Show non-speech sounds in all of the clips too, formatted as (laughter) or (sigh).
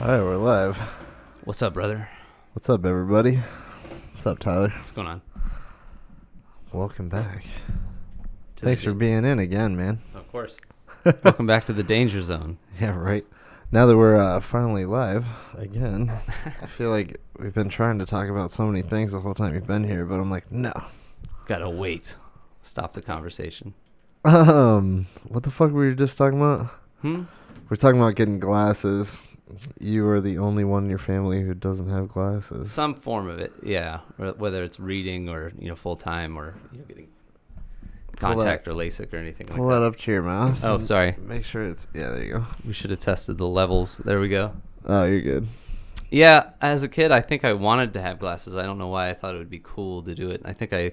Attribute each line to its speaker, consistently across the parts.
Speaker 1: All right, we're live.
Speaker 2: What's up, brother?
Speaker 1: What's up, everybody? What's up, Tyler?
Speaker 2: What's going on?
Speaker 1: Welcome back.
Speaker 2: To the
Speaker 1: Thanks for
Speaker 2: da-
Speaker 1: being in again, man.
Speaker 2: Of
Speaker 1: (laughs)
Speaker 2: course. Welcome back to the danger zone.
Speaker 1: Yeah, right. Now that we're uh, finally live again, I feel like we've been trying to talk about so many things the whole time you've been here, but I'm like, no.
Speaker 2: Gotta wait. Stop the conversation.
Speaker 1: Um, what the fuck were you just talking about?
Speaker 2: Hmm.
Speaker 1: We're talking about getting glasses. You are the only one in your family who doesn't have glasses.
Speaker 2: Some form of it, yeah. Wh- Whether it's reading or you know full time or you know getting
Speaker 1: Pull that-
Speaker 2: contact or LASIK or anything
Speaker 1: Pull
Speaker 2: like
Speaker 1: that up to your mouth.
Speaker 2: that. Oh,
Speaker 1: and
Speaker 2: sorry.
Speaker 1: Make sure it's yeah. There you go.
Speaker 2: We should have tested the levels. There we go.
Speaker 1: Oh, you're good.
Speaker 2: Yeah, as a kid, I think I wanted to have glasses. I don't know why. I thought it would be cool to do it. I think I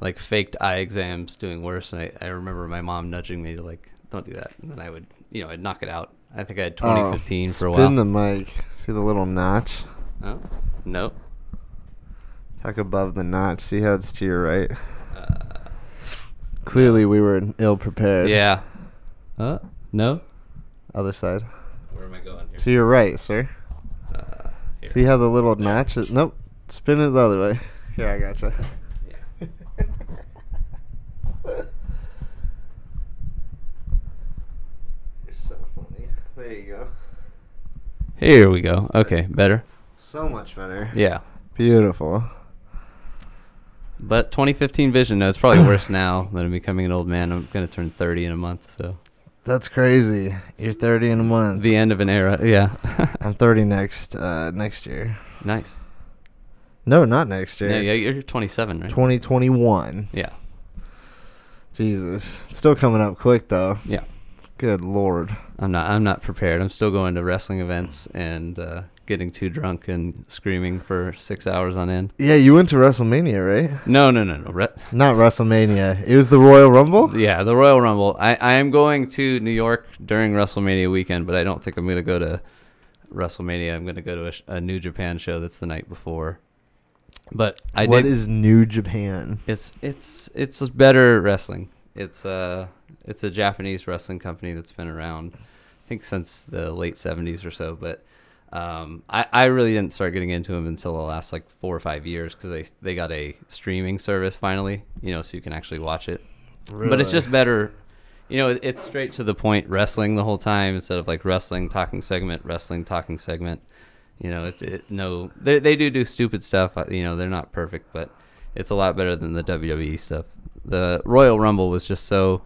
Speaker 2: like faked eye exams doing worse, and I, I remember my mom nudging me to like, "Don't do that." And then I would, you know, I'd knock it out. I think I had 2015
Speaker 1: Oh,
Speaker 2: for a while.
Speaker 1: Spin the mic. See the little notch.
Speaker 2: oh, no.
Speaker 1: Tuck above the notch. See how it's to your right.
Speaker 2: Uh,
Speaker 1: Clearly, we were ill prepared.
Speaker 2: yeah. Uh, no.
Speaker 1: Other side.
Speaker 2: Where am I going
Speaker 1: To
Speaker 2: here?
Speaker 1: your right, sir.
Speaker 2: Uh, here.
Speaker 1: See how the little
Speaker 2: There.
Speaker 1: notch is? Nope. Spin it the other way. Here, I gotcha. (laughs)
Speaker 2: Yeah.
Speaker 1: You're so funny. There you go.
Speaker 2: Here we go. Okay, better.
Speaker 1: So much better.
Speaker 2: Yeah.
Speaker 1: Beautiful.
Speaker 2: But 2015 vision, no, it's probably worse now than I'm becoming an old man. I'm gonna turn 30 in a month, so
Speaker 1: That's crazy. You're 30 in a month.
Speaker 2: the end of an era. Yeah. (laughs)
Speaker 1: I'm 30 next uh, next year.
Speaker 2: nice.
Speaker 1: No, not next year.
Speaker 2: Yeah, yeah, you're 27, right?
Speaker 1: 2021.
Speaker 2: Yeah.
Speaker 1: Jesus. Still coming up quick though.
Speaker 2: Yeah.
Speaker 1: Good lord.
Speaker 2: I'm not. I'm not prepared. I'm still going to wrestling events and uh, getting too drunk and screaming for six hours on end.
Speaker 1: Yeah, you went to WrestleMania, right?
Speaker 2: No, no, no, no. Re-
Speaker 1: Not WrestleMania. It was the Royal Rumble?
Speaker 2: yeah, the Royal Rumble. I, I am going to New York during WrestleMania weekend, but I don't think I'm going to go to WrestleMania. I'm going to go to a, sh- a New Japan show that's the night before. But I
Speaker 1: What
Speaker 2: did.
Speaker 1: is New Japan?
Speaker 2: it's it's it's just better wrestling. It's uh it's a Japanese wrestling company that's been around, I think since the late seventies or so. But um, I I really didn't start getting into them until the last like four or five years because they they got a streaming service finally, you know, so you can actually watch it. But it's just better, you know. It's straight to the point wrestling the whole time instead of like wrestling talking segment, wrestling talking segment. You know, it, it no they they do do stupid stuff. uh, You know, they're not perfect, but it's a lot better than the WWE stuff. The Royal Rumble was just so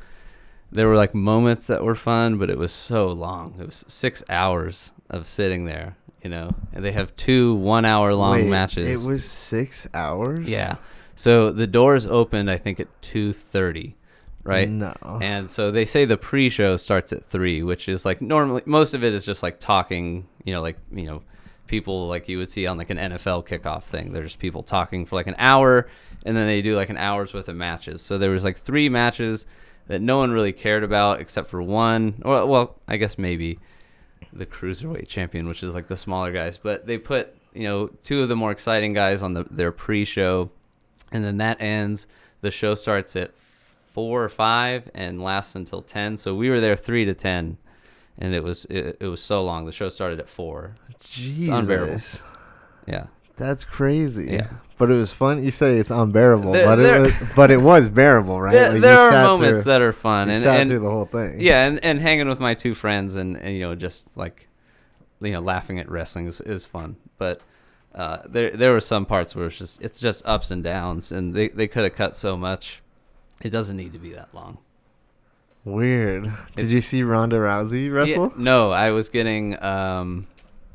Speaker 2: there were like moments that were fun, but it was so long. It was six hours of sitting there, you know. And they have two one hour long
Speaker 1: Wait,
Speaker 2: matches.
Speaker 1: It was six hours?
Speaker 2: yeah. So the doors opened I think at two thirty, right?
Speaker 1: No.
Speaker 2: And so they say the pre-show starts at three, which is like normally most of it is just like talking, you know, like you know, people like you would see on like an NFL kickoff thing. There's people talking for like an hour, and then they do like an hour's worth of matches. So there was like three matches that no one really cared about except for one. Well, well I guess maybe the cruiserweight champion, which is like the smaller guys. But they put you know two of the more exciting guys on the, their pre-show, and then that ends. The show starts at four or five and lasts until ten. So we were there three to ten, and it was it, it was so long. The show started at four.
Speaker 1: Jesus.
Speaker 2: unbearable. Yeah,
Speaker 1: That's crazy.
Speaker 2: Yeah.
Speaker 1: But it was fun. You say it's unbearable,
Speaker 2: There-
Speaker 1: but
Speaker 2: there-
Speaker 1: it was, but it was bearable, right?
Speaker 2: there,
Speaker 1: Like, you
Speaker 2: there are
Speaker 1: sat
Speaker 2: moments
Speaker 1: through,
Speaker 2: that are fun,
Speaker 1: you
Speaker 2: and,
Speaker 1: sat
Speaker 2: and
Speaker 1: through the whole thing.
Speaker 2: yeah, and, and hanging with my two friends and, and you know just like you know laughing at wrestling is, is fun, but. Uh, there, there were some parts where it's just it's just ups and downs, and they, they could have cut so much. It doesn't need to be that long.
Speaker 1: Weird. Did
Speaker 2: It's-
Speaker 1: you see Ronda Rousey
Speaker 2: Yeah,
Speaker 1: wrestle?
Speaker 2: no, I was getting um,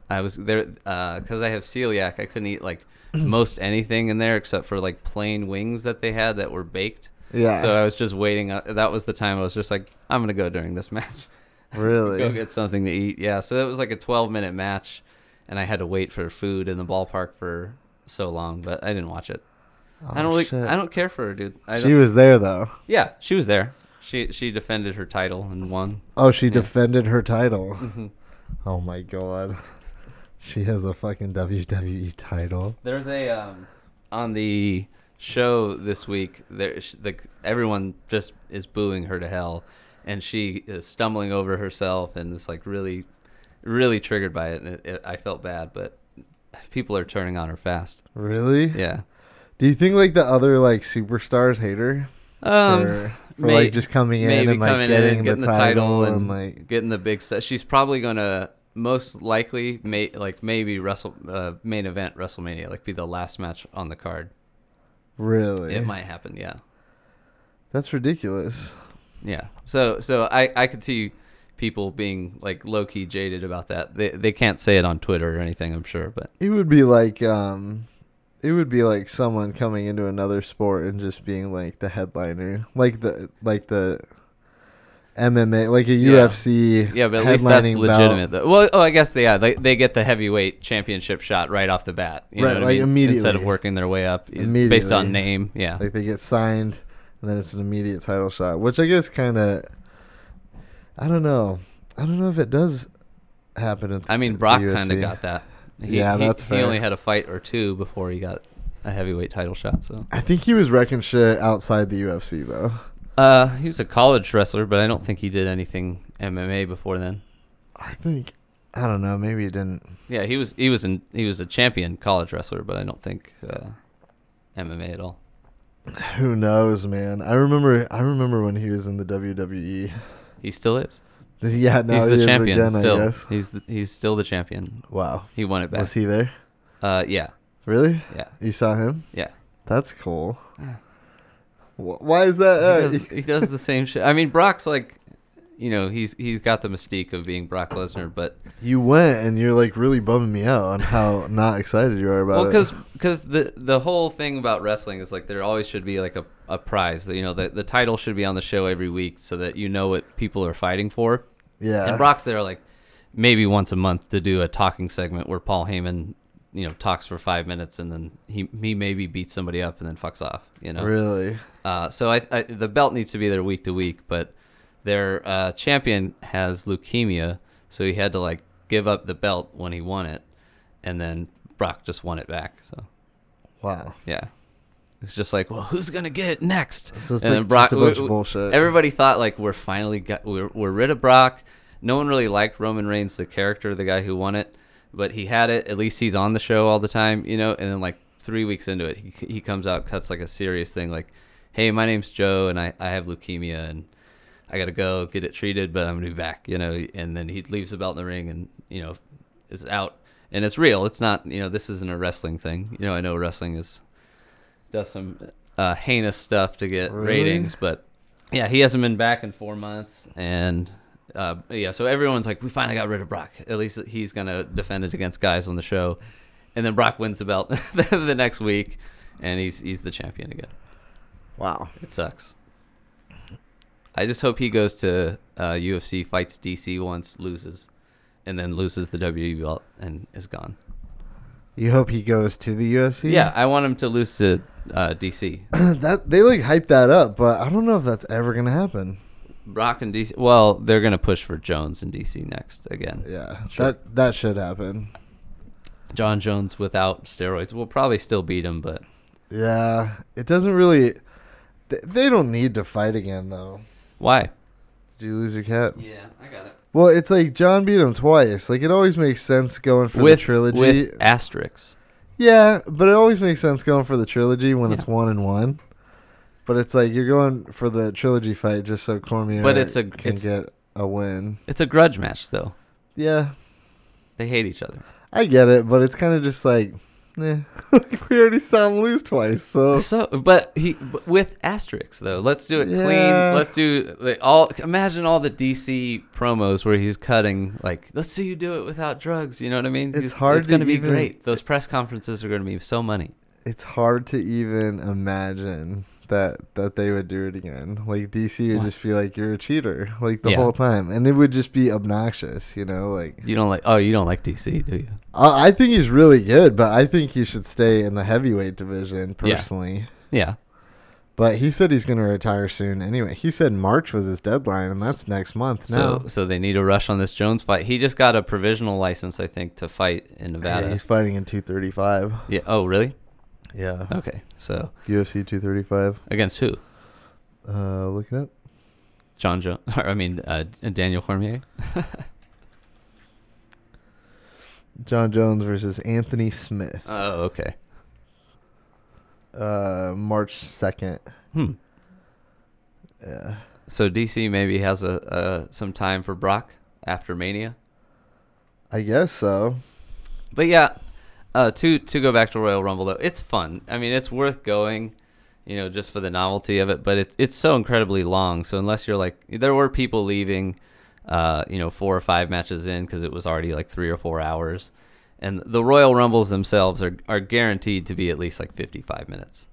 Speaker 2: I was there because I have celiac. I couldn't
Speaker 1: (clears throat)
Speaker 2: eat like most anything in there except for like plain wings that they had that were baked.
Speaker 1: Yeah.
Speaker 2: So I was just waiting. Uh, that was the time I was just like, I'm gonna go during this (laughs) match.
Speaker 1: really?
Speaker 2: go get something to eat. Yeah. So it was like a 12 minute match, and I had to wait for food in the ballpark for so long, but I didn't watch it. I don't.
Speaker 1: Oh,
Speaker 2: Really,
Speaker 1: shit.
Speaker 2: I don't care for her, dude. I
Speaker 1: She
Speaker 2: don't-
Speaker 1: was there though.
Speaker 2: yeah, she was there. She she defended her title and won.
Speaker 1: Oh, she
Speaker 2: Yeah.
Speaker 1: defended her title.
Speaker 2: Mhm.
Speaker 1: Oh my god. (laughs) She has a fucking WWE title.
Speaker 2: There's a um, on the show this week. There, sh- the everyone just is booing her to hell, and she is stumbling over herself and it's like really really triggered by it, and it, it, I felt bad. But people are turning on her fast.
Speaker 1: Really?
Speaker 2: Yeah.
Speaker 1: Do you think like the other like superstars hate her
Speaker 2: Um,
Speaker 1: for, for
Speaker 2: may-
Speaker 1: like just coming in
Speaker 2: maybe
Speaker 1: and like
Speaker 2: coming in
Speaker 1: getting,
Speaker 2: and
Speaker 1: the, title and, like
Speaker 2: getting the big set. She's probably gonna most likely may like maybe wrestle uh, main event WrestleMania, like be the last match on the card.
Speaker 1: really?
Speaker 2: It might happen. Yeah,
Speaker 1: That's ridiculous.
Speaker 2: yeah. So so I I could see people being like low key jaded about that. They they can't say it on Twitter or anything. I'm sure, but
Speaker 1: It would be like um it would be like someone coming into another sport and just being like the headliner. Like the like the MMA like a
Speaker 2: Yeah.
Speaker 1: UFC
Speaker 2: yeah, but at least that's
Speaker 1: headlining bout.
Speaker 2: legitimate. Though. Well, oh, I guess they yeah they, they get the heavyweight championship shot right off the bat. You
Speaker 1: Right,
Speaker 2: know what
Speaker 1: like,
Speaker 2: I mean? instead of
Speaker 1: immediately.
Speaker 2: working their way up i- based
Speaker 1: Immediately.
Speaker 2: on name. Yeah,
Speaker 1: Like they get signed, and then it's an immediate title shot, which I guess kind of. I don't know. I don't know if it does happen. In
Speaker 2: I mean,
Speaker 1: the
Speaker 2: Brock
Speaker 1: UFC.
Speaker 2: kind of got that. He,
Speaker 1: Yeah,
Speaker 2: he,
Speaker 1: that's
Speaker 2: He
Speaker 1: fair.
Speaker 2: only had a fight or two before he got a heavyweight title shot. So
Speaker 1: I think he was wrecking shit outside the UFC though.
Speaker 2: uh, he was a college wrestler, but I don't think he did anything MMA before then.
Speaker 1: I think. I don't know. Maybe it didn't.
Speaker 2: Yeah, he was he was in he was a champion college wrestler, but I don't think uh, MMA at all.
Speaker 1: Who knows, man? I remember. I remember when he was in the WWE.
Speaker 2: He still is.
Speaker 1: (laughs) Yeah, now
Speaker 2: he's
Speaker 1: he
Speaker 2: the
Speaker 1: is
Speaker 2: champion
Speaker 1: again,
Speaker 2: still.
Speaker 1: I guess.
Speaker 2: He's the, he's still the champion.
Speaker 1: Wow.
Speaker 2: He won it back.
Speaker 1: Was he there?
Speaker 2: Uh, yeah,
Speaker 1: Really?
Speaker 2: yeah,
Speaker 1: You saw him?
Speaker 2: yeah.
Speaker 1: That's cool. Wh- Why is that? uh,
Speaker 2: he, does, he does the same shit. I mean, Brock's like, you know, he's he's got the mystique of being Brock Lesnar, but
Speaker 1: You went and you're like really bumming me out on
Speaker 2: (laughs)
Speaker 1: how not excited you are about
Speaker 2: well
Speaker 1: it.
Speaker 2: because the the whole thing about wrestling is like there always should be like a, a prize that you know the, the title should be on the show every week so that you know what people are fighting for
Speaker 1: yeah,
Speaker 2: and brock's there like maybe once a month to do a talking segment where paul heyman you know talks for five minutes and then he, he maybe beats somebody up and then fucks off you know
Speaker 1: really,
Speaker 2: uh, so I, I the belt needs to be there week to week, but their uh, champion has leukemia, so he had to like give up the belt when he won it, and then Brock just won it back. So
Speaker 1: wow.
Speaker 2: yeah, it's just like, well, who's gonna get it next?
Speaker 1: So it's
Speaker 2: and
Speaker 1: like
Speaker 2: then Brock,
Speaker 1: just a
Speaker 2: we-
Speaker 1: bunch of
Speaker 2: we-
Speaker 1: bullshit.
Speaker 2: everybody thought like we're finally got we're, we're rid of Brock. No one really liked Roman Reigns, the character, the guy who won it, but he had it. At least he's on the show all the time, you know. And then like three weeks into it, he he comes out, cuts like a serious thing, like, "Hey, my name's Joe, and I I have leukemia, and I gotta go get it treated, but I'm gonna be back," you know. And then he leaves the belt in the ring, and you know, is out. And it's real. It's not, you know, this isn't a wrestling thing. You know, I know wrestling is does some uh, heinous stuff to get
Speaker 1: Really?
Speaker 2: ratings, but yeah, he hasn't been back in four months, and uh, yeah, so everyone's like, we finally got rid of Brock. At least he's gonna defend it against guys on the show, and then Brock wins the belt (laughs) the next week, and he's he's the champion again.
Speaker 1: wow.
Speaker 2: It sucks. I just hope he goes to uh, UFC, fights DC once, loses, and then loses the WWE belt and is gone.
Speaker 1: You hope he goes to the UFC?
Speaker 2: Yeah, I want him to lose to uh, DC.
Speaker 1: (clears throat) that they like hype that up, but I don't know if that's ever gonna happen.
Speaker 2: Brock and DC. Well, they're gonna push for Jones and DC next again.
Speaker 1: Yeah,
Speaker 2: Sure.
Speaker 1: that that should happen.
Speaker 2: John Jones without steroids will probably still beat him, but
Speaker 1: Yeah, it doesn't really. They, they don't need to fight again though.
Speaker 2: why?
Speaker 1: Did you lose your cat?
Speaker 2: Yeah, I got it.
Speaker 1: Well, it's like John beat him twice. Like it always makes sense going for
Speaker 2: with
Speaker 1: the trilogy.
Speaker 2: with asterisks.
Speaker 1: Yeah, but it always makes sense going for the trilogy when it's
Speaker 2: Yeah.
Speaker 1: one and one. But it's like you're going for the trilogy fight just so Cormier
Speaker 2: But it's a-
Speaker 1: can
Speaker 2: it's-
Speaker 1: get a win.
Speaker 2: It's a grudge match, though.
Speaker 1: Yeah,
Speaker 2: They hate each other.
Speaker 1: I get it, but it's kind of just like, (laughs) eh. we already saw him lose twice, so
Speaker 2: So, but he but with asterisks though. Let's do it
Speaker 1: Yeah.
Speaker 2: clean. Let's do like, all. Imagine all the DC promos where he's cutting like, "Let's see you do it without drugs." You know what I mean?
Speaker 1: It's hard
Speaker 2: It's going
Speaker 1: to
Speaker 2: be
Speaker 1: even-
Speaker 2: great. Those press conferences are going to be so money.
Speaker 1: it's hard to even imagine that that they would do it again. Like DC would
Speaker 2: What?
Speaker 1: just be like, "You're a cheater," like the
Speaker 2: Yeah.
Speaker 1: whole time, and it would just be obnoxious, you know, like.
Speaker 2: You don't like? Oh, you don't like DC, do you?
Speaker 1: I I think he's really good, but I think he should stay in the heavyweight division
Speaker 2: Yeah.
Speaker 1: personally.
Speaker 2: Yeah.
Speaker 1: But he said he's going to retire soon anyway. He said March was his deadline, and that's next month now.
Speaker 2: So, so they need a rush on this Jones fight. He just got a provisional license, I think, to fight in
Speaker 1: yeah,
Speaker 2: Nevada.
Speaker 1: he's fighting in 235.
Speaker 2: Yeah. Oh, really?
Speaker 1: Yeah.
Speaker 2: Okay. So
Speaker 1: UFC 235.
Speaker 2: against who?
Speaker 1: Uh, look it up.
Speaker 2: (laughs) John Jones. Or, I mean, uh, Daniel Cormier.
Speaker 1: John Jones versus Anthony Smith.
Speaker 2: Oh, okay.
Speaker 1: Uh, March second.
Speaker 2: Hmm.
Speaker 1: Yeah.
Speaker 2: So DC maybe has a uh, some time for Brock after Mania.
Speaker 1: I guess so.
Speaker 2: But yeah, uh, to to go back to Royal Rumble though, it's fun. I mean, it's worth going, you know, just for the novelty of it. But it's it's so incredibly long. So unless you're like, there were people leaving, uh, you know, four or five matches in because it was already like three or four hours, and the Royal Rumbles themselves are are guaranteed to be at least like fifty five minutes.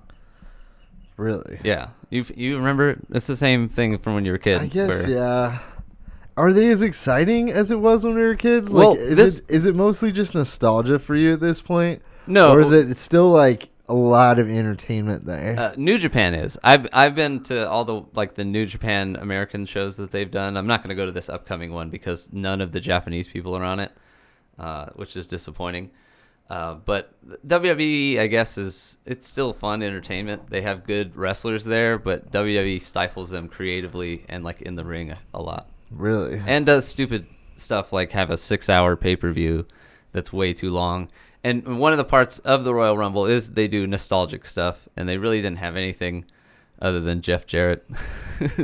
Speaker 1: Really.
Speaker 2: Yeah, you you remember it's the same thing from when you were a kid.
Speaker 1: I guess
Speaker 2: where-
Speaker 1: yeah. Are they as exciting as it was when we were kids?
Speaker 2: Well,
Speaker 1: like, is
Speaker 2: this-
Speaker 1: it, is it mostly just nostalgia for you at this point?
Speaker 2: No,
Speaker 1: or is it it's still like a lot of entertainment there?
Speaker 2: Uh, New Japan is. I've I've been to all the like the New Japan American shows that they've done. I'm not going to go to this upcoming one because none of the Japanese people are on it, uh, which is disappointing. Uh, but WWE, I guess, is it's still fun entertainment. They have good wrestlers there, but WWE stifles them creatively and like in the ring a, a lot,
Speaker 1: really?
Speaker 2: and does stupid stuff like have a six-hour pay-per-view that's way too long. And one of the parts of the Royal Rumble is they do nostalgic stuff, and they really didn't have anything other than Jeff Jarrett. (laughs)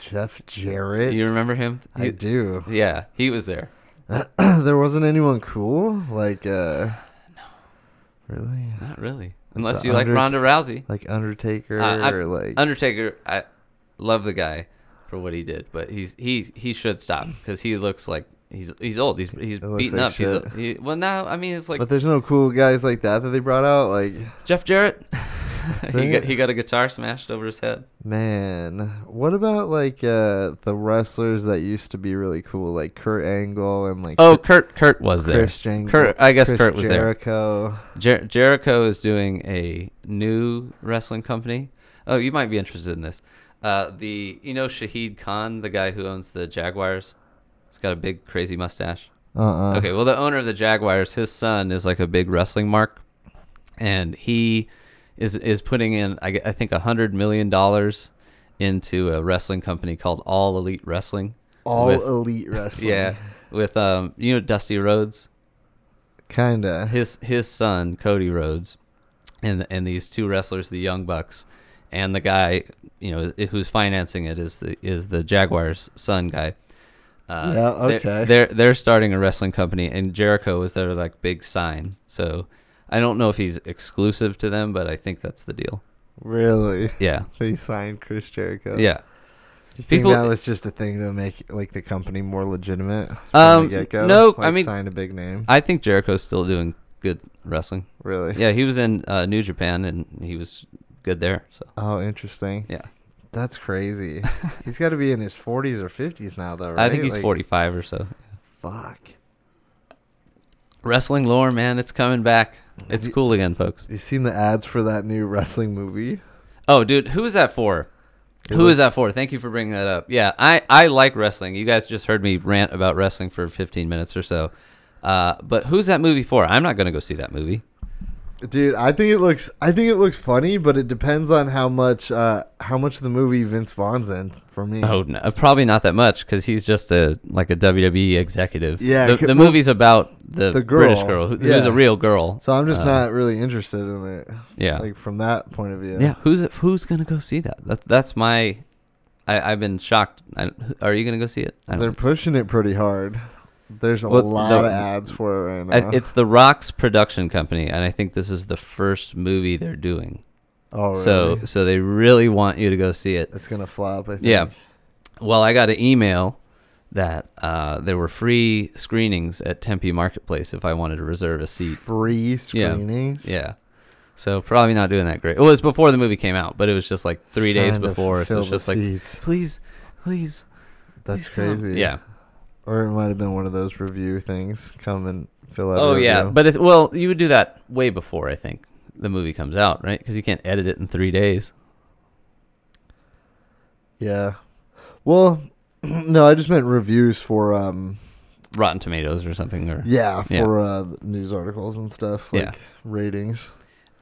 Speaker 1: Jeff Jarrett.
Speaker 2: you remember him?
Speaker 1: I
Speaker 2: He-
Speaker 1: do.
Speaker 2: yeah, he was there.
Speaker 1: (clears throat) there wasn't anyone cool like uh no. Really?
Speaker 2: Not really, unless
Speaker 1: The
Speaker 2: you like
Speaker 1: Undert-
Speaker 2: Ronda Rousey.
Speaker 1: Like Undertaker
Speaker 2: Uh, I-
Speaker 1: or like
Speaker 2: Undertaker, I love the guy for what he did, but he's he he should stop because he looks like he's he's old. He's he's
Speaker 1: It looks
Speaker 2: beaten
Speaker 1: like
Speaker 2: up. He's
Speaker 1: shit.
Speaker 2: he, well now. I mean, it's like
Speaker 1: But there's no cool guys like that that they brought out like
Speaker 2: Jeff (laughs) Jarrett. he
Speaker 1: it.
Speaker 2: got he got a guitar smashed over his head.
Speaker 1: man. What about like uh the wrestlers that used to be really cool like Kurt Angle and like
Speaker 2: Oh, Kurt Kurt was there.
Speaker 1: Chris Jangle-
Speaker 2: Kurt, I guess
Speaker 1: Chris
Speaker 2: Kurt was there.
Speaker 1: Jericho.
Speaker 2: Jer- Jericho is doing a new wrestling company. Oh, you might be interested in this. Uh, the you know Shahid Khan, the guy who owns the Jaguars, he's got a big crazy mustache.
Speaker 1: Uh-uh.
Speaker 2: Okay, well the owner of the Jaguars, his son is like a big wrestling mark, and he is is putting in I, gue- I think a hundred million dollars into a wrestling company called All Elite Wrestling.
Speaker 1: All
Speaker 2: with-
Speaker 1: elite wrestling.
Speaker 2: Yeah, with um you know Dusty Rhodes.
Speaker 1: Kinda.
Speaker 2: his his son Cody Rhodes, and and these two wrestlers, the Young Bucks, and the guy you know i- who's financing it is the is the Jaguars' son guy. Uh,
Speaker 1: Yeah,
Speaker 2: they're-
Speaker 1: okay.
Speaker 2: They're, they're starting a wrestling company, and Jericho is their like big sign. So I don't know if he's exclusive to them, but I think that's the deal.
Speaker 1: Really. (laughs)
Speaker 2: Yeah,
Speaker 1: They signed Chris Jericho.
Speaker 2: yeah.
Speaker 1: Do you
Speaker 2: People-
Speaker 1: think that was just a thing to make like the company more legitimate from
Speaker 2: Um,
Speaker 1: the get-go?
Speaker 2: no,
Speaker 1: Like,
Speaker 2: I mean-
Speaker 1: signed a big name.
Speaker 2: I think Jericho's still doing good
Speaker 1: (laughs)
Speaker 2: wrestling.
Speaker 1: Really?
Speaker 2: Yeah, he was in uh, New Japan, and he was good there. So
Speaker 1: Oh, interesting.
Speaker 2: yeah,
Speaker 1: That's
Speaker 2: (laughs)
Speaker 1: crazy. he's got to be in his 40s or 50s now, though, right?
Speaker 2: I think he's
Speaker 1: Like,
Speaker 2: 45 or so.
Speaker 1: Fuck.
Speaker 2: Wrestling lore, man, it's coming back. It's
Speaker 1: Have you-
Speaker 2: cool again, folks.
Speaker 1: You seen the ads for that new wrestling movie?
Speaker 2: Oh, dude, who is that for?
Speaker 1: It
Speaker 2: Who
Speaker 1: was-
Speaker 2: is that for? Thank you for bringing that up. Yeah, I, I like wrestling. You guys just heard me rant about wrestling for 15 minutes or so. Uh, but who's that movie for? I'm not going to go see that movie.
Speaker 1: Dude, I think it looks. I think it looks funny, but it depends on how much, uh, how much of the movie Vince Vaughn's in. For me,
Speaker 2: Oh, no, probably not that much because he's just a like a WWE executive.
Speaker 1: Yeah,
Speaker 2: the,
Speaker 1: c-
Speaker 2: the
Speaker 1: well,
Speaker 2: movie's about the,
Speaker 1: the
Speaker 2: British
Speaker 1: girl.
Speaker 2: girl who, who's a
Speaker 1: Yeah.
Speaker 2: real girl.
Speaker 1: so I'm just
Speaker 2: Uh,
Speaker 1: not really interested in it.
Speaker 2: Yeah,
Speaker 1: Like from that point of view.
Speaker 2: yeah. Who's who's going to go see that? That's that's my. I, I've been shocked. I, are you going to go see it? I don't
Speaker 1: They're
Speaker 2: think so.
Speaker 1: pushing it pretty hard. There's a
Speaker 2: Well,
Speaker 1: lot
Speaker 2: the-
Speaker 1: of ads for it right
Speaker 2: I-
Speaker 1: now.
Speaker 2: It's The Rock's production company, and I think this is the first movie they're doing.
Speaker 1: oh, really?
Speaker 2: So, so they really want you to go see it.
Speaker 1: it's gonna flop. I think.
Speaker 2: Yeah. Well, I got an email that uh, there were free screenings at Tempe Marketplace if I wanted to reserve a seat.
Speaker 1: Free screenings.
Speaker 2: Yeah. So probably not doing that great. It was before the movie came out, but it was just like three days
Speaker 1: Trying to
Speaker 2: before. So
Speaker 1: fill
Speaker 2: it's
Speaker 1: the
Speaker 2: just like,
Speaker 1: seats.
Speaker 2: please, please.
Speaker 1: That's
Speaker 2: please come."
Speaker 1: crazy.
Speaker 2: Yeah.
Speaker 1: Or it might have been one of those review things. Come and fill out. a
Speaker 2: Oh yeah,
Speaker 1: review.
Speaker 2: but it's well, you would do that way before I think the movie comes out, right? Because you can't edit it in three days.
Speaker 1: yeah. Well, (clears throat) no, I just meant reviews for um
Speaker 2: Rotten Tomatoes or something, or
Speaker 1: yeah
Speaker 2: Yeah.
Speaker 1: for uh news articles and stuff like
Speaker 2: Yeah.
Speaker 1: ratings.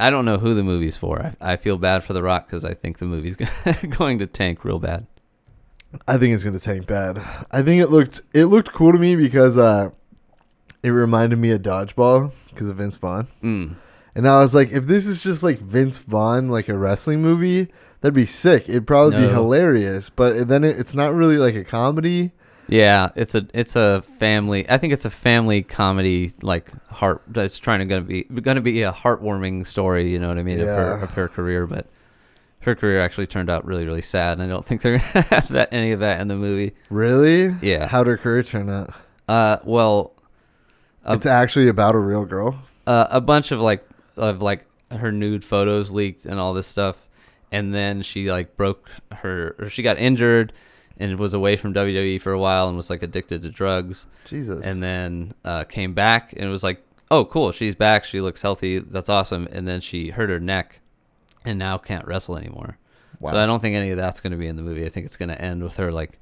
Speaker 2: I don't know who the movie's for. I, I feel bad for The Rock because I think the movie's (laughs) going to tank real bad.
Speaker 1: I think it's gonna tank bad. I think it looked it looked cool to me because uh it reminded me of dodgeball because of Vince Vaughn.
Speaker 2: Mm.
Speaker 1: And I was like, if this is just like Vince Vaughn, like a wrestling movie, that'd be sick. It'd probably be
Speaker 2: No.
Speaker 1: hilarious. But then it, it's not really like a comedy.
Speaker 2: Yeah, it's a it's a family. I think it's a family comedy like heart. It's trying to gonna be gonna be a heartwarming story. You know what I mean? Of her
Speaker 1: Yeah.
Speaker 2: of her career, but her career actually turned out really really sad, and I don't think they're gonna (laughs) have that any of that in the movie.
Speaker 1: Really?
Speaker 2: Yeah.
Speaker 1: How'd her career turn out?
Speaker 2: Uh, well, Um,
Speaker 1: it's actually about a real girl.
Speaker 2: uh, a bunch of like of like her nude photos leaked and all this stuff and then she like broke her or she got injured and was away from WWE for a while and was like addicted to drugs
Speaker 1: Jesus.
Speaker 2: and then uh, came back and it was like oh cool she's back she looks healthy that's awesome and then she hurt her neck and now can't wrestle anymore
Speaker 1: Wow.
Speaker 2: so I don't think any of that's going to be in the movie I think it's going to end with her like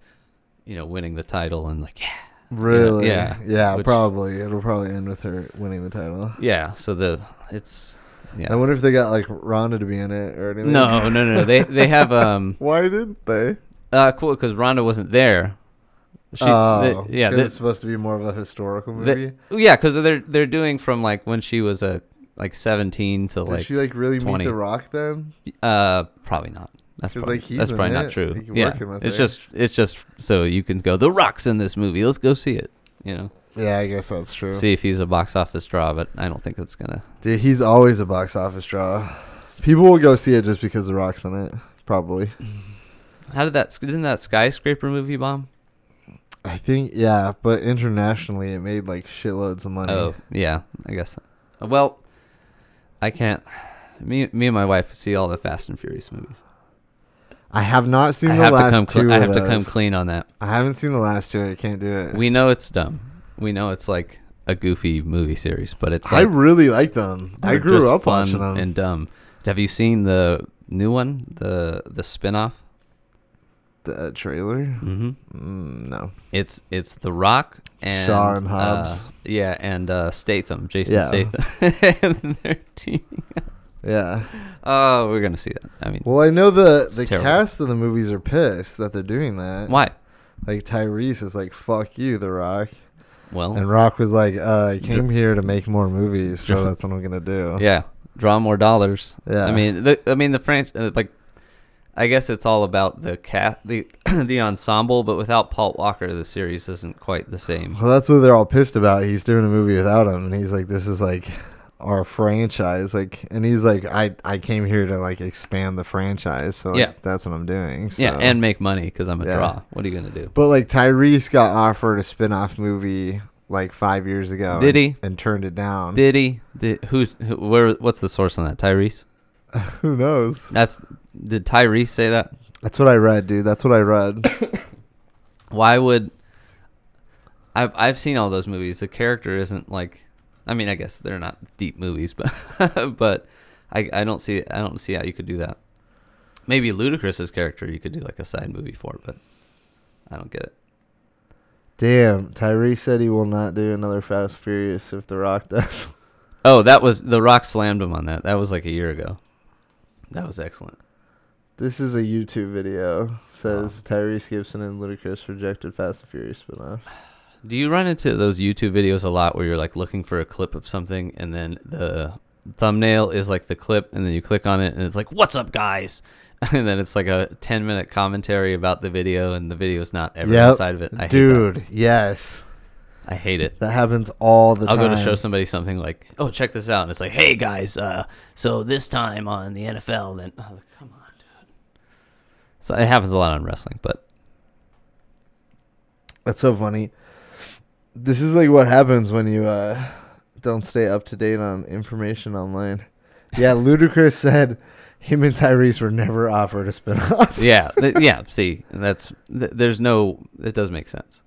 Speaker 2: you know winning the title and like yeah
Speaker 1: really?
Speaker 2: yeah,
Speaker 1: Yeah,
Speaker 2: which-
Speaker 1: probably. It'll probably end with her winning the title.
Speaker 2: yeah so the it's yeah
Speaker 1: I wonder if they got like Ronda to be in it or anything.
Speaker 2: no no no they they have um
Speaker 1: Why didn't they?
Speaker 2: Uh, cool, because Rhonda wasn't there. She,
Speaker 1: oh,
Speaker 2: th- yeah,
Speaker 1: 'cause it's
Speaker 2: this,
Speaker 1: supposed to be more of a historical
Speaker 2: the-
Speaker 1: movie.
Speaker 2: yeah, because they're they're doing from like when she was a like seventeen to
Speaker 1: Did
Speaker 2: like,
Speaker 1: she like really
Speaker 2: 20.
Speaker 1: meet The Rock then?
Speaker 2: uh probably not. That's
Speaker 1: 'Cause,
Speaker 2: probably,
Speaker 1: like, he's
Speaker 2: that's
Speaker 1: in
Speaker 2: probably not
Speaker 1: it.
Speaker 2: true.
Speaker 1: He's
Speaker 2: Yeah,
Speaker 1: working with
Speaker 2: it's
Speaker 1: her.
Speaker 2: just it's just so you can go. The Rock's in this movie. Let's go see it. You know,
Speaker 1: Yeah, I guess that's true.
Speaker 2: see if he's a box office draw. But I don't think that's gonna.
Speaker 1: Dude, he's always a box office draw. People will go see it just because The Rock's in it. Probably.
Speaker 2: How did that? Didn't that skyscraper movie bomb?
Speaker 1: I think, yeah, but internationally it made like shitloads of money.
Speaker 2: Oh yeah, I guess. Well, I can't. Me, me and my wife see all the Fast and Furious movies.
Speaker 1: I have not seen
Speaker 2: I
Speaker 1: the
Speaker 2: have to
Speaker 1: last
Speaker 2: come.
Speaker 1: two.
Speaker 2: Cl- I
Speaker 1: of
Speaker 2: have to come
Speaker 1: those.
Speaker 2: clean on that.
Speaker 1: I haven't seen the last two. I can't do it.
Speaker 2: We know it's dumb. We know it's like a goofy movie series, but it's
Speaker 1: I
Speaker 2: like
Speaker 1: really like them. I
Speaker 2: they're
Speaker 1: grew
Speaker 2: just
Speaker 1: up
Speaker 2: fun
Speaker 1: watching them.
Speaker 2: and dumb. Have you seen the new one, the the spinoff?
Speaker 1: the uh, trailer?
Speaker 2: Mm-hmm.
Speaker 1: Mm, no.
Speaker 2: It's it's The Rock and
Speaker 1: Shaw and Hobbs.
Speaker 2: uh, yeah, and uh, Statham, Jason
Speaker 1: Yeah.
Speaker 2: Statham, (laughs) and their team.
Speaker 1: Yeah.
Speaker 2: Oh, we're gonna see that. I mean,
Speaker 1: Well, I know the
Speaker 2: It's
Speaker 1: the
Speaker 2: terrible.
Speaker 1: cast of the movies are pissed that they're doing that.
Speaker 2: why?
Speaker 1: Like Tyrese is like, "Fuck you, The Rock,"
Speaker 2: Well,
Speaker 1: and Rock was like, uh, "I came
Speaker 2: Dr-
Speaker 1: here to make more movies, so
Speaker 2: (laughs) Dr-
Speaker 1: that's what I'm gonna do."
Speaker 2: yeah, draw more dollars.
Speaker 1: Oh. Yeah.
Speaker 2: I mean, the, I mean the French. Uh, like, I guess it's all about the cat, the (clears throat) the ensemble. But without Paul Walker, the series isn't quite the same.
Speaker 1: well, that's what they're all pissed about. He's doing a movie without him, and he's like, "This is like." our franchise like and he's like i i came here to like expand the franchise so like,
Speaker 2: Yeah.
Speaker 1: that's what i'm doing so.
Speaker 2: Yeah, and make money because I'm a
Speaker 1: Yeah.
Speaker 2: draw. What are you gonna do?
Speaker 1: But like Tyrese got offered a spin-off movie like five years ago.
Speaker 2: Did
Speaker 1: and,
Speaker 2: he?
Speaker 1: And turned it down.
Speaker 2: Did he? Did, who's who, where? What's the source on that? Tyrese.
Speaker 1: Who knows?
Speaker 2: That's did Tyrese say that?
Speaker 1: That's what I read, dude. That's what I
Speaker 2: (coughs)
Speaker 1: read.
Speaker 2: Why would? I've I've seen all those movies. The character isn't like, I mean, I guess they're not deep movies, (laughs) but but I I don't see I don't see how you could do that. Maybe Ludacris's character you could do like a side movie for, but I don't get it.
Speaker 1: Damn, Tyrese said he will not do another Fast Furious if The Rock does.
Speaker 2: Oh, that was The Rock slammed him on that. That was like a year ago. That was excellent.
Speaker 1: This is a YouTube video. Says Tyrese Gibson and Ludacris rejected Fast and Furious spin-off.
Speaker 2: Do you run into those YouTube videos a lot where you're like looking for a clip of something and then the thumbnail is like the clip and then you click on it and it's like, what's up, guys? (laughs) And then it's like a 10 minute commentary about the video and the video's not ever
Speaker 1: Yep.
Speaker 2: inside of it. I Hate
Speaker 1: Dude, yes.
Speaker 2: that. I hate it.
Speaker 1: That happens all the
Speaker 2: I'll
Speaker 1: time.
Speaker 2: go to show somebody something like, oh, check this out. And it's like, hey, guys, uh, so this time on the NFL, then, oh, come on, dude. So it happens a lot on wrestling, but
Speaker 1: That's so funny. This is like what happens when you uh, don't stay up to date on information online.
Speaker 2: (laughs)
Speaker 1: Yeah, Ludacris said him and Tyrese were never offered a spinoff.
Speaker 2: yeah, th- yeah. See, that's th- there's no. It does make sense.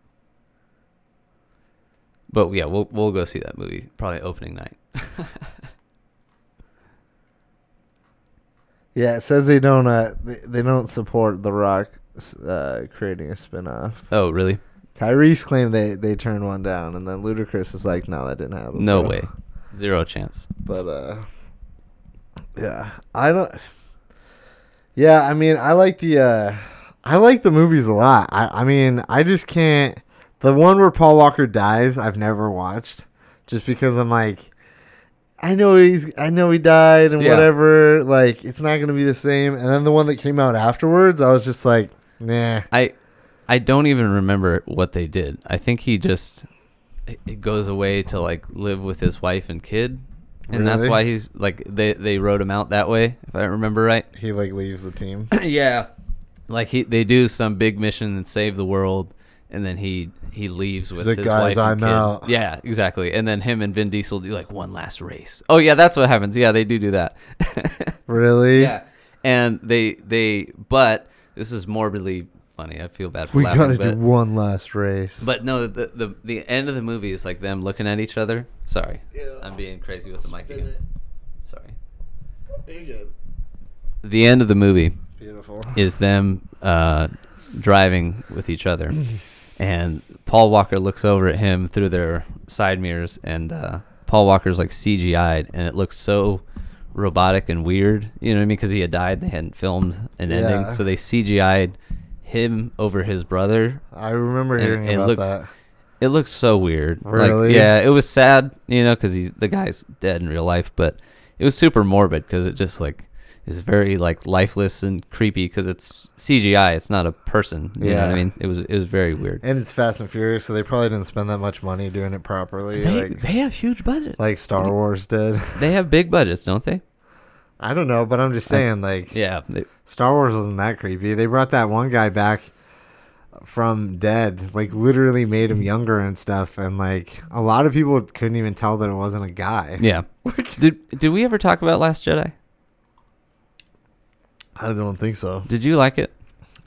Speaker 2: But yeah, we'll we'll go see that movie probably opening night.
Speaker 1: Yeah, it says they don't uh, they, they don't support The Rock uh, creating a spinoff.
Speaker 2: Oh, really?
Speaker 1: Tyrese claimed they they turned one down, and then Ludacris is like, "No, that didn't happen."
Speaker 2: No
Speaker 1: bro."
Speaker 2: way. Zero chance.
Speaker 1: But uh, yeah, I don't. Yeah, I mean, I like the uh, I like the movies a lot. I I mean, I just can't. The one where Paul Walker dies, I've never watched. just because I'm like, I know he's, I know he died and
Speaker 2: Yeah.
Speaker 1: whatever. Like, it's not gonna be the same. And then the one that came out afterwards, I was just like, nah.
Speaker 2: I I don't even remember what they did. I think he just it- it goes away to like live with his wife and kid. And that's
Speaker 1: Really?
Speaker 2: why he's like they they wrote him out that way, if I remember right.
Speaker 1: He like leaves the team.
Speaker 2: (laughs) (clears throat) yeah. Like he they do some big mission and save the world and then he he leaves with
Speaker 1: like,
Speaker 2: his
Speaker 1: "Guys,
Speaker 2: wife and
Speaker 1: I'm
Speaker 2: kid."
Speaker 1: out.
Speaker 2: Yeah, exactly. And then him and Vin Diesel do like one last race. Oh yeah, that's what happens. Yeah, they do do that. (laughs)
Speaker 1: Really?
Speaker 2: yeah. And they they but this is morbidly funny. I feel bad for
Speaker 1: We
Speaker 2: laughing,
Speaker 1: gotta
Speaker 2: but,
Speaker 1: do one last race.
Speaker 2: but no, the, the the end of the movie is like them looking at each other. Sorry, I'm being crazy with the mic again. Sorry.
Speaker 1: You're good.
Speaker 2: The end of the movie
Speaker 1: Beautiful.
Speaker 2: is them uh, driving with each other, and Paul Walker looks over at him through their side mirrors, and uh, Paul Walker's like CGI'd, and it looks so robotic and weird. You know what I mean? Because he had died, they hadn't filmed an
Speaker 1: Yeah.
Speaker 2: ending, so they CGI'd him over his brother
Speaker 1: I remember
Speaker 2: And
Speaker 1: hearing
Speaker 2: it
Speaker 1: about
Speaker 2: looks-
Speaker 1: that.
Speaker 2: It looks so weird.
Speaker 1: Really?
Speaker 2: Like, yeah, it was sad, you know, because he's the guy's dead in real life, but it was super morbid because it just like is very like lifeless and creepy because it's CGI. It's not a person. You know what
Speaker 1: Yeah.
Speaker 2: I mean? It was it was very weird.
Speaker 1: And it's Fast and Furious, so they probably didn't spend that much money doing it properly,
Speaker 2: They,
Speaker 1: like
Speaker 2: they have huge budgets.
Speaker 1: like Star Wars did. (laughs)
Speaker 2: they have big budgets, don't they?
Speaker 1: I don't know, but I'm just saying, like
Speaker 2: Yeah.
Speaker 1: (laughs)
Speaker 2: they-
Speaker 1: Star Wars wasn't that creepy. They brought that one guy back from dead, like literally made him younger and stuff, and like a lot of people couldn't even tell that it wasn't a guy.
Speaker 2: yeah. did did we ever talk about Last Jedi?
Speaker 1: I don't think so.
Speaker 2: Did you like it?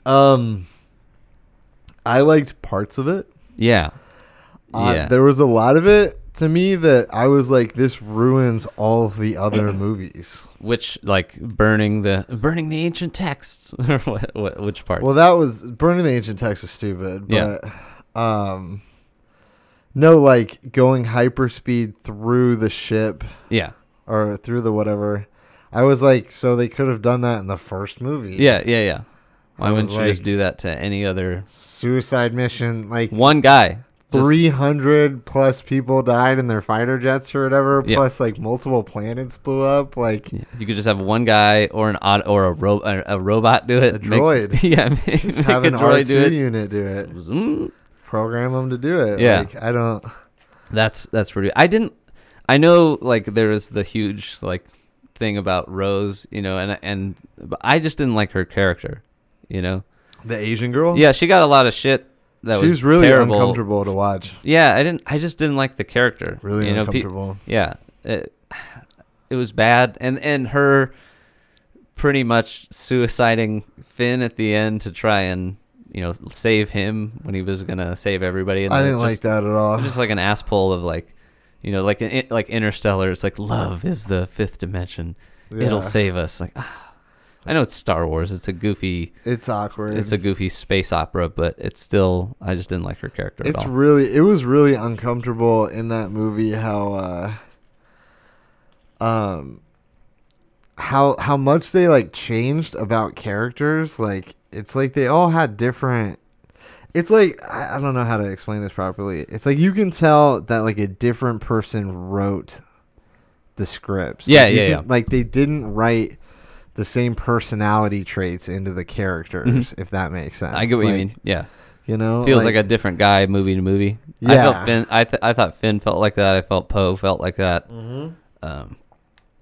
Speaker 1: Um, I liked parts of it.
Speaker 2: Yeah.
Speaker 1: Uh,
Speaker 2: yeah.
Speaker 1: There was a lot of it to me that I was like, this ruins all of the
Speaker 2: (coughs)
Speaker 1: other movies.
Speaker 2: Which like burning the burning the ancient texts (laughs) or what, what which parts?
Speaker 1: Well, that was burning the ancient text is stupid,
Speaker 2: Yeah.
Speaker 1: but um, no, like going hyperspeed through the ship
Speaker 2: yeah.
Speaker 1: or through the whatever. I was like, so they could have done that in the first movie.
Speaker 2: Yeah, yeah, yeah. Why
Speaker 1: I
Speaker 2: wouldn't
Speaker 1: was
Speaker 2: you just
Speaker 1: like-
Speaker 2: do that to any other
Speaker 1: Suicide mission, like
Speaker 2: one guy? Just-
Speaker 1: three hundred plus people died in their fighter jets or whatever.
Speaker 2: Yeah.
Speaker 1: Plus, like multiple planets blew up.
Speaker 2: (laughs)
Speaker 1: Like
Speaker 2: You could just have one guy or an odd or a ro- a, a robot do it.
Speaker 1: A droid.
Speaker 2: (laughs) yeah, make,
Speaker 1: just
Speaker 2: make
Speaker 1: have
Speaker 2: a
Speaker 1: an R
Speaker 2: droid
Speaker 1: two
Speaker 2: do
Speaker 1: unit do it.
Speaker 2: it. Zoom.
Speaker 1: Program them to do it.
Speaker 2: Yeah.
Speaker 1: like, I don't.
Speaker 2: That's that's pretty. I didn't. I know like there was the huge like thing about Rose, you know, and and but I just didn't like her character, you know.
Speaker 1: The Asian girl.
Speaker 2: Yeah, she got a lot of shit. That
Speaker 1: she was,
Speaker 2: was
Speaker 1: really
Speaker 2: terrible.
Speaker 1: uncomfortable to watch.
Speaker 2: Yeah, I didn't. I just didn't like the character.
Speaker 1: Really
Speaker 2: you know, pe-
Speaker 1: uncomfortable.
Speaker 2: Yeah, it, it was bad, and and her pretty much suiciding Finn at the end to try and you know save him when he was gonna save everybody. And
Speaker 1: I
Speaker 2: then it
Speaker 1: didn't like
Speaker 2: just,
Speaker 1: that at all.
Speaker 2: it was Just like an ass pull of like, you know, like an, like Interstellar. It's like love is the fifth dimension.
Speaker 1: Yeah.
Speaker 2: It'll save us. Like, ah. I know it's Star Wars. It's a goofy.
Speaker 1: It's awkward.
Speaker 2: It's a goofy space opera, but it's still. I just didn't like her character
Speaker 1: It's
Speaker 2: at all.
Speaker 1: really it was really uncomfortable in that movie how uh um how how much they like changed about characters like it's like they all had different it's like I, I don't know how to explain this properly. It's like you can tell that like a different person wrote the scripts.
Speaker 2: Yeah,
Speaker 1: Like, you
Speaker 2: yeah,
Speaker 1: can-
Speaker 2: yeah.
Speaker 1: Like they didn't write the same personality traits into the characters, if that makes sense.
Speaker 2: Mm-hmm. I get what you
Speaker 1: Like,
Speaker 2: mean. Yeah.
Speaker 1: You know,
Speaker 2: feels like, a different guy movie to movie. I
Speaker 1: Yeah.
Speaker 2: felt Finn. I th- I thought Finn felt like that. I felt Poe felt like that.
Speaker 1: Mhm.
Speaker 2: Um,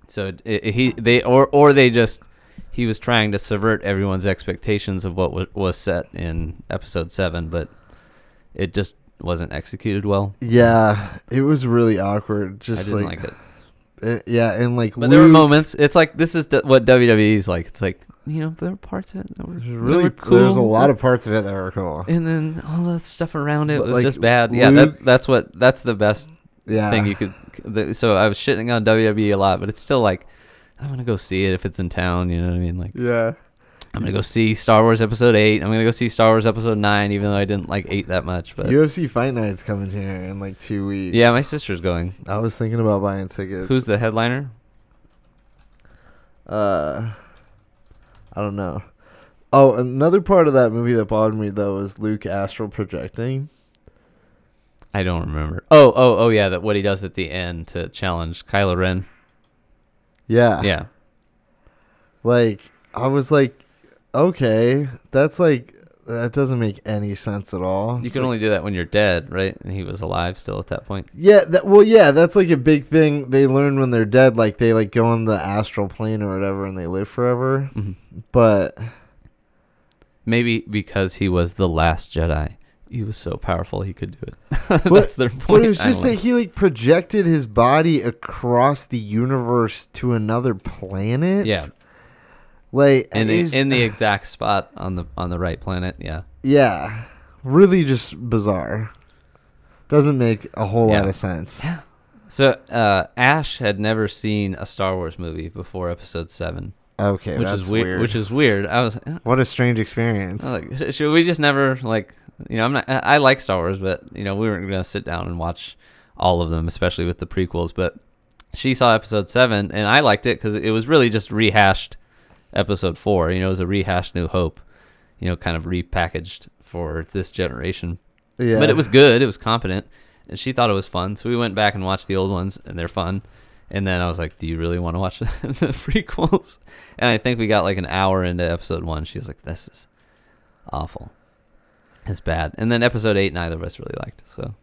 Speaker 2: so it, it- he they or or they just he was trying to subvert everyone's expectations of what was, was set in episode seven, but it just wasn't executed well.
Speaker 1: Yeah, it was really awkward. Just
Speaker 2: I didn't
Speaker 1: like,
Speaker 2: like,
Speaker 1: (laughs)
Speaker 2: it.
Speaker 1: uh, yeah, and like
Speaker 2: But there were
Speaker 1: Luke-
Speaker 2: moments. It's like this is the, what WWE's like. It's like you know there were parts of it that were
Speaker 1: there's
Speaker 2: that
Speaker 1: really
Speaker 2: were cool.
Speaker 1: There's a lot of parts of it that were cool.
Speaker 2: And then all that stuff around it
Speaker 1: But,
Speaker 2: was
Speaker 1: like,
Speaker 2: just bad. Yeah,
Speaker 1: Luke-
Speaker 2: that, that's what that's the best
Speaker 1: Yeah,
Speaker 2: thing you could. The, so I was shitting on WWE a lot, but it's still like I'm gonna go see it if it's in town. You know what I mean? Like
Speaker 1: yeah,
Speaker 2: I'm gonna go see Star Wars Episode Eight. I'm gonna go see Star Wars Episode Nine, even though I didn't like eight that much. But
Speaker 1: UFC Fight Night's coming here in like two weeks.
Speaker 2: yeah, my sister's going.
Speaker 1: I was thinking about buying tickets.
Speaker 2: Who's the headliner?
Speaker 1: uh, I don't know. Oh, another part of that movie that bothered me though was Luke astral projecting.
Speaker 2: I don't remember. Oh, oh, oh, yeah. That what he does at the end to challenge Kylo Ren.
Speaker 1: Yeah.
Speaker 2: Yeah,
Speaker 1: Like I was like, okay, that's like that doesn't make any sense at all.
Speaker 2: you
Speaker 1: It's
Speaker 2: can
Speaker 1: like-
Speaker 2: only do that when you're dead, right? And he was alive still at that point.
Speaker 1: Yeah, that well, yeah, that's like a big thing they learn when they're dead. Like they like go on the astral plane or whatever, and they live forever.
Speaker 2: Mhm.
Speaker 1: But
Speaker 2: Maybe because he was the last Jedi, he was so powerful he could do it. (laughs)
Speaker 1: Well,
Speaker 2: That's their
Speaker 1: but
Speaker 2: point.
Speaker 1: it was
Speaker 2: I
Speaker 1: just
Speaker 2: don't
Speaker 1: that he like projected his body across the universe to another planet.
Speaker 2: Yeah.
Speaker 1: like
Speaker 2: know. in the
Speaker 1: it's-
Speaker 2: in the exact spot on the on the right planet. Yeah,
Speaker 1: yeah, really just bizarre. Doesn't make a whole lot
Speaker 2: Yeah.
Speaker 1: of sense.
Speaker 2: So uh, Ash had never seen a Star Wars movie before Episode Seven,
Speaker 1: Okay,
Speaker 2: which
Speaker 1: that's
Speaker 2: is weird. Which is weird. I was, I
Speaker 1: what a strange experience.
Speaker 2: was like, "Sh- should we just never like, you know, I'm not. I I like Star Wars, but you know, we weren't gonna sit down and watch all of them, especially with the prequels. But she saw Episode Seven, and I liked it because it was really just rehashed Episode Four. You know, it was a rehashed New Hope. You know, kind of repackaged for this generation.
Speaker 1: yeah,
Speaker 2: But it was good. It was competent, and she thought it was fun. So we went back and watched the old ones, and they're fun. And then I was like, "Do you really want to watch (laughs) the prequels?" And I think we got like an hour into episode one. She was like, "This is awful. It's bad." And then episode eight, neither of us really liked. So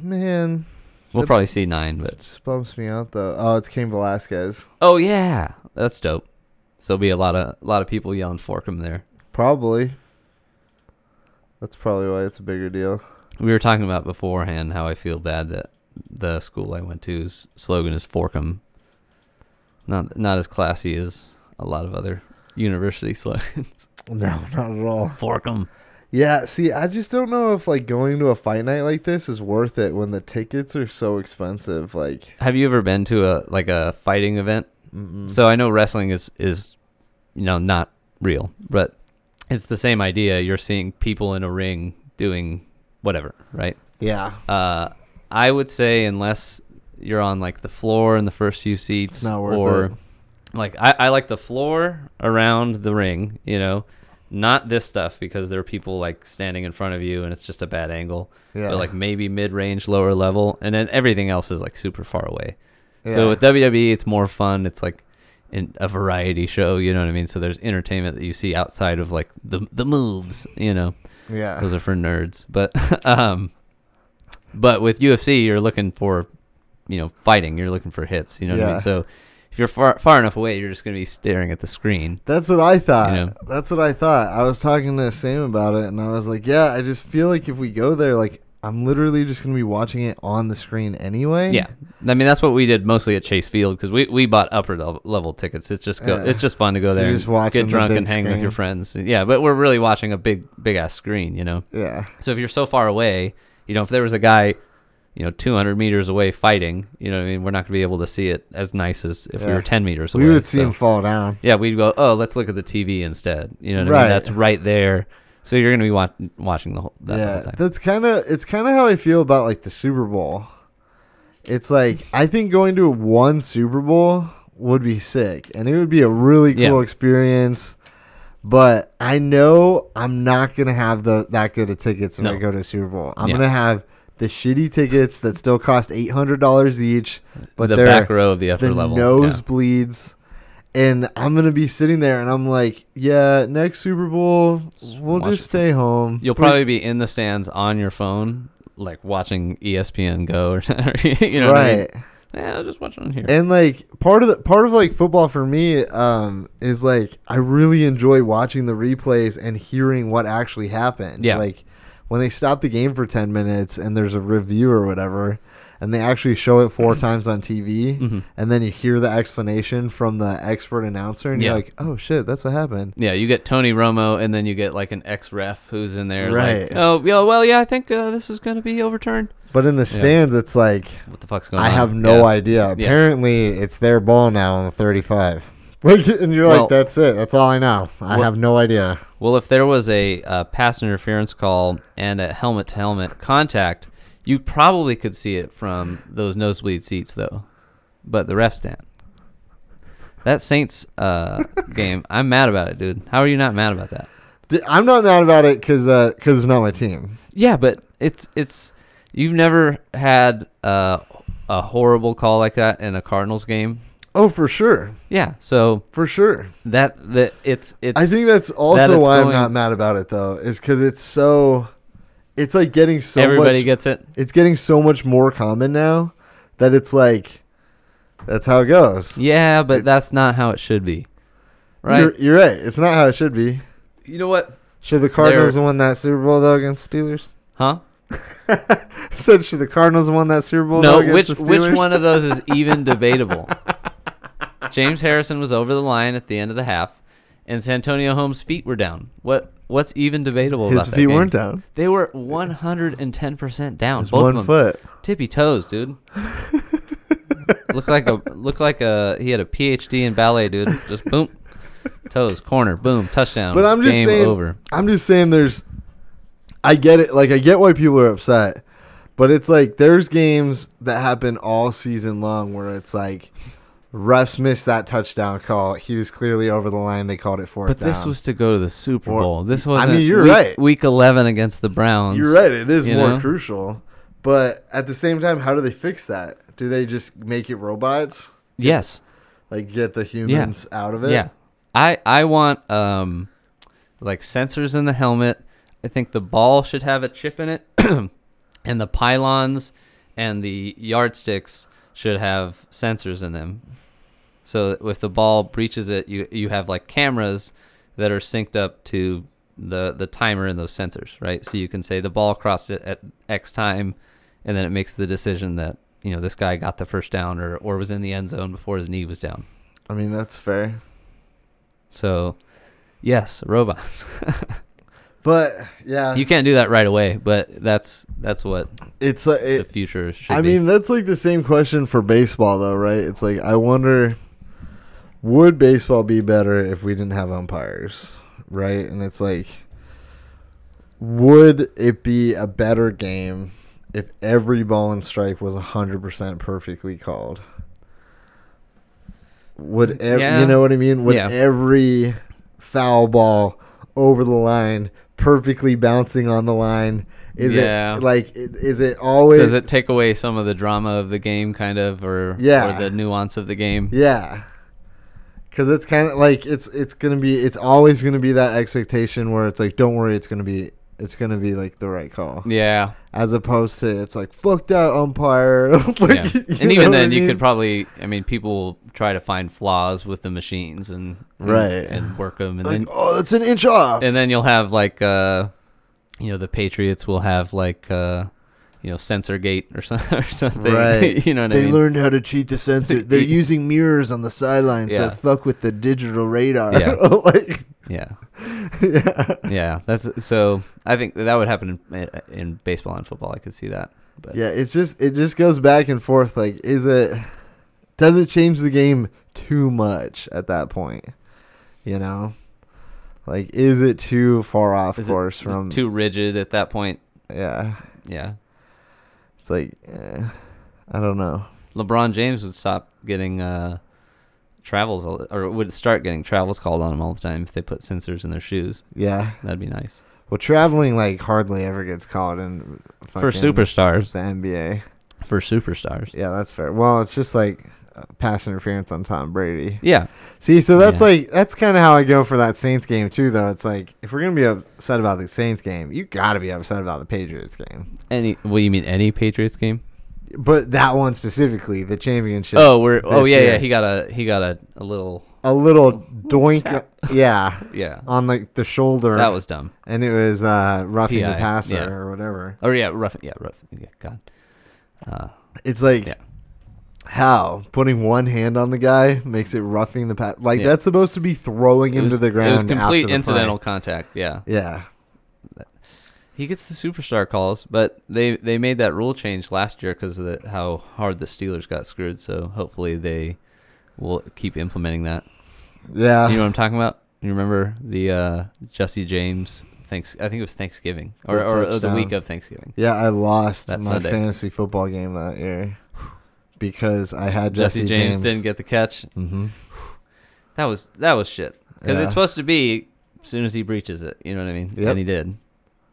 Speaker 1: man.
Speaker 2: we'll
Speaker 1: That-
Speaker 2: probably see nine. But
Speaker 1: Just bumps me out though. Oh, it's Cain Velasquez.
Speaker 2: oh yeah, that's dope. So there'll be a lot of a lot of people yelling Forkum there.
Speaker 1: Probably. That's probably why it's a bigger deal.
Speaker 2: We were talking about beforehand how I feel bad that the school I went to's slogan is Forkum. Not not as classy as a lot of other university (laughs) slogans.
Speaker 1: (laughs) No, not at all.
Speaker 2: Forkum.
Speaker 1: Yeah, see, I just don't know if like going to a fight night like this is worth it when the tickets are so expensive. Like,
Speaker 2: Have you ever been to a like a fighting event?
Speaker 1: mm-mm.
Speaker 2: So I know wrestling is is you know not real, but it's the same idea. You're seeing people in a ring doing whatever, right?
Speaker 1: yeah,
Speaker 2: Uh, I would say unless you're on like the floor in the first few seats,
Speaker 1: It's not worth
Speaker 2: or
Speaker 1: it.
Speaker 2: like I, I like the floor around the ring, you know, not this stuff because there are people like standing in front of you and it's just a bad angle.
Speaker 1: yeah,
Speaker 2: But like maybe mid range, lower level, and then everything else is like super far away.
Speaker 1: Yeah.
Speaker 2: So with WWE, it's more fun. It's like in a variety show, you know what I mean? So there's entertainment that you see outside of like the the moves, you know
Speaker 1: yeah,
Speaker 2: those are for nerds but (laughs) um but with ufc you're looking for you know fighting you're looking for hits you know what i
Speaker 1: Yeah.
Speaker 2: mean so if you're far far enough away you're just going to be staring at the screen
Speaker 1: that's what I thought.
Speaker 2: You know.
Speaker 1: That's what I thought. I was talking to Sam about it, and I was like, yeah, I just feel like if we go there, like I'm literally just gonna be watching it on the screen anyway.
Speaker 2: yeah i mean that's what we did mostly at chase field because we, we bought upper level, level tickets it's just go
Speaker 1: Yeah.
Speaker 2: it's just fun to go
Speaker 1: So
Speaker 2: there
Speaker 1: you're
Speaker 2: and
Speaker 1: just watching
Speaker 2: get
Speaker 1: the
Speaker 2: drunk
Speaker 1: big
Speaker 2: and hang with your
Speaker 1: screen.
Speaker 2: friends yeah but we're really watching a big big ass screen you know
Speaker 1: yeah,
Speaker 2: So if you're so far away, you know, if there was a guy, you know, 200 meters away fighting, you know, what I mean, we're not going to be able to see it as nice as if we
Speaker 1: Yeah.
Speaker 2: were 10 meters away.
Speaker 1: we would see
Speaker 2: So,
Speaker 1: him fall down.
Speaker 2: Yeah, we'd go. Oh, let's look at the TV instead. You know, what I
Speaker 1: Right.
Speaker 2: mean? That's right there. So you're going to be watch- watching the whole that the
Speaker 1: yeah,
Speaker 2: whole time.
Speaker 1: that's kind of it's kind of how I feel about like the Super Bowl. It's like I think going to one Super Bowl would be sick, and it would be a really cool
Speaker 2: Yeah.
Speaker 1: experience. But I know I'm not gonna have the that good of tickets when I
Speaker 2: No.
Speaker 1: go to a Super Bowl. I'm
Speaker 2: Yeah.
Speaker 1: gonna have the shitty tickets that still cost eight hundred dollars each, but
Speaker 2: the
Speaker 1: they're
Speaker 2: back row of the upper
Speaker 1: the
Speaker 2: level.
Speaker 1: nosebleeds. And I'm gonna be sitting there, and I'm like, "Yeah, next Super Bowl, we'll
Speaker 2: watch
Speaker 1: just
Speaker 2: it.
Speaker 1: stay home."
Speaker 2: You'll
Speaker 1: Like,
Speaker 2: probably be in the stands on your phone, like watching E ESPN Go or (laughs) you know, What I mean?
Speaker 1: right? Eh.
Speaker 2: Yeah, I'll just watch it on here.
Speaker 1: And like part of the part of like football for me um is like I really enjoy watching the replays and hearing what actually happened.
Speaker 2: Yeah.
Speaker 1: Like when they stop the game for 10 minutes and there's a review or whatever and they actually show it
Speaker 2: (laughs)
Speaker 1: four times on TV
Speaker 2: Mhm.
Speaker 1: and then you hear the explanation from the expert announcer and you're
Speaker 2: Yeah.
Speaker 1: like, "Oh shit, that's what happened."
Speaker 2: Yeah, you get Tony Romo, and then you get like an ex ref who's in there.
Speaker 1: Right.
Speaker 2: Like, oh, yeah, well, yeah, I think uh, this is going to be overturned.
Speaker 1: But in the stands it's like
Speaker 2: What the fuck's going
Speaker 1: I
Speaker 2: on?
Speaker 1: have no
Speaker 2: Yeah.
Speaker 1: idea. Apparently it's their ball now on the 35. (laughs) Like and you're
Speaker 2: Well-
Speaker 1: like, "That's it. That's all I know. I
Speaker 2: Well-
Speaker 1: have no idea."
Speaker 2: Well, if there was a uh, pass interference call and a helmet to helmet contact, you probably could see it from those nosebleed seats, though. But the refs stand. That Saints (laughs) uh, game, I'm mad about it, dude. How are you not mad about that?
Speaker 1: uh, D- I'm not mad about it because it's not my team.
Speaker 2: Yeah, but it's it's You've never had uh, a horrible call like that in a Cardinals game.
Speaker 1: Oh, for sure,
Speaker 2: Yeah. So
Speaker 1: for sure.
Speaker 2: that that it's it's
Speaker 1: I think that's also
Speaker 2: it's
Speaker 1: why I'm
Speaker 2: going-
Speaker 1: not mad about it though, is because it's so, it's like getting so
Speaker 2: everybody
Speaker 1: much.
Speaker 2: gets it.
Speaker 1: it's getting so much more common now that it's like, that's how it goes.
Speaker 2: Yeah, but that's not how it should be. Right.
Speaker 1: You're, you're right. It's not how it should be.
Speaker 2: you know what?
Speaker 1: Should the Cardinals won that Super Bowl though against the Steelers?
Speaker 2: Huh?
Speaker 1: (laughs) Said should the Cardinals won that Super Bowl? though,
Speaker 2: No, which
Speaker 1: against the
Speaker 2: which
Speaker 1: Steelers?
Speaker 2: one of those is
Speaker 1: (laughs)
Speaker 2: even debatable? James Harrison was over the line at the end of the half, and Santonio Holmes' feet were down. What what's even debatable
Speaker 1: His
Speaker 2: about that
Speaker 1: feet
Speaker 2: game?
Speaker 1: weren't down.
Speaker 2: They were 110% down.
Speaker 1: It was
Speaker 2: Both
Speaker 1: one
Speaker 2: of them.
Speaker 1: foot.
Speaker 2: Tippy toes, dude. looked like a looked like a he had a PhD in ballet, dude. Just boom. Toes, corner, boom, touchdown.
Speaker 1: But I'm just
Speaker 2: game
Speaker 1: saying-
Speaker 2: over.
Speaker 1: I'm just saying there's I get it like I get why people are upset. But it's like there's games that happen all season long where it's like refs missed that touchdown call. He was clearly over the line. They called it fourth
Speaker 2: But this
Speaker 1: down.
Speaker 2: was to go to the Super
Speaker 1: Or-
Speaker 2: Bowl. This
Speaker 1: I
Speaker 2: was
Speaker 1: mean, you're
Speaker 2: week,
Speaker 1: right.
Speaker 2: week 11 against the Browns.
Speaker 1: You're right. It is
Speaker 2: you
Speaker 1: more
Speaker 2: know?
Speaker 1: crucial. But at the same time, how do they fix that? Do they just make it robots?
Speaker 2: Yes.
Speaker 1: Like get the humans out of it?
Speaker 2: Yeah. I I want um like sensors in the helmet. I think the ball should have a chip in it (clears throat) and the pylons and the yardsticks should have sensors in them. So that if the ball breaches it, you you have like cameras that are synced up to the the timer in those sensors, right? So you can say the ball crossed it at X time and then it makes the decision that you know this guy got the first down or, or was in the end zone before his knee was down.
Speaker 1: I mean, that's fair.
Speaker 2: So, yes,
Speaker 1: (laughs)
Speaker 2: robots.
Speaker 1: But yeah,
Speaker 2: you can't do that right away, but that's that's what
Speaker 1: it's like
Speaker 2: the
Speaker 1: it,
Speaker 2: future should
Speaker 1: I
Speaker 2: be.
Speaker 1: mean, that's like the same question for baseball, though, right? It's like I wonder, would baseball be better if we didn't have umpires, right? And it's like, would it be a better game if every ball and strike was hundred percent perfectly called? Would ev-
Speaker 2: Yeah.
Speaker 1: you know what I mean? Would
Speaker 2: Yeah.
Speaker 1: every foul ball over the line perfectly bouncing on the line? Is
Speaker 2: Yeah.
Speaker 1: it like i- is it always
Speaker 2: does it take away some of the drama of the game, kind of, or
Speaker 1: Yeah.
Speaker 2: or the nuance of the game?
Speaker 1: Yeah. Cause it's kind of like it's it's gonna be it's always gonna be that expectation where it's like don't worry it's gonna be it's gonna be like the right call
Speaker 2: Yeah,
Speaker 1: as opposed to it's like fuck that umpire (laughs) like,
Speaker 2: yeah.
Speaker 1: you
Speaker 2: and
Speaker 1: know
Speaker 2: even
Speaker 1: what I
Speaker 2: then, you
Speaker 1: mean?
Speaker 2: could probably. I mean, people try to find flaws with the machines and and-
Speaker 1: Right.
Speaker 2: and work them, and
Speaker 1: like
Speaker 2: then
Speaker 1: oh it's an inch off
Speaker 2: and then you'll have like uh, you know, the Patriots will have like uh, you know, sensor gate or, (laughs) some, or something.
Speaker 1: Right.
Speaker 2: (laughs) you know what I
Speaker 1: they
Speaker 2: mean?
Speaker 1: learned how to cheat the
Speaker 2: (laughs)
Speaker 1: sensor they're using mirrors on the sidelines
Speaker 2: Yeah.
Speaker 1: that fuck with the digital radar
Speaker 2: Yeah.
Speaker 1: (laughs) like
Speaker 2: yeah.
Speaker 1: (laughs) yeah
Speaker 2: yeah, that's so. I think that would happen in, in baseball and football. I could see that. But
Speaker 1: yeah it's just it just goes back and forth like is it does it change the game too much at that point you know like is it too far off
Speaker 2: Is it-
Speaker 1: course
Speaker 2: it's
Speaker 1: from
Speaker 2: too rigid at that point.
Speaker 1: yeah
Speaker 2: Yeah,
Speaker 1: it's like eh, i don't know
Speaker 2: LeBron James would stop getting uh, travels all- or would start getting travels called on him all the time if they put sensors in their shoes.
Speaker 1: yeah
Speaker 2: That'd be nice
Speaker 1: well traveling like hardly ever gets called in
Speaker 2: for
Speaker 1: fucking
Speaker 2: superstars.
Speaker 1: the nba
Speaker 2: For superstars.
Speaker 1: yeah that's fair well it's just like uh, pass interference on tom brady
Speaker 2: Yeah,
Speaker 1: See, so that's
Speaker 2: Yeah.
Speaker 1: like that's kind of how I go for that Saints game too. Though it's like if we're gonna be upset about the Saints game, you got to be upset about the Patriots game.
Speaker 2: any. Well, you mean any Patriots game?
Speaker 1: But that one specifically, the championship.
Speaker 2: oh, we're. Oh
Speaker 1: this
Speaker 2: yeah,
Speaker 1: year.
Speaker 2: yeah. He got a. He got a, a little.
Speaker 1: a little doink, (laughs) yeah,
Speaker 2: Yeah,
Speaker 1: on like the shoulder.
Speaker 2: that was dumb.
Speaker 1: and it was uh, roughing the
Speaker 2: PI,
Speaker 1: passer
Speaker 2: yeah.
Speaker 1: or whatever.
Speaker 2: Or yeah, rough. Yeah, rough. Yeah, God. Uh,
Speaker 1: It's like
Speaker 2: Yeah.
Speaker 1: how putting one hand on the guy makes it roughing the pass. Like
Speaker 2: Yeah.
Speaker 1: that's supposed to be throwing him
Speaker 2: was-
Speaker 1: to the ground.
Speaker 2: It was complete
Speaker 1: after the
Speaker 2: incidental
Speaker 1: play.
Speaker 2: contact. Yeah,
Speaker 1: Yeah,
Speaker 2: he gets the superstar calls, but they they made that rule change last year because of the, how hard the Steelers got screwed. So hopefully they will keep implementing that.
Speaker 1: yeah.
Speaker 2: You know what I'm talking about? You remember the uh, Jesse James? Thanks. I think it was Thanksgiving or,
Speaker 1: The
Speaker 2: or, or the
Speaker 1: touchdown.
Speaker 2: week of Thanksgiving.
Speaker 1: Yeah, I lost
Speaker 2: That
Speaker 1: my
Speaker 2: Sunday.
Speaker 1: fantasy football game that year because I had
Speaker 2: Jesse,
Speaker 1: Uh, Jesse,
Speaker 2: James, didn't get the catch.
Speaker 1: Mm-hmm.
Speaker 2: That was that was shit because
Speaker 1: Yeah.
Speaker 2: it's supposed to be as soon as he breaches it. You know what I mean?
Speaker 1: Yep.
Speaker 2: And he did.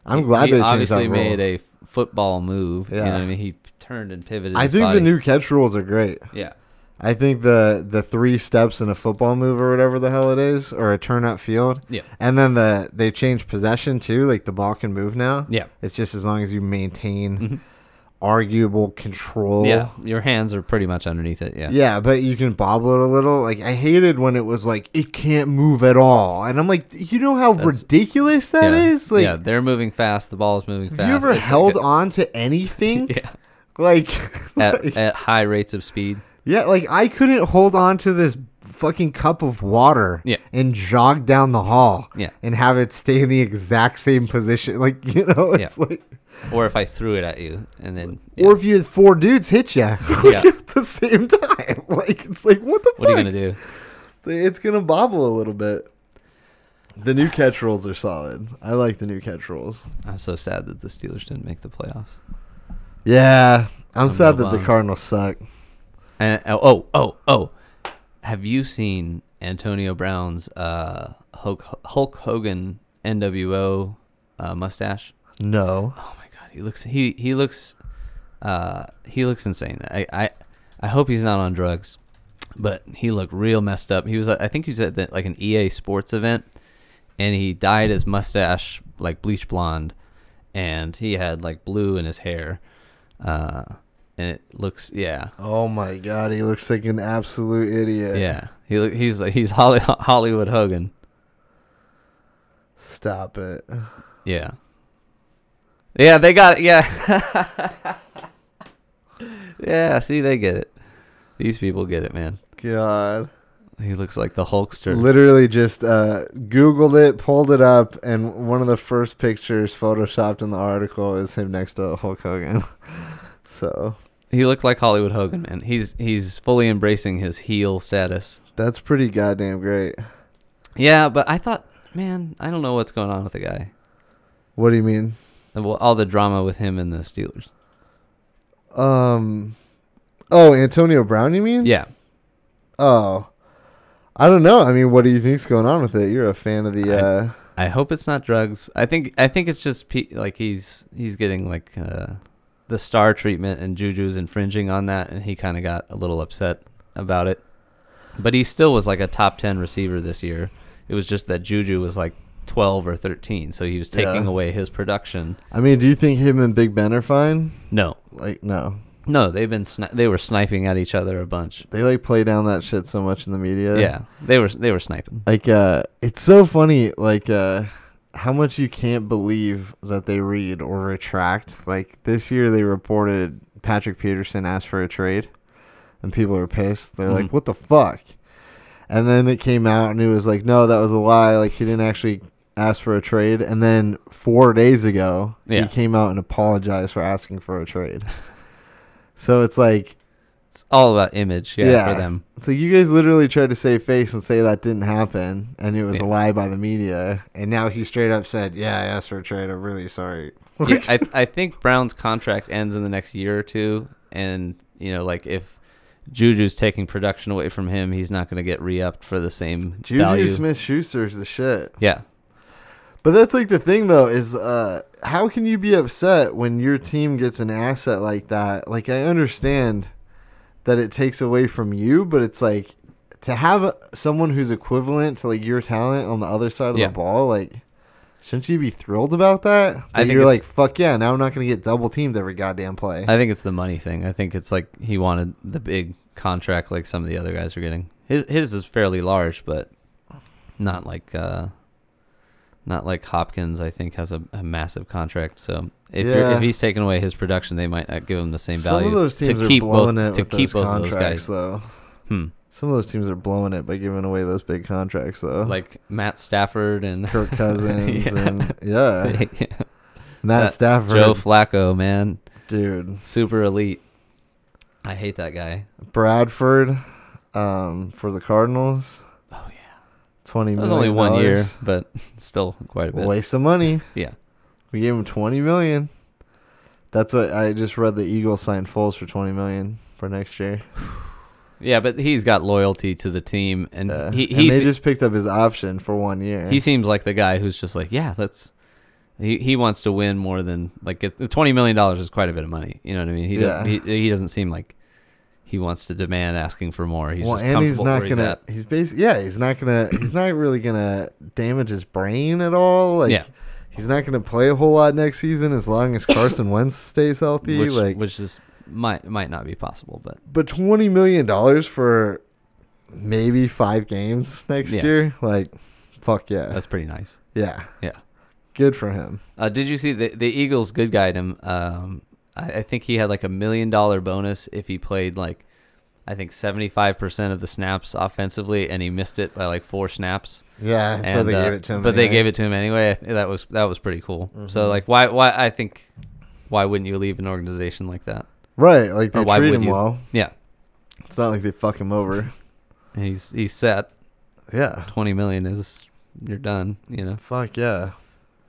Speaker 1: I'm glad
Speaker 2: he
Speaker 1: they changed
Speaker 2: obviously
Speaker 1: that rule.
Speaker 2: made a f- football move. You know
Speaker 1: Yeah.
Speaker 2: what I mean? He p- turned and pivoted.
Speaker 1: I
Speaker 2: his
Speaker 1: think
Speaker 2: body.
Speaker 1: the new catch rules are great.
Speaker 2: yeah.
Speaker 1: I think the the three steps in a football move or whatever the hell it is, or a turn up field.
Speaker 2: Yeah.
Speaker 1: And then the they change possession too. Like the ball can move now.
Speaker 2: Yeah.
Speaker 1: It's just as long as you maintain
Speaker 2: Mhm.
Speaker 1: arguable control.
Speaker 2: Yeah. Your hands are pretty much underneath it. Yeah.
Speaker 1: Oh. Yeah, but you can bobble it a little. Like I hated when it was like it can't move at all, and I'm like, you know how
Speaker 2: That's-
Speaker 1: ridiculous that is.
Speaker 2: yeah.
Speaker 1: Like,
Speaker 2: yeah, they're moving fast. The ball is moving fast.
Speaker 1: have you ever
Speaker 2: It's like
Speaker 1: held
Speaker 2: a- (laughs)
Speaker 1: on to anything?
Speaker 2: Yeah.
Speaker 1: Like, (laughs)
Speaker 2: At,
Speaker 1: like-
Speaker 2: at high rates of speed.
Speaker 1: yeah, like I couldn't hold on to this fucking cup of water
Speaker 2: Yeah.
Speaker 1: and jog down the hall
Speaker 2: Yeah.
Speaker 1: and have it stay in the exact same position. Like, (laughs) you know, it's like,
Speaker 2: Or if I threw it at you and then.
Speaker 1: or
Speaker 2: yeah.
Speaker 1: if you had four dudes hit (laughs) you
Speaker 2: Yeah.
Speaker 1: at the same time. (laughs) Like, it's like, what the
Speaker 2: What are you
Speaker 1: fuck?
Speaker 2: gonna do?
Speaker 1: It's gonna bobble a little bit. The new catch rules are solid. I like the new catch rules.
Speaker 2: I'm so sad that the Steelers didn't make the playoffs.
Speaker 1: Yeah, I'm, sad that the
Speaker 2: bummed.
Speaker 1: Cardinals suck.
Speaker 2: And oh, oh, oh, oh. Have you seen Antonio Brown's uh, Hulk, Hulk Hogan NWO uh, mustache?
Speaker 1: No,
Speaker 2: Oh my god, he looks he he looks uh, he looks insane. I, I I hope he's not on drugs, but he looked real messed up. He was I think he was at the, like an EA Sports event, and he dyed his mustache like bleach blonde, and he had like blue in his hair, uh, and it looks yeah.
Speaker 1: Oh my god, he looks like an absolute idiot.
Speaker 2: Yeah, he look- he's like he's Holly, Hollywood Hogan.
Speaker 1: Stop it.
Speaker 2: Yeah, yeah, they got it. Yeah, yeah. See, they get it. These people get it, man.
Speaker 1: God.
Speaker 2: He looks like the Hulkster.
Speaker 1: Literally just uh, Googled it, pulled it up, and one of the first pictures photoshopped in the article is him next to Hulk Hogan. (laughs) so
Speaker 2: he looked like Hollywood Hogan, man. He's he's fully embracing his heel status.
Speaker 1: that's pretty goddamn great.
Speaker 2: Yeah, but I thought, man, I don't know what's going on with the guy.
Speaker 1: What do you mean?
Speaker 2: And Well, all the drama with him and the Steelers.
Speaker 1: Um, oh, Antonio Brown, you mean?
Speaker 2: Yeah,
Speaker 1: Oh, I don't know. I mean, what do you think's going on with it? You're a fan of the.
Speaker 2: I-
Speaker 1: Uh,
Speaker 2: I hope it's not drugs. I think I think it's just pe- like he's he's getting like uh, the star treatment, and Juju's infringing on that, and he kind of got a little upset about it. But he still was like a top ten receiver this year. It was just that Juju was like twelve or thirteen, so he was taking
Speaker 1: Yeah.
Speaker 2: away his production.
Speaker 1: I mean, do you think him and Big Ben are fine?
Speaker 2: No,
Speaker 1: Like, no,
Speaker 2: no, they've been sni- they were sniping at each other a bunch.
Speaker 1: they like play down that shit so much in the media.
Speaker 2: Yeah, they were they were sniping.
Speaker 1: Like, uh, it's so funny. Like, uh, how much you can't believe that they read or retract. Like this year, they reported Patrick Peterson asked for a trade, and people were pissed. They're
Speaker 2: Mhm.
Speaker 1: like, "What the fuck?" And then it came out, and it was like, "No, that was a lie. Like he didn't actually ask for a trade." And then four days ago,
Speaker 2: Yeah.
Speaker 1: he came out and apologized for asking for a trade. (laughs) so it's like,
Speaker 2: It's all about image, yeah,
Speaker 1: Yeah.
Speaker 2: for them.
Speaker 1: it's like you guys literally tried to save face and say that didn't happen, and it was a
Speaker 2: Yeah.
Speaker 1: lie by the media. And now he straight up said, "Yeah, I asked for a trade. I'm really sorry." (laughs)
Speaker 2: yeah, I I think Brown's contract ends in the next year or two, and you know, like if Juju's taking production away from him, he's not going to get re-upped for the same
Speaker 1: Juju
Speaker 2: value.
Speaker 1: Smith Schuster's the shit.
Speaker 2: Yeah,
Speaker 1: But that's like the thing though is uh how can you be upset when your team gets an asset like that? Like I understand that it takes away from you, but it's like to have a- someone who's equivalent to like your talent on the other side of
Speaker 2: Yeah.
Speaker 1: the ball, like shouldn't you be thrilled about that?
Speaker 2: I
Speaker 1: That
Speaker 2: think
Speaker 1: you're
Speaker 2: it's-
Speaker 1: like, fuck yeah, now I'm not gonna get double teamed every goddamn play.
Speaker 2: I think it's the money thing. I think it's like he wanted the big contract, like some of the other guys are getting. His his is fairly large, but not like uh, not like Hopkins. I think has a, a massive contract. So if you're,
Speaker 1: Yeah.
Speaker 2: if he's taking away his production, they might not give him the same
Speaker 1: Some
Speaker 2: value.
Speaker 1: of those teams
Speaker 2: to
Speaker 1: are
Speaker 2: keep
Speaker 1: blowing
Speaker 2: both,
Speaker 1: it
Speaker 2: to
Speaker 1: with
Speaker 2: keep
Speaker 1: those
Speaker 2: both of those
Speaker 1: contracts
Speaker 2: guys.
Speaker 1: though.
Speaker 2: Hmm.
Speaker 1: Some of those teams are blowing it by giving away those big contracts though.
Speaker 2: (laughs) like Matt
Speaker 1: (laughs)
Speaker 2: Stafford and (laughs)
Speaker 1: Kirk Cousins
Speaker 2: Yeah.
Speaker 1: and yeah. Matt
Speaker 2: That-
Speaker 1: Stafford,
Speaker 2: Joe Flacco, man,
Speaker 1: dude,
Speaker 2: super elite. I hate that guy.
Speaker 1: Bradford, um, for the Cardinals.
Speaker 2: Oh,
Speaker 1: yeah, twenty.
Speaker 2: It
Speaker 1: That
Speaker 2: was only one year, but still quite a bit.
Speaker 1: Waste of money.
Speaker 2: Yeah.
Speaker 1: We gave him twenty million. That's what I just read. The Eagles signed Foles for twenty million for next year.
Speaker 2: Yeah, but he's got loyalty to the team, and
Speaker 1: Uh,
Speaker 2: he
Speaker 1: and
Speaker 2: he's,
Speaker 1: they just picked up his option for one year.
Speaker 2: he seems like the guy who's just like, yeah, let's He he wants to win more than like if- if twenty million dollars is quite a bit of money. You know what I mean? He doesn't,
Speaker 1: Yeah.
Speaker 2: he, he doesn't seem like he wants to demand asking for more. He's
Speaker 1: well,
Speaker 2: just
Speaker 1: and he's
Speaker 2: comfortable
Speaker 1: not
Speaker 2: where he's
Speaker 1: gonna.
Speaker 2: at.
Speaker 1: He's, basically yeah. He's not gonna. He's not really gonna damage his brain at all. Like
Speaker 2: Yeah.
Speaker 1: he's not gonna play a whole lot next season as long as Carson Wentz stays healthy.
Speaker 2: which,
Speaker 1: like,
Speaker 2: which is might might not be possible, but
Speaker 1: but twenty million dollars for maybe five games next
Speaker 2: Yeah.
Speaker 1: year. Like, fuck yeah,
Speaker 2: that's pretty nice.
Speaker 1: yeah,
Speaker 2: Yeah.
Speaker 1: Good for him.
Speaker 2: Uh, did you see the the Eagles good guyed him? Um, I, I think he had like a million dollar bonus if he played like I think seventy five percent of the snaps offensively, and he missed it by like four snaps.
Speaker 1: Yeah, and so
Speaker 2: And,
Speaker 1: they
Speaker 2: uh,
Speaker 1: gave it to him.
Speaker 2: but they gave it to him anyway. I th- That was that was pretty cool. So
Speaker 1: Mhm.
Speaker 2: like, why why I think why wouldn't you leave an organization like that?
Speaker 1: right. Like they
Speaker 2: Or why
Speaker 1: treat
Speaker 2: would
Speaker 1: him
Speaker 2: you?
Speaker 1: well.
Speaker 2: Yeah.
Speaker 1: It's not like they fuck him over.
Speaker 2: And he's he's set
Speaker 1: yeah,
Speaker 2: twenty million is you're done. You know.
Speaker 1: fuck yeah.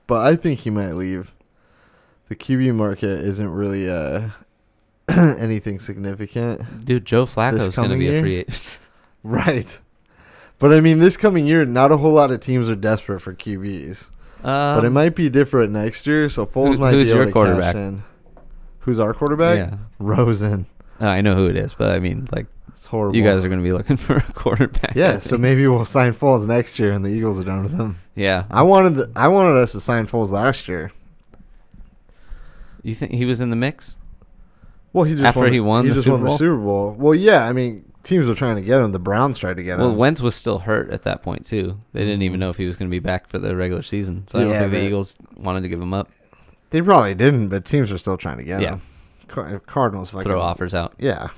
Speaker 1: But I think he might leave. The QB market isn't really uh (clears throat) anything significant, (laughs)
Speaker 2: Dude, Joe Flacco's gonna
Speaker 1: coming
Speaker 2: be a
Speaker 1: year?
Speaker 2: free agent.
Speaker 1: right? But I mean, this coming year, not a whole lot of teams are desperate for QBs. but it
Speaker 2: Um,
Speaker 1: might be different next year. So Foles
Speaker 2: who-
Speaker 1: might
Speaker 2: who's
Speaker 1: be able
Speaker 2: your
Speaker 1: to
Speaker 2: quarterback?
Speaker 1: Cash in. Who's our quarterback?
Speaker 2: Yeah,
Speaker 1: Rosen.
Speaker 2: Uh, I know who it is, but I mean, like,
Speaker 1: It's horrible.
Speaker 2: you guys are going to be looking (laughs) for a quarterback. I
Speaker 1: (laughs) yeah. So
Speaker 2: (laughs) think.
Speaker 1: maybe we'll sign Foles next year, and the Eagles are done with him.
Speaker 2: yeah,
Speaker 1: I wanted the, I wanted us to sign Foles last year.
Speaker 2: You think he was in the mix?
Speaker 1: Well, he just
Speaker 2: After
Speaker 1: won the,
Speaker 2: he won the
Speaker 1: just
Speaker 2: Super
Speaker 1: won the
Speaker 2: Bowl?
Speaker 1: Super Bowl. Well, yeah. I mean, teams were trying to get him. The Browns tried to get
Speaker 2: Well,
Speaker 1: him.
Speaker 2: Wentz was still hurt at that point too. They didn't even know if he was going to be back for the regular season. So I don't
Speaker 1: Mm-hmm. Yeah,
Speaker 2: think the
Speaker 1: but-
Speaker 2: Eagles wanted to give him up.
Speaker 1: they probably didn't, but teams were still trying to get
Speaker 2: Yeah.
Speaker 1: him. Car- Cardinals fucking
Speaker 2: throw offers out.
Speaker 1: Yeah,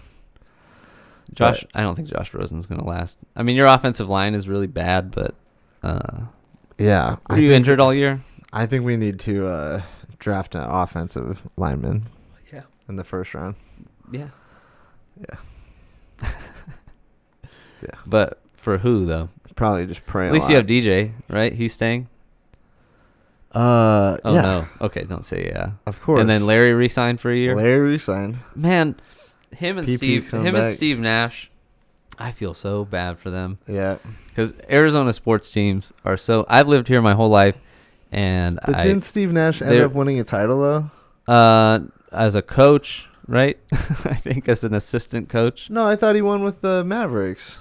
Speaker 2: Josh, I don't think Josh Rosen's going to last. I mean, your offensive line is really bad, but uh,
Speaker 1: yeah. I
Speaker 2: were you
Speaker 1: think-
Speaker 2: injured all year?
Speaker 1: I think we need to uh, draft an offensive lineman.
Speaker 2: Yeah.
Speaker 1: In the first round.
Speaker 2: Yeah.
Speaker 1: Yeah. (laughs) Yeah.
Speaker 2: But for who though?
Speaker 1: Probably just pray.
Speaker 2: At
Speaker 1: a
Speaker 2: least you
Speaker 1: lot.
Speaker 2: have DJ, right? He's staying.
Speaker 1: Uh,
Speaker 2: Oh
Speaker 1: yeah,
Speaker 2: no. Okay, don't say yeah.
Speaker 1: of course.
Speaker 2: And then Larry resigned for a year.
Speaker 1: Larry signed.
Speaker 2: Man, him and
Speaker 1: PP's
Speaker 2: Steve,
Speaker 1: coming
Speaker 2: him and
Speaker 1: back.
Speaker 2: Steve Nash, I feel so bad for them
Speaker 1: Yeah,
Speaker 2: because Arizona sports teams are so. I've lived here my whole life, and
Speaker 1: but
Speaker 2: I,
Speaker 1: didn't Steve Nash end
Speaker 2: they're-
Speaker 1: up winning a title though?
Speaker 2: uh, as a coach, right? (laughs) I think as an assistant coach,
Speaker 1: No, I thought he won with the Mavericks.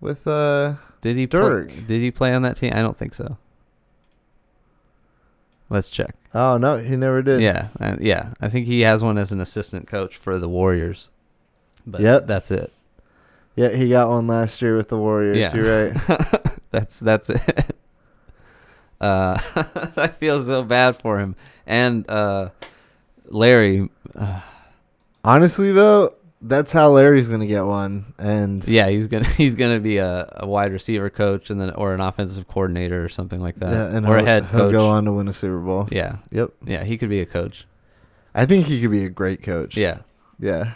Speaker 1: With uh,
Speaker 2: did he play-
Speaker 1: Dirk.
Speaker 2: did he play on that team? I don't think so. Let's check.
Speaker 1: oh no, he never did.
Speaker 2: Yeah, uh, yeah. I think he has one as an assistant coach for the Warriors. But
Speaker 1: Yep.
Speaker 2: that's it.
Speaker 1: yeah, he got one last year with the Warriors.
Speaker 2: Yeah.
Speaker 1: You're
Speaker 2: (laughs)
Speaker 1: right.
Speaker 2: that's that's (laughs) it. Uh, (laughs) I feel so bad for him and uh, Larry. Uh,
Speaker 1: Honestly though, that's how Larry's gonna get one. And
Speaker 2: yeah, he's gonna (laughs) he's gonna be a, a wide receiver coach and then or an offensive coordinator or something like that,
Speaker 1: yeah, and
Speaker 2: or a
Speaker 1: he'll-
Speaker 2: head
Speaker 1: he'll
Speaker 2: uh, coach.
Speaker 1: go on to win a Super Bowl.
Speaker 2: Yeah,
Speaker 1: Yep.
Speaker 2: yeah, he could be a coach.
Speaker 1: I think he could be a great coach.
Speaker 2: Yeah,
Speaker 1: Yeah.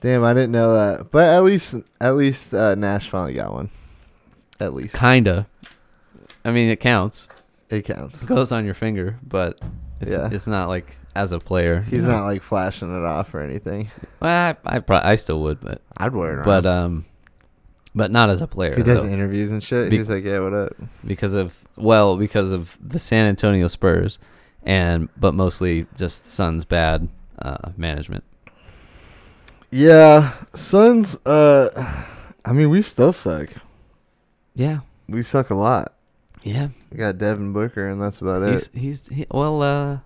Speaker 1: Damn, I didn't know that. But at least at least uh, Nash finally got one. At least.
Speaker 2: kinda. I mean, it counts.
Speaker 1: It counts.
Speaker 2: It goes on your finger, but it's
Speaker 1: Yeah.
Speaker 2: it's not like as a player. you
Speaker 1: He's
Speaker 2: know?
Speaker 1: not like flashing it off or anything.
Speaker 2: Well, I I, prob- I still would, but
Speaker 1: I'd wear it
Speaker 2: but um, but not as a player.
Speaker 1: he
Speaker 2: though.
Speaker 1: does interviews and shit.
Speaker 2: Be-
Speaker 1: He's like, yeah, what up?
Speaker 2: because of well because of the San Antonio Spurs and but mostly just Suns bad uh, management.
Speaker 1: Yeah, Suns. Uh, I mean, we still suck.
Speaker 2: Yeah,
Speaker 1: We suck a lot.
Speaker 2: yeah.
Speaker 1: We got Devin Booker, and that's about it.
Speaker 2: He's he's he, well uh,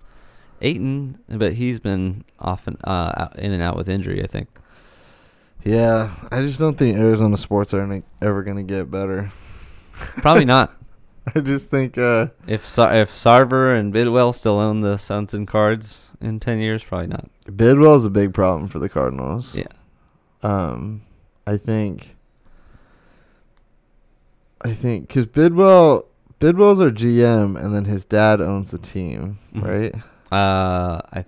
Speaker 2: Aiton, but he's been often uh, out, in and out with injury. I think.
Speaker 1: yeah, I just don't think Arizona sports are any, ever gonna get better. (laughs)
Speaker 2: Probably not.
Speaker 1: I just think. uh
Speaker 2: If Sar- if Sarver and Bidwell still own the Suns and Cards in ten years, probably not.
Speaker 1: Bidwell's a big problem for the Cardinals.
Speaker 2: Yeah.
Speaker 1: Um, I think. I think because Bidwell, Bidwell's our GM, and then his dad owns the team,
Speaker 2: Mhm.
Speaker 1: right?
Speaker 2: Uh, I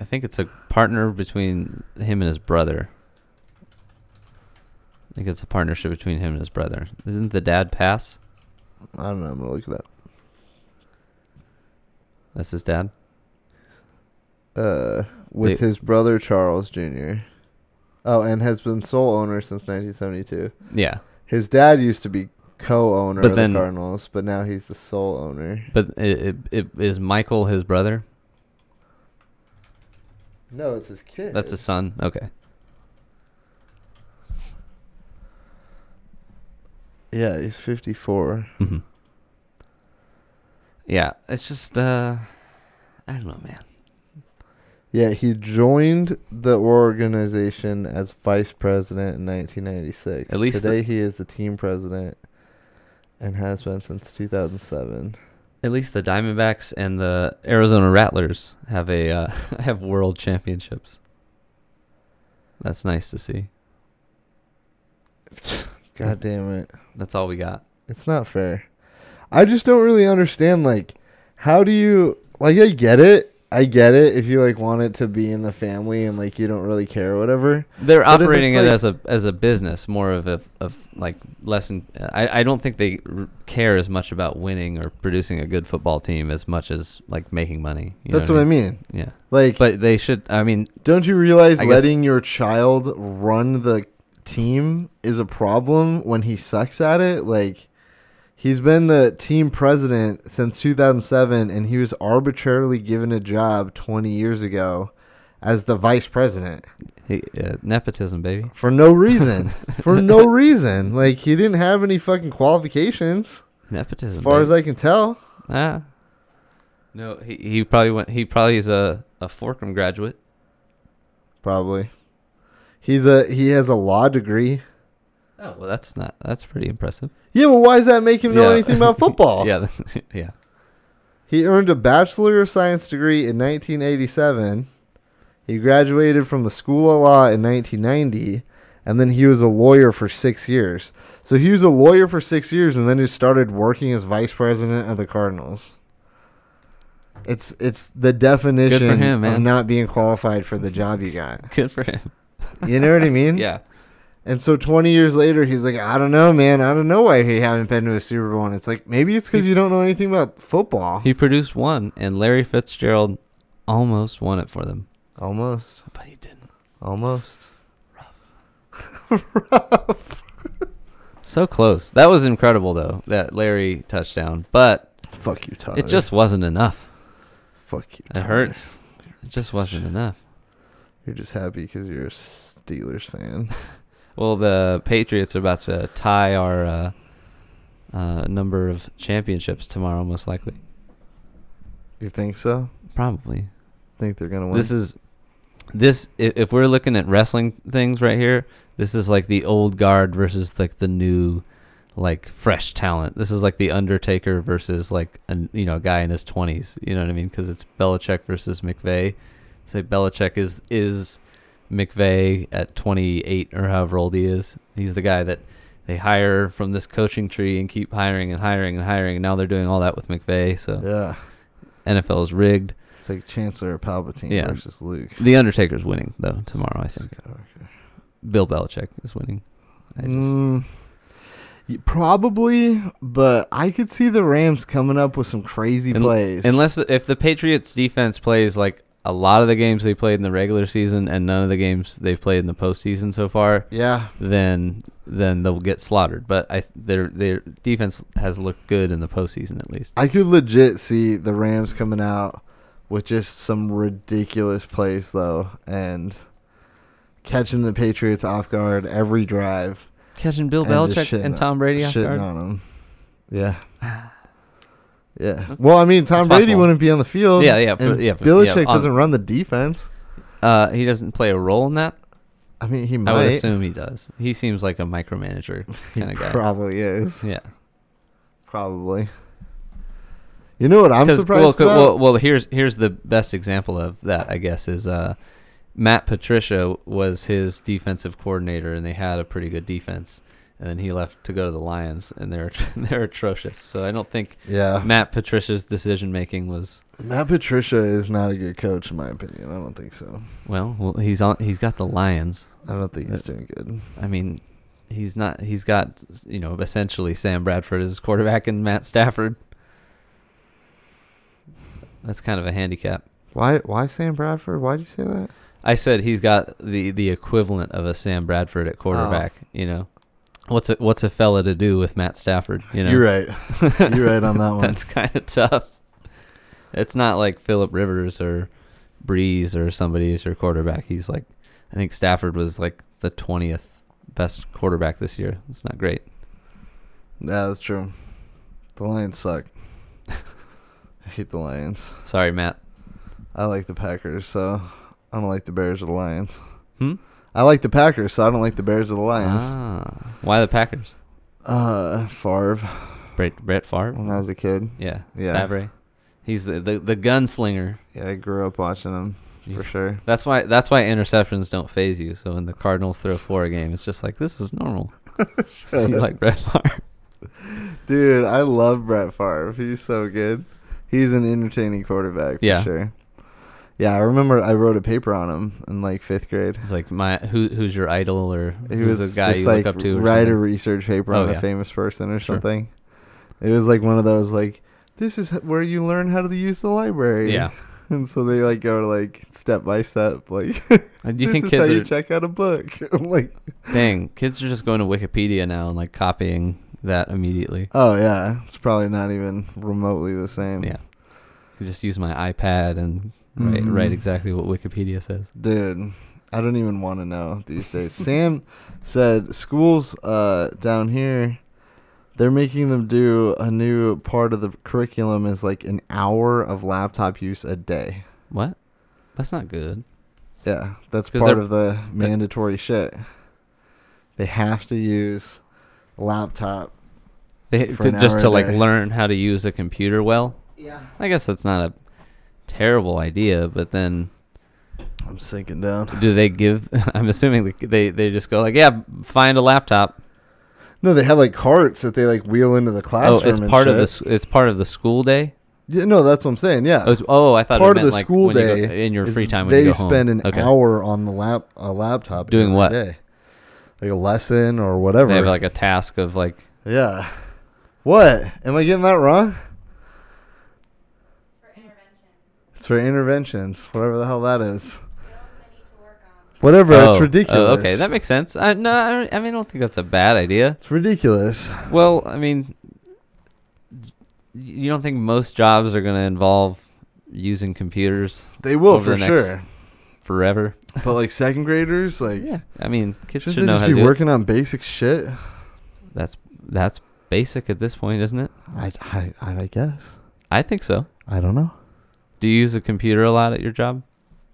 Speaker 2: I think it's a partner between him and his brother. I think it's a partnership between him and his brother. Didn't the dad pass?
Speaker 1: I don't know. I'm gonna look it up.
Speaker 2: That's his dad.
Speaker 1: Uh, with
Speaker 2: They-
Speaker 1: his brother Charles Jr. Oh, and has been sole owner since 1972.
Speaker 2: Yeah.
Speaker 1: His dad used to be co-owner
Speaker 2: But
Speaker 1: of
Speaker 2: then-
Speaker 1: the Cardinals, but now he's the sole owner.
Speaker 2: But it, it, it is Michael his brother.
Speaker 1: No, it's his kid.
Speaker 2: That's his son. Okay.
Speaker 1: yeah. He's fifty-four.
Speaker 2: hmm Yeah, it's just uh, I don't know, man.
Speaker 1: Yeah, he joined the organization as vice president in 1996.
Speaker 2: At least the-
Speaker 1: today, he is the team president, and has been since 2007.
Speaker 2: At least the Diamondbacks and the Arizona Rattlers have a uh, (laughs) have world championships. That's nice to see.
Speaker 1: God damn it,
Speaker 2: That's all we got.
Speaker 1: it's not fair. I just don't really understand. Like, how do you like? I get it. I get it if you like want it to be in the family and like you don't really care or whatever.
Speaker 2: They're
Speaker 1: But if
Speaker 2: operating
Speaker 1: it's
Speaker 2: it
Speaker 1: like-
Speaker 2: as a as a business, more of a of like less. In, I I don't think they r- care as much about winning or producing a good football team as much as like making money. you know
Speaker 1: That's what I mean.
Speaker 2: I mean. Yeah,
Speaker 1: Like,
Speaker 2: but they should. I mean,
Speaker 1: Don't you realize
Speaker 2: I guess-
Speaker 1: letting your child run the team is a problem when he sucks at it? Like, he's been the team president since 2007, and he was arbitrarily given a job 20 years ago as the vice president
Speaker 2: he, uh, nepotism, baby.
Speaker 1: for no
Speaker 2: (laughs)
Speaker 1: reason. for no reason. Like, he didn't have any fucking qualifications,
Speaker 2: Nepotism.
Speaker 1: as far
Speaker 2: baby.
Speaker 1: as I can tell.
Speaker 2: Ah. No, he, he probably went. He probably is a a Forkham graduate.
Speaker 1: Probably. He's a he has a law degree.
Speaker 2: Oh well, that's not. That's pretty impressive.
Speaker 1: Yeah, but why does that make him know
Speaker 2: Yeah.
Speaker 1: anything
Speaker 2: (laughs)
Speaker 1: about football?
Speaker 2: Yeah, that's- yeah.
Speaker 1: He earned a Bachelor of Science degree in 1987. He graduated from the School of Law in 1990, and then he was a lawyer for six years. So he was a lawyer for six years, and then he started working as vice president of the Cardinals. It's it's the definition
Speaker 2: him,
Speaker 1: of
Speaker 2: man.
Speaker 1: not being qualified for the job you got.
Speaker 2: Good for him.
Speaker 1: You know what I mean?
Speaker 2: (laughs) Yeah.
Speaker 1: And so 20 years later, he's like, I don't know, man. I don't know why he haven't been to a Super Bowl. And it's like maybe it's because you don't know anything about football.
Speaker 2: He produced one, and Larry Fitzgerald almost won it for them,
Speaker 1: Almost.
Speaker 2: but he didn't.
Speaker 1: Almost.
Speaker 2: So close. That was incredible, though. That Larry touchdown, but
Speaker 1: Fuck you, Tyler.
Speaker 2: it just wasn't enough.
Speaker 1: fuck you.
Speaker 2: Oh, It hurts. It just wasn't enough.
Speaker 1: You're just happy because you're a Steelers fan. (laughs)
Speaker 2: Well, the Patriots are about to tie our uh, uh, number of championships tomorrow, most likely.
Speaker 1: You think so?
Speaker 2: Probably.
Speaker 1: Think they're gonna win?
Speaker 2: This is this i- if we're looking at wrestling things right here, this is like the old guard versus like the new like fresh talent. This is like the Undertaker versus like a you know a guy in his 20s, you know what I mean? Cuz it's Belichick versus McVeigh. Say Belichick is is McVeigh at 28 or however old he is. He's the guy that they hire from this coaching tree and keep hiring and hiring and hiring. And now they're doing all that with McVeigh. So
Speaker 1: yeah.
Speaker 2: NFL is rigged.
Speaker 1: It's like Chancellor Palpatine
Speaker 2: Yeah.
Speaker 1: versus Luke.
Speaker 2: The Undertaker's winning though tomorrow, I think.
Speaker 1: Skywalker.
Speaker 2: Bill Belichick is winning. I just,
Speaker 1: Mm, y- probably, but I could see the Rams coming up with some crazy
Speaker 2: Un-
Speaker 1: plays.
Speaker 2: Unless if the Patriots defense plays like a lot of the games they played in the regular season and none of the games they've played in the postseason so far,
Speaker 1: yeah,
Speaker 2: then then they'll get slaughtered. But I their their defense has looked good in the postseason at least.
Speaker 1: I could legit see the Rams coming out with just some ridiculous plays though, and catching the Patriots off guard every drive.
Speaker 2: Catching Bill
Speaker 1: And just
Speaker 2: Belichick
Speaker 1: shitting
Speaker 2: and
Speaker 1: on-
Speaker 2: Tom Brady off
Speaker 1: shitting
Speaker 2: guard.
Speaker 1: on him.
Speaker 2: (sighs)
Speaker 1: Yeah. Yeah.
Speaker 2: Okay.
Speaker 1: Well, I mean, Tom
Speaker 2: It's
Speaker 1: Brady
Speaker 2: possible.
Speaker 1: wouldn't be on the field.
Speaker 2: Yeah, yeah, for-
Speaker 1: and
Speaker 2: yeah, for-
Speaker 1: Belichick
Speaker 2: yeah, on-
Speaker 1: doesn't run the defense.
Speaker 2: Uh, he doesn't play a role in that.
Speaker 1: I mean, he
Speaker 2: I would
Speaker 1: might.
Speaker 2: assume he does. He seems like
Speaker 1: (laughs)
Speaker 2: a micromanager
Speaker 1: He
Speaker 2: kind of guy.
Speaker 1: probably is.
Speaker 2: yeah.
Speaker 1: Probably. You know what I'm
Speaker 2: 'Cause- well,
Speaker 1: surprised
Speaker 2: co-
Speaker 1: about?
Speaker 2: well, well, here's here's the best example of that, I guess, is uh, Matt Patricia was his defensive coordinator, and they had a pretty good defense, and then he left to go to the Lions, and they're (laughs) they're atrocious. So I don't think
Speaker 1: yeah.
Speaker 2: Matt Patricia's decision making was
Speaker 1: Matt Patricia is not a good coach, in my opinion. I don't think so.
Speaker 2: well. Well, he's on he's got the Lions.
Speaker 1: I don't think
Speaker 2: Uh,
Speaker 1: he's doing good.
Speaker 2: I mean, he's not. He's got you know essentially Sam Bradford as his quarterback and Matt Stafford. That's kind of a handicap.
Speaker 1: Why? Why Sam Bradford? Why would you say that? Oh.
Speaker 2: I said he's got the the equivalent of a Sam Bradford at quarterback. You know, what's a what's a fella to do with Matt Stafford? You know,
Speaker 1: You're right. (laughs) You're right on that one.
Speaker 2: That's kind of tough. It's not like Philip Rivers or Breeze or somebody who's your quarterback. He's like, I think Stafford was like the twentieth best quarterback this year. It's not great.
Speaker 1: Yeah, that's true. The Lions suck. (laughs) I hate the Lions.
Speaker 2: Sorry, Matt.
Speaker 1: I like the Packers, so I don't like the Bears or the Lions.
Speaker 2: Hmm?
Speaker 1: I like the Packers, so I don't like the Bears or the Lions.
Speaker 2: Ah, why the Packers?
Speaker 1: Uh, Favre
Speaker 2: Brett, Brett Favre.
Speaker 1: when I was a kid.
Speaker 2: Yeah.
Speaker 1: Yeah.
Speaker 2: Favre. He's the, the the gunslinger.
Speaker 1: Yeah, I grew up watching them for
Speaker 2: (laughs)
Speaker 1: sure.
Speaker 2: That's why that's why interceptions don't phase you. So when the Cardinals throw four a game, it's just like this is normal. (laughs) you like Brett Favre?
Speaker 1: (laughs) Dude, I love Brett Favre. He's so good. He's an entertaining quarterback for
Speaker 2: Yeah.
Speaker 1: sure. Yeah, I remember I wrote a paper on him in like fifth grade.
Speaker 2: It's like my who who's your idol or
Speaker 1: He
Speaker 2: who's
Speaker 1: was
Speaker 2: the guy
Speaker 1: just
Speaker 2: you
Speaker 1: like
Speaker 2: look up to? Or
Speaker 1: write a
Speaker 2: something?
Speaker 1: research paper
Speaker 2: Oh,
Speaker 1: on
Speaker 2: yeah.
Speaker 1: a famous person or
Speaker 2: Sure.
Speaker 1: something. It was like one of those like this is h- where you learn how to use the library.
Speaker 2: Yeah.
Speaker 1: (laughs) and so they like go like step by step like
Speaker 2: Uh, Do
Speaker 1: this
Speaker 2: you think
Speaker 1: is how
Speaker 2: kids
Speaker 1: you
Speaker 2: are
Speaker 1: check out a book. (laughs) I'm like
Speaker 2: dang? Kids are just going to Wikipedia now and like copying that immediately.
Speaker 1: oh yeah, it's probably not even remotely the same.
Speaker 2: Yeah. You just use my iPad and write,
Speaker 1: Mhm.
Speaker 2: write exactly what Wikipedia says.
Speaker 1: Dude, I don't even want to know these days. Sam (laughs) said schools uh, down here, they're making them do a new part of the curriculum is like an hour of laptop use a day.
Speaker 2: What? That's not good.
Speaker 1: Yeah, that's
Speaker 2: 'Cause
Speaker 1: part
Speaker 2: they're-
Speaker 1: of the mandatory shit. They have to use laptop.
Speaker 2: They
Speaker 1: For
Speaker 2: could
Speaker 1: an
Speaker 2: just
Speaker 1: hour
Speaker 2: to
Speaker 1: a
Speaker 2: like
Speaker 1: day.
Speaker 2: learn how to use a computer well.
Speaker 1: Yeah.
Speaker 2: I guess that's not a terrible idea, but then
Speaker 1: I'm sinking down.
Speaker 2: do they give? (laughs) I'm assuming they they just go like, yeah, find a laptop.
Speaker 1: No, they have like carts that they like wheel into the classroom.
Speaker 2: oh, it's
Speaker 1: and
Speaker 2: part of
Speaker 1: shit.
Speaker 2: the s- it's part of the school day.
Speaker 1: Yeah, no, that's what I'm saying. Yeah.
Speaker 2: Oh, it's- oh, I thought
Speaker 1: Part of
Speaker 2: it meant
Speaker 1: the
Speaker 2: like
Speaker 1: school
Speaker 2: when you go-
Speaker 1: day
Speaker 2: in your
Speaker 1: is
Speaker 2: free time when
Speaker 1: they
Speaker 2: you go home.
Speaker 1: spend an
Speaker 2: Okay.
Speaker 1: hour on the lap a laptop
Speaker 2: Doing
Speaker 1: every
Speaker 2: what?
Speaker 1: day. like a lesson or whatever
Speaker 2: They have like a task of like
Speaker 1: yeah what am i getting that wrong
Speaker 3: for intervention.
Speaker 1: it's for interventions whatever the hell that is
Speaker 3: Skills they need to work on.
Speaker 1: whatever
Speaker 2: oh,
Speaker 1: it's
Speaker 2: oh,
Speaker 1: ridiculous
Speaker 2: okay, that makes sense. I, no, I, I mean I don't think that's a bad idea.
Speaker 1: it's ridiculous
Speaker 2: Well, I mean, y- you don't think most jobs are going to involve using computers
Speaker 1: they will
Speaker 2: Over
Speaker 1: for
Speaker 2: the next-
Speaker 1: sure
Speaker 2: forever?
Speaker 1: but like second graders like
Speaker 2: Yeah, I mean, kids
Speaker 1: should
Speaker 2: should,
Speaker 1: they
Speaker 2: know
Speaker 1: just
Speaker 2: how to
Speaker 1: be
Speaker 2: do. it.
Speaker 1: working on basic shit
Speaker 2: That's that's basic at this point, isn't it?
Speaker 1: I, I i guess
Speaker 2: I think so.
Speaker 1: i don't know
Speaker 2: Do you use a computer a lot at your job?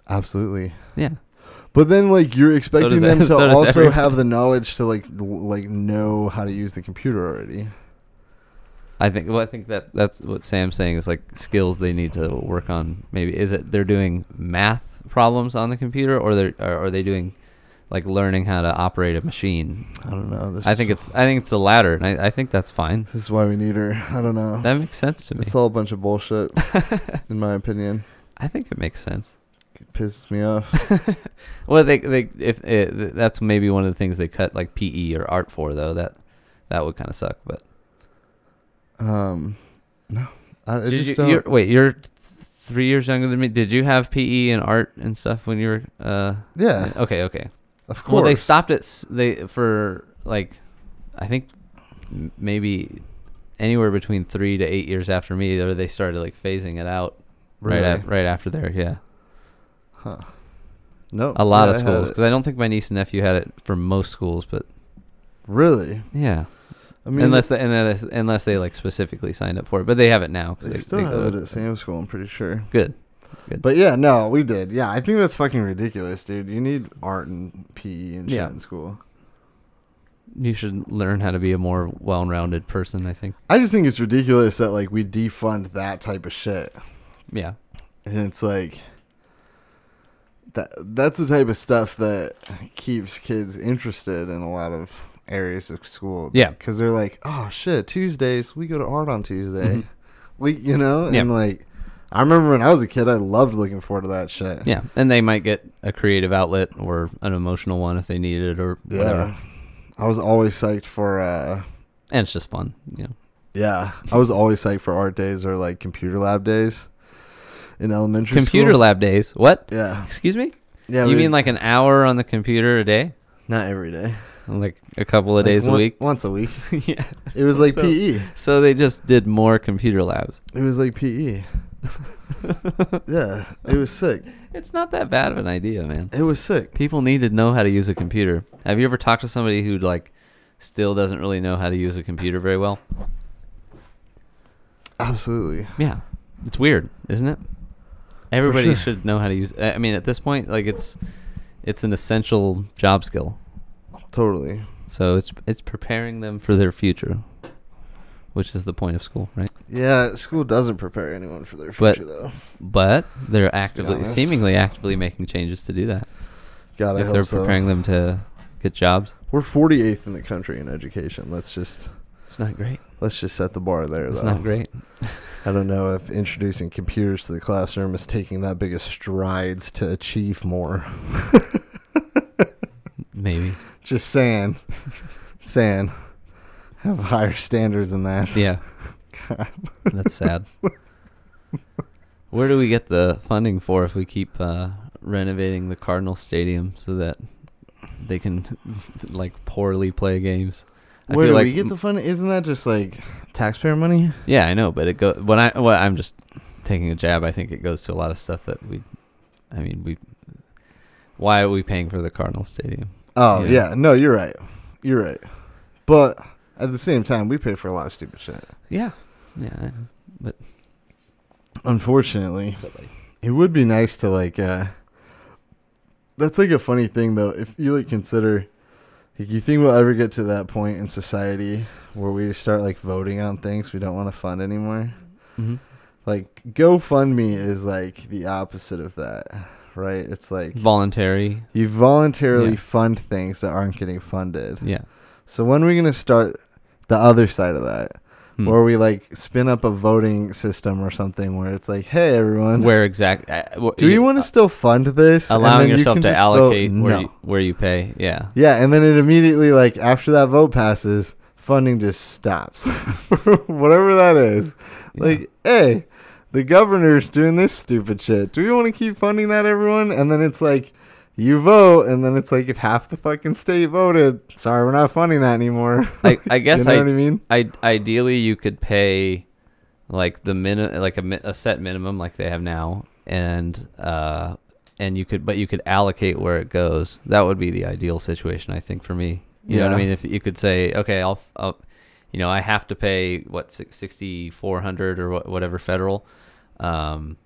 Speaker 1: absolutely
Speaker 2: Yeah.
Speaker 1: But then, like, you're expecting
Speaker 2: does-
Speaker 1: them to
Speaker 2: (laughs) so does
Speaker 1: also
Speaker 2: everybody.
Speaker 1: have the knowledge to like, l- like know how to use the computer already.
Speaker 2: I think well, I think that that's what Sam's saying is like skills they need to work on. Maybe is it they're doing math problems on the computer, or they're or are they doing like learning how to operate a machine?
Speaker 1: I don't know. This
Speaker 2: I think it's I think it's the latter, and I, I think that's fine.
Speaker 1: this is why we need her. I don't know.
Speaker 2: That makes sense to me.
Speaker 1: Oh. it's all a bunch of bullshit, in my opinion.
Speaker 2: (laughs) I think it makes sense.
Speaker 1: It pisses me off.
Speaker 2: Well, they they if eh, th that's maybe one of the things they cut like PE or art for though that that would kind of suck. But
Speaker 1: Um, no, I, I
Speaker 2: Did
Speaker 1: just
Speaker 2: you-
Speaker 1: don't.
Speaker 2: you're- wait, you're th- three years younger than me. Did you have PE and art and stuff when you were? Uh,
Speaker 1: Yeah,
Speaker 2: Okay. Okay.
Speaker 1: of course.
Speaker 2: Well, they stopped it. s- They for like, I think m- maybe anywhere between three to eight years after me, or they started like phasing it out right
Speaker 1: Really?
Speaker 2: at, right after there. Yeah,
Speaker 1: Huh. No,
Speaker 2: a lot
Speaker 1: yeah,
Speaker 2: of
Speaker 1: I had
Speaker 2: schools
Speaker 1: it.
Speaker 2: because I don't think my niece and nephew had it for most schools, but
Speaker 1: Really,
Speaker 2: yeah,
Speaker 1: I mean,
Speaker 2: unless they, unless unless they like specifically signed up for it, but they have it now. 'cause
Speaker 1: they still
Speaker 2: go
Speaker 1: have it
Speaker 2: to-
Speaker 1: at Sam's school. I'm pretty sure.
Speaker 2: Good.
Speaker 1: But yeah, no, we did. Yeah, I think that's fucking ridiculous, dude. You need art and PE and shit
Speaker 2: Yeah.
Speaker 1: in school.
Speaker 2: You should learn how to be a more well-rounded person. I think.
Speaker 1: I just think it's ridiculous that like we defund that type of shit.
Speaker 2: Yeah.
Speaker 1: (laughs) and it's like that that's the type of stuff that keeps kids interested in a lot of areas of school
Speaker 2: Yeah.
Speaker 1: because they're like oh shit tuesdays we go to art on tuesday
Speaker 2: Mhm.
Speaker 1: (laughs) we you know
Speaker 2: Yeah.
Speaker 1: and like i remember when i was a kid i loved looking forward to that shit
Speaker 2: Yeah, and they might get a creative outlet or an emotional one if they need it or
Speaker 1: Yeah.
Speaker 2: whatever.
Speaker 1: i was always psyched for uh
Speaker 2: And it's just fun, you know.
Speaker 1: yeah i was always psyched for art days or like computer lab days in elementary
Speaker 2: computer
Speaker 1: school.
Speaker 2: lab days. What?
Speaker 1: yeah
Speaker 2: Excuse me?
Speaker 1: yeah
Speaker 2: you
Speaker 1: we-
Speaker 2: mean like an hour on the computer a day?
Speaker 1: not every day
Speaker 2: like a couple of days
Speaker 1: Like, on-
Speaker 2: a week.
Speaker 1: Once a week.
Speaker 2: (laughs) yeah.
Speaker 1: It was like
Speaker 2: So-
Speaker 1: PE.
Speaker 2: (laughs) So they just did more computer labs.
Speaker 1: It was like PE. yeah, it was sick.
Speaker 2: It's not that bad of an idea, man.
Speaker 1: It was sick.
Speaker 2: People need to know how to use a computer. Have you ever talked to somebody who like still doesn't really know how to use a computer very well?
Speaker 1: Absolutely.
Speaker 2: Yeah, it's weird, isn't it? Everybody
Speaker 1: sure.
Speaker 2: should know how to use. I I mean, at this point, like it's it's an essential job skill.
Speaker 1: Totally.
Speaker 2: So it's it's preparing them for their future, which is the point of school, right?
Speaker 1: Yeah, school doesn't prepare anyone for their
Speaker 2: But-
Speaker 1: future though.
Speaker 2: But they're actively,
Speaker 1: honest.
Speaker 2: seemingly actively making changes to do that.
Speaker 1: God, I
Speaker 2: if
Speaker 1: hope
Speaker 2: they're
Speaker 1: so.
Speaker 2: preparing them to get jobs,
Speaker 1: We're 48th in the country in education. Let's just
Speaker 2: it's not great.
Speaker 1: let's just set the bar there.
Speaker 2: It's
Speaker 1: though.
Speaker 2: not great.
Speaker 1: I don't know if introducing computers to the classroom is taking that big of strides to achieve more.
Speaker 2: Maybe.
Speaker 1: Just
Speaker 2: (laughs)
Speaker 1: saying, saying, have higher standards than that. (laughs)
Speaker 2: Yeah. That's sad. Where do we get the funding for if we keep uh, renovating the Cardinal Stadium so that they can (laughs) like poorly play games? I
Speaker 1: Where
Speaker 2: feel
Speaker 1: do
Speaker 2: like
Speaker 1: we get the fun? Isn't that just like taxpayer money?
Speaker 2: yeah, I know, but it go when I well, I'm just taking a jab. I think it goes to a lot of stuff that we, I mean, we. Why are we paying for the Cardinal Stadium?
Speaker 1: Oh
Speaker 2: Yeah.
Speaker 1: yeah. no, you're right. You're right. But at the same time, we pay for a lot of stupid shit.
Speaker 2: Yeah, yeah. But
Speaker 1: Unfortunately, it would be nice to like. uh That's like a funny thing though. If you like consider, like, you think we'll ever get to that point in society where we start like voting on things we don't want to fund anymore?
Speaker 2: hmm
Speaker 1: Like GoFundMe is like the opposite of that, right? It's like
Speaker 2: voluntary.
Speaker 1: you voluntarily
Speaker 2: Yeah.
Speaker 1: fund things that aren't getting funded.
Speaker 2: Yeah.
Speaker 1: So when are we gonna start the other side of that?
Speaker 2: Hmm.
Speaker 1: Or we like spin up a voting system or something where it's like, hey everyone,
Speaker 2: where exactly? Uh, wh-
Speaker 1: do you want to still fund this? And
Speaker 2: allowing
Speaker 1: then you
Speaker 2: yourself
Speaker 1: can
Speaker 2: to
Speaker 1: just
Speaker 2: allocate
Speaker 1: vote
Speaker 2: where
Speaker 1: no.
Speaker 2: you, where you pay. Yeah,
Speaker 1: yeah, and then it immediately like after that vote passes, funding just stops, (laughs) whatever that is. Like, hey, the governor's doing this stupid shit. Do you want to keep funding that, everyone? And then it's like. You vote, and then it's like if half the fucking state voted, sorry, we're not funding that (laughs) anymore.
Speaker 2: Yeah. I, I
Speaker 1: you
Speaker 2: guess
Speaker 1: know
Speaker 2: I,
Speaker 1: what I mean?
Speaker 2: I ideally you could pay like the min like a, mi- a set minimum like they have now, and uh, and you could but you could allocate where it goes. That would be the ideal situation, I think, for me. You know what I
Speaker 1: Yeah.
Speaker 2: mean? If you could say, okay, I'll, f- I'll you know, I have to pay what sixty four hundred or what, whatever federal, um,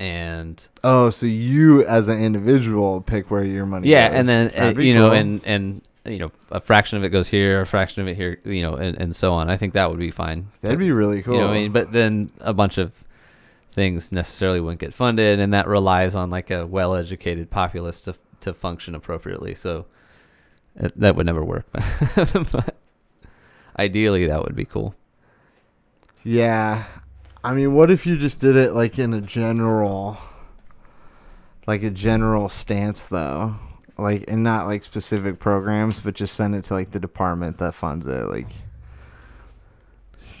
Speaker 2: and
Speaker 1: Oh, so you as an individual pick where your money
Speaker 2: yeah
Speaker 1: goes.
Speaker 2: and then uh,
Speaker 1: That'd be
Speaker 2: you know
Speaker 1: cool.
Speaker 2: and and you know a fraction of it goes here a fraction of it here you know and, and so on i think that would be fine
Speaker 1: that'd be really cool.
Speaker 2: you know what i mean but then a bunch of things necessarily wouldn't get funded and that relies on like a well-educated populace to to function appropriately so uh, that would never work (laughs) but ideally that would be cool
Speaker 1: yeah. I mean, what if you just did it like in a general like a general stance though? Like and not like specific programs, but just send it to like the department that funds it. Like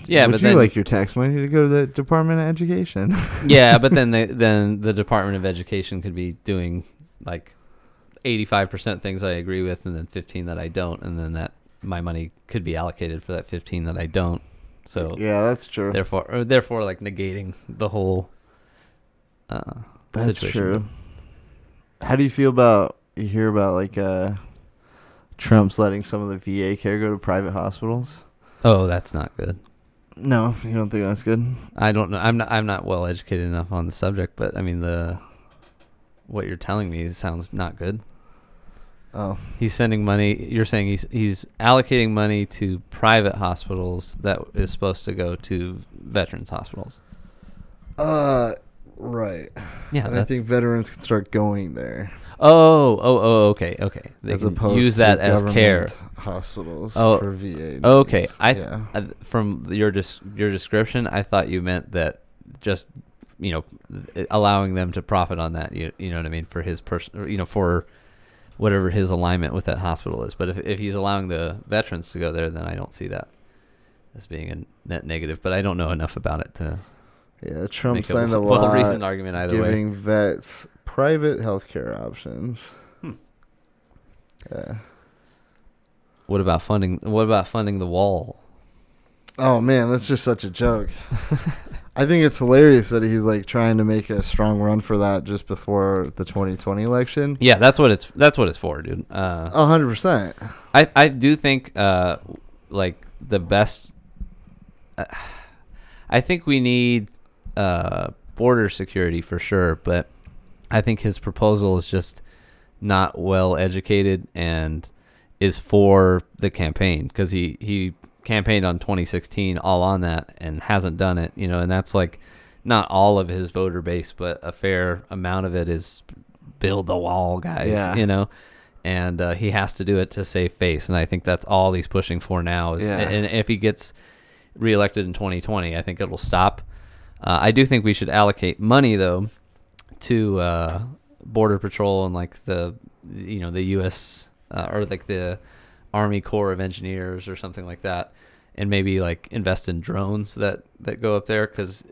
Speaker 2: yeah
Speaker 1: would
Speaker 2: but
Speaker 1: you
Speaker 2: then
Speaker 1: like your tax money to go to the Department of Education?
Speaker 2: yeah, but then the then the Department of Education could be doing like eighty five percent things I agree with, and then fifteen that I don't, and then that my money could be allocated for that fifteen that I don't. So
Speaker 1: (laughs) yeah, that's true.
Speaker 2: therefore, or therefore, like negating the whole. Uh,
Speaker 1: That's
Speaker 2: situation.
Speaker 1: true. How do you feel about you hear about like uh Trump's letting some of the VA care go to private hospitals?
Speaker 2: Oh, that's not good.
Speaker 1: No, you don't think that's good?
Speaker 2: I don't know. I'm not. I'm not well educated enough on the subject, but I mean the. What you're telling me sounds not good.
Speaker 1: Oh,
Speaker 2: He's sending money. You're saying he's he's allocating money to private hospitals that is supposed to go to veterans hospitals.
Speaker 1: uh, right.
Speaker 2: Yeah,
Speaker 1: and I
Speaker 2: that's-
Speaker 1: think veterans can start going there
Speaker 2: Oh, oh, oh, okay, okay. They
Speaker 1: as
Speaker 2: can
Speaker 1: opposed
Speaker 2: use
Speaker 1: to
Speaker 2: that as care.
Speaker 1: government hospitals
Speaker 2: Oh,
Speaker 1: for VA.
Speaker 2: Okay,
Speaker 1: needs.
Speaker 2: I th-
Speaker 1: yeah.
Speaker 2: I th- from your dis- your description, I thought you meant that just you know th- allowing them to profit on that. You, you know what I mean for his person, you know for whatever his alignment with that hospital is. But if if he's allowing the veterans to go there, then I don't see that as being a net negative. But I don't know enough about it to
Speaker 1: yeah, Trump
Speaker 2: make a (laughs)
Speaker 1: signed a law
Speaker 2: well-reasoned argument either way.
Speaker 1: giving vets private health care options. Yeah.
Speaker 2: What about funding? What about funding the wall?
Speaker 1: Oh man, that's just such a joke. I think it's hilarious that he's like trying to make a strong run for that just before the 2020 election.
Speaker 2: Yeah, that's what it's that's what it's for, dude. Uh,
Speaker 1: A hundred percent.
Speaker 2: I I do think uh like the best. Uh, I think we need uh border security for sure, but I think his proposal is just not well educated and is for the campaign because he he campaigned on 2016 all on that and hasn't done it, you know, and that's like not all of his voter base, but a fair amount of it is build the wall guys,
Speaker 1: Yeah.
Speaker 2: you know and uh, he has to do it to save face. And I think that's all he's pushing for now. Is,
Speaker 1: Yeah.
Speaker 2: And if he gets reelected in 2020, I think it'll stop. Uh, I do think we should allocate money though to uh, border patrol and like the you know the U.S. Uh, or like the Army Corps of Engineers or something like that, and maybe like invest in drones that that go up there because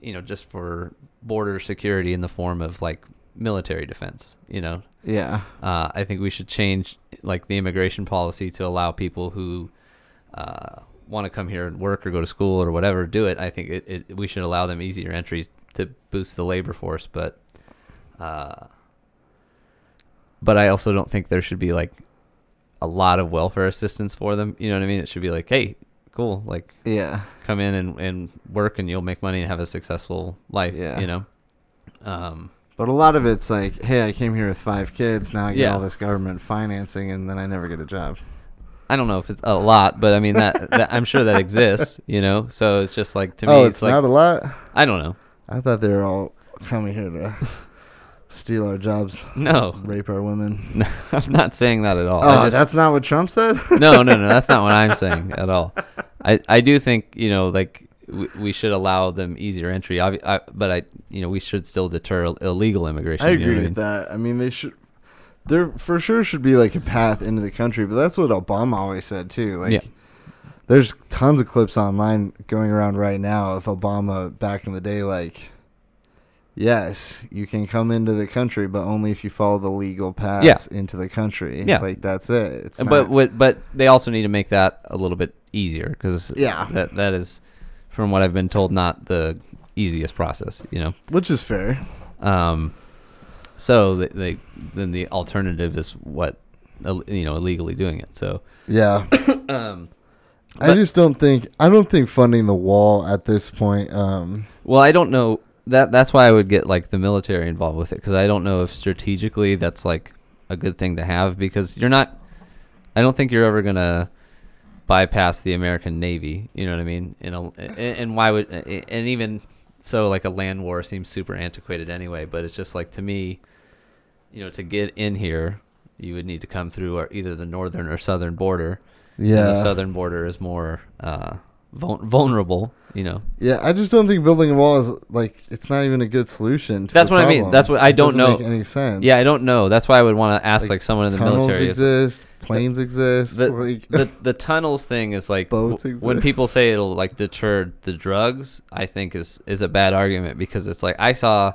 Speaker 2: you know just for border security in the form of like military defense. You know,
Speaker 1: Yeah.
Speaker 2: uh, I think we should change like the immigration policy to allow people who uh, want to come here and work or go to school or whatever do it. I think it, it, we should allow them easier entries to boost the labor force, but uh, but I also don't think there should be like a lot of welfare assistance for them. You know what I mean? It should be like, hey, cool, like
Speaker 1: Yeah.
Speaker 2: come in and, and work and you'll make money and have a successful life.
Speaker 1: Yeah.
Speaker 2: You know. Um,
Speaker 1: But a lot of it's like, hey, I came here with five kids. Now I get
Speaker 2: Yeah.
Speaker 1: all this government financing, and then I never get a job.
Speaker 2: I don't know if it's a lot, but I mean that, that I'm sure that exists, you know. So it's just like to me,
Speaker 1: oh,
Speaker 2: it's,
Speaker 1: it's,
Speaker 2: like
Speaker 1: not a lot.
Speaker 2: I don't know.
Speaker 1: I thought they were all coming here
Speaker 2: (laughs)
Speaker 1: to steal our jobs,
Speaker 2: No, (laughs)
Speaker 1: rape our women.
Speaker 2: no I'm not saying that at all. I
Speaker 1: Oh,
Speaker 2: just-
Speaker 1: that's not what Trump said.
Speaker 2: no, no, no. That's not what I'm saying at all. I, I do think you know like we, we should allow them easier entry. Obvi- I, but I you know we should still deter ill- illegal immigration.
Speaker 1: I
Speaker 2: you know
Speaker 1: agree
Speaker 2: what
Speaker 1: with that. I mean, they should. There for sure should be like a path into the country, but that's what Obama always said too. Like,
Speaker 2: Yeah.
Speaker 1: there's tons of clips online going around right now of Obama back in the day. Like, yes, you can come into the country, but only if you follow the legal path
Speaker 2: Yeah.
Speaker 1: into the country.
Speaker 2: Yeah.
Speaker 1: like that's it. It's
Speaker 2: but
Speaker 1: not-
Speaker 2: what, but they also need to make that a little bit easier because
Speaker 1: Yeah.
Speaker 2: that that is from what I've been told not the easiest process. You know.
Speaker 1: which is fair.
Speaker 2: Um, so they, they then the alternative is what ill- you know illegally doing it. So
Speaker 1: Yeah,
Speaker 2: (coughs) um,
Speaker 1: I
Speaker 2: But-
Speaker 1: just don't think I don't think funding the wall at this point. Um,
Speaker 2: well, I don't know that that's why I would get like the military involved with it because I don't know if strategically that's like a good thing to have because you're not. I don't think you're ever gonna bypass the American Navy. You know what I mean? In a, and, and why would and even so like a land war seems super antiquated anyway. But it's just like to me, you know, to get in here, you would need to come through our, either the northern or southern border. and
Speaker 1: yeah,
Speaker 2: the southern border is more uh, vul- vulnerable. You know,
Speaker 1: Yeah, I just don't think building a wall is like it's not even a good solution. To
Speaker 2: That's
Speaker 1: the
Speaker 2: what I mean.
Speaker 1: problem.
Speaker 2: That's what- I
Speaker 1: It
Speaker 2: don't
Speaker 1: doesn't
Speaker 2: know.
Speaker 1: Make any sense?
Speaker 2: yeah, I don't know. That's why I would want to ask like,
Speaker 1: Like,
Speaker 2: someone in the
Speaker 1: Tunnels
Speaker 2: military. is-
Speaker 1: exist. Planes exist.
Speaker 2: the,
Speaker 1: like,
Speaker 2: the the tunnels thing is like w-
Speaker 1: Boats
Speaker 2: when
Speaker 1: exist.
Speaker 2: people say it'll like deter the drugs. I think is is a bad argument because it's like I saw.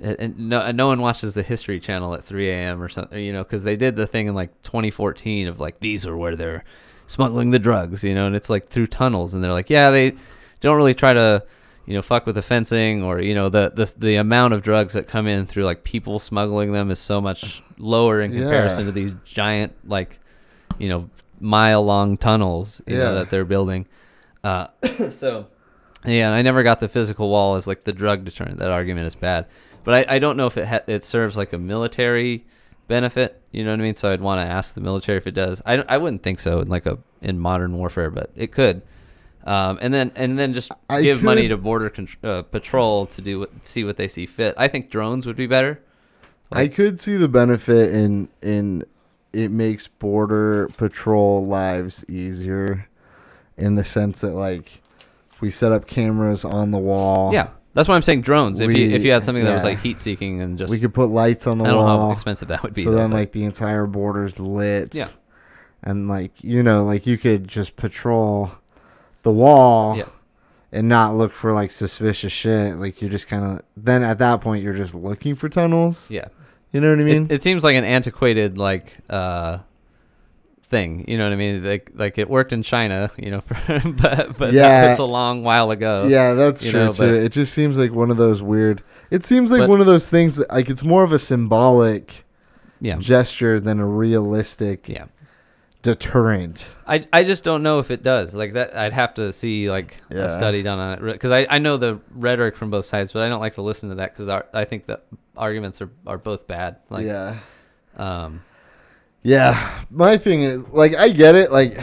Speaker 2: And and no, and no one watches the History Channel at 3 a.m. or something, you know, because they did the thing in like 2014 of like these are where they're smuggling the drugs, you know, and it's like through tunnels, and they're like, yeah, they don't really try to, you know, fuck with the fencing or you know the the the amount of drugs that come in through like people smuggling them is so much lower in
Speaker 1: Yeah.
Speaker 2: comparison to these giant like you know mile long tunnels you know
Speaker 1: Yeah.
Speaker 2: that they're building
Speaker 1: (coughs)
Speaker 2: uh so yeah and i never got the physical wall as like the drug deterrent that argument is bad but i, I don't know if it ha- it serves like a military benefit you know what i mean so i'd want to ask the military if it does i, don't- I wouldn't think so in like a in modern warfare but it could um, and then and then just
Speaker 1: I
Speaker 2: give money
Speaker 1: could-
Speaker 2: to border contr uh, patrol to do what, see what they see fit i think drones would be better
Speaker 1: (laughs) I could see the benefit in in it makes border patrol lives easier, in the sense that like we set up cameras on the wall.
Speaker 2: yeah that's why i'm saying drones if you
Speaker 1: We-
Speaker 2: if you had something that was
Speaker 1: yeah.
Speaker 2: like heat seeking and just
Speaker 1: we could put lights on the
Speaker 2: I don't know how
Speaker 1: wall.
Speaker 2: expensive that would be.
Speaker 1: so
Speaker 2: though,
Speaker 1: then
Speaker 2: but-
Speaker 1: like the entire border's lit.
Speaker 2: Yeah.
Speaker 1: And like you know, like you could just patrol the wall
Speaker 2: Yeah.
Speaker 1: and not look for like suspicious shit. Like you're just kinda then at that point you're just looking for tunnels.
Speaker 2: yeah,
Speaker 1: You know what I mean?
Speaker 2: it, it seems like an antiquated like uh, thing. You know what I mean? Like like it worked in China, you know, (laughs) for, but but
Speaker 1: Yeah.
Speaker 2: that was a long while ago.
Speaker 1: yeah, that's
Speaker 2: uh, you
Speaker 1: true
Speaker 2: know,
Speaker 1: too.
Speaker 2: but-
Speaker 1: It just seems like one of those weird. It seems like
Speaker 2: But-
Speaker 1: one of those things. That, like it's more of a symbolic
Speaker 2: yeah.
Speaker 1: gesture than a realistic
Speaker 2: Yeah.
Speaker 1: deterrent.
Speaker 2: I, I just don't know if it does like that. I'd have to see like
Speaker 1: Yeah.
Speaker 2: a study done on it because I, I know the rhetoric from both sides, but I don't like to listen to that because I think the arguments are, are both bad. Like,
Speaker 1: yeah,
Speaker 2: um,
Speaker 1: yeah. My thing is like I get it. Like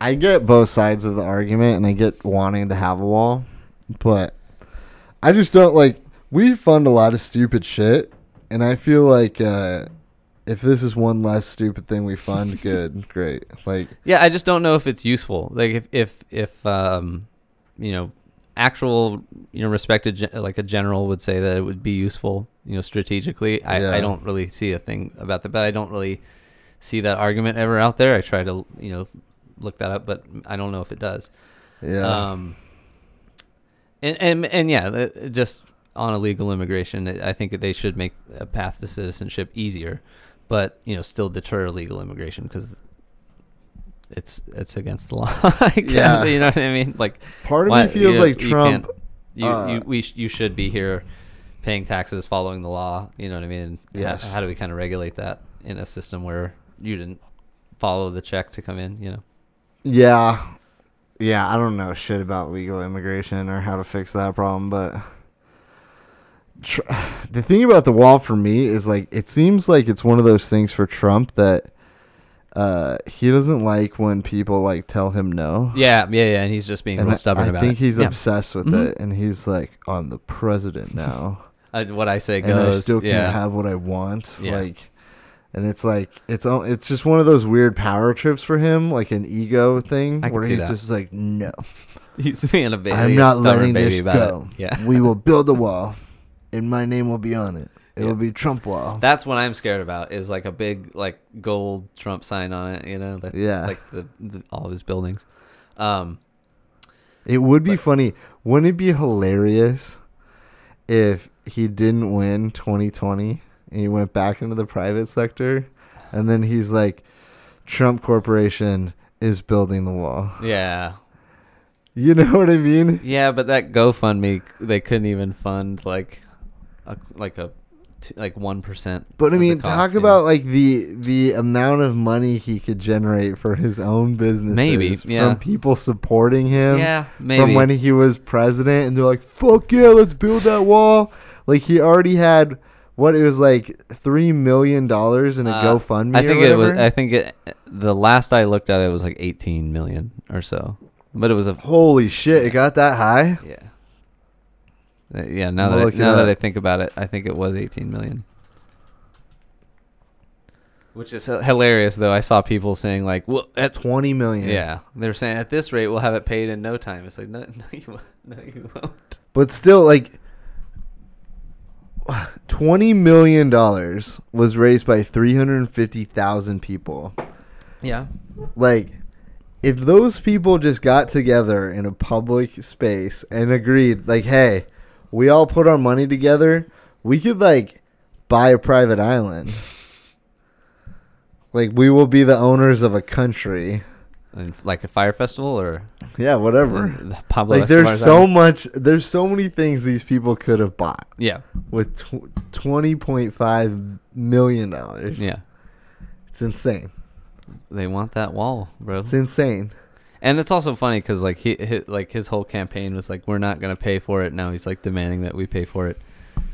Speaker 1: I get both sides of the argument, and I get wanting to have a wall, but I just don't like. We fund a lot of stupid shit, and I feel like uh, if this is one less stupid thing we
Speaker 2: (laughs)
Speaker 1: fund, good, great. Like
Speaker 2: yeah, I just don't know if it's useful. Like if if if um, you know, actual you know respected gen- like a general would say that it would be useful. You know, strategically, I,
Speaker 1: Yeah.
Speaker 2: I don't really see a thing about that, but I don't really see that argument ever out there. I try to you know look that up, but I don't know if it does.
Speaker 1: yeah.
Speaker 2: Um, and, and and yeah, the- just on illegal immigration, I think that they should make a path to citizenship easier, but you know, still deter illegal immigration because it's it's against the (laughs) law. I guess,
Speaker 1: Yeah.
Speaker 2: you know what I mean. Like
Speaker 1: Part of
Speaker 2: why-
Speaker 1: me feels
Speaker 2: you-
Speaker 1: like
Speaker 2: you
Speaker 1: Trump.
Speaker 2: can't- You, you
Speaker 1: uh,
Speaker 2: we sh- you should be here, paying taxes, following the law. You know what I mean. H-
Speaker 1: Yes.
Speaker 2: How, do we kind of regulate that in a system where you didn't follow the check to come in?
Speaker 1: (sighs)
Speaker 2: You know.
Speaker 1: Yeah. Yeah, I don't know shit about legal immigration or how to fix that problem, but tr- (sighs) the thing about the wall for me is like it seems like it's one of those things for Trump that uh he doesn't like when people like tell him no.
Speaker 2: Yeah, yeah, yeah. And he's just being
Speaker 1: And
Speaker 2: real
Speaker 1: I,
Speaker 2: stubborn
Speaker 1: I
Speaker 2: about
Speaker 1: think
Speaker 2: it.
Speaker 1: he's
Speaker 2: yeah.
Speaker 1: obsessed with
Speaker 2: Mhm.
Speaker 1: it and he's like I'm the president now
Speaker 2: I, what I say
Speaker 1: and
Speaker 2: goes.
Speaker 1: I still can't
Speaker 2: yeah.
Speaker 1: have what I want
Speaker 2: Yeah.
Speaker 1: like and it's like it's all, it's just one of those weird power trips for him like an ego thing
Speaker 2: I can
Speaker 1: where
Speaker 2: see
Speaker 1: he's
Speaker 2: that.
Speaker 1: just like no
Speaker 2: (laughs) He's being a baby.
Speaker 1: I'm not
Speaker 2: stubborn
Speaker 1: letting
Speaker 2: baby
Speaker 1: this
Speaker 2: about
Speaker 1: go.
Speaker 2: It. Yeah,
Speaker 1: we
Speaker 2: (laughs)
Speaker 1: will build a wall, and my name will be on it. It
Speaker 2: Yeah.
Speaker 1: will be Trump wall.
Speaker 2: that's what I'm scared about. Is like a big like gold Trump sign on it. You know, that,
Speaker 1: yeah,
Speaker 2: like the, the all of his buildings. Um,
Speaker 1: it would be
Speaker 2: but-
Speaker 1: funny. Wouldn't it be hilarious if he didn't win 2020 and he went back into the private sector, and then he's like, Trump Corporation is building the wall. (laughs)
Speaker 2: yeah,
Speaker 1: You know what I mean?
Speaker 2: yeah, but that GoFundMe they couldn't even fund like a like a t- like one percent.
Speaker 1: But I mean, talk about like the the amount of money he could generate for his own business.
Speaker 2: yeah.
Speaker 1: from people supporting him.
Speaker 2: yeah, maybe
Speaker 1: um, from when he was president, and they're like, "Fuck yeah, let's build that wall." Like he already had what it was like three million dollars in a
Speaker 2: Uh,
Speaker 1: GoFundMe.
Speaker 2: I think
Speaker 1: or
Speaker 2: it was.
Speaker 1: whatever.
Speaker 2: I think it. The last I looked at it was like 18 million or so, but it was a
Speaker 1: Holy shit! It got that high.
Speaker 2: Yeah. Uh, Yeah. Now
Speaker 1: I'll
Speaker 2: that I,
Speaker 1: look it
Speaker 2: now that I
Speaker 1: up.
Speaker 2: think about it, I think it was 18 million. Which is hi- hilarious, though. I saw people saying like, "Well, at
Speaker 1: Twenty million.
Speaker 2: (laughs) yeah," they were saying at this rate we'll have it paid in no time. It's like, no, (laughs) no, you won't. No, you won't.
Speaker 1: But still, like, twenty million dollars was raised by three hundred fifty thousand people.
Speaker 2: Yeah.
Speaker 1: Like. If those people just got together in a public space and agreed, like, hey, we all put our money together, we could like buy a private island. like we will be the owners of a country.
Speaker 2: And f- like a fire festival or
Speaker 1: Yeah, whatever.
Speaker 2: the Pablo
Speaker 1: Like there's
Speaker 2: Escobar's
Speaker 1: so
Speaker 2: island?
Speaker 1: much there's so many things these people could have bought
Speaker 2: yeah
Speaker 1: with tw- 20.5 million dollars.
Speaker 2: yeah
Speaker 1: It's insane.
Speaker 2: they want that wall, bro.
Speaker 1: It's insane.
Speaker 2: And it's also funny because like he, hi like his whole campaign was like, "We're not gonna pay for it." Now he's like demanding that we pay for it.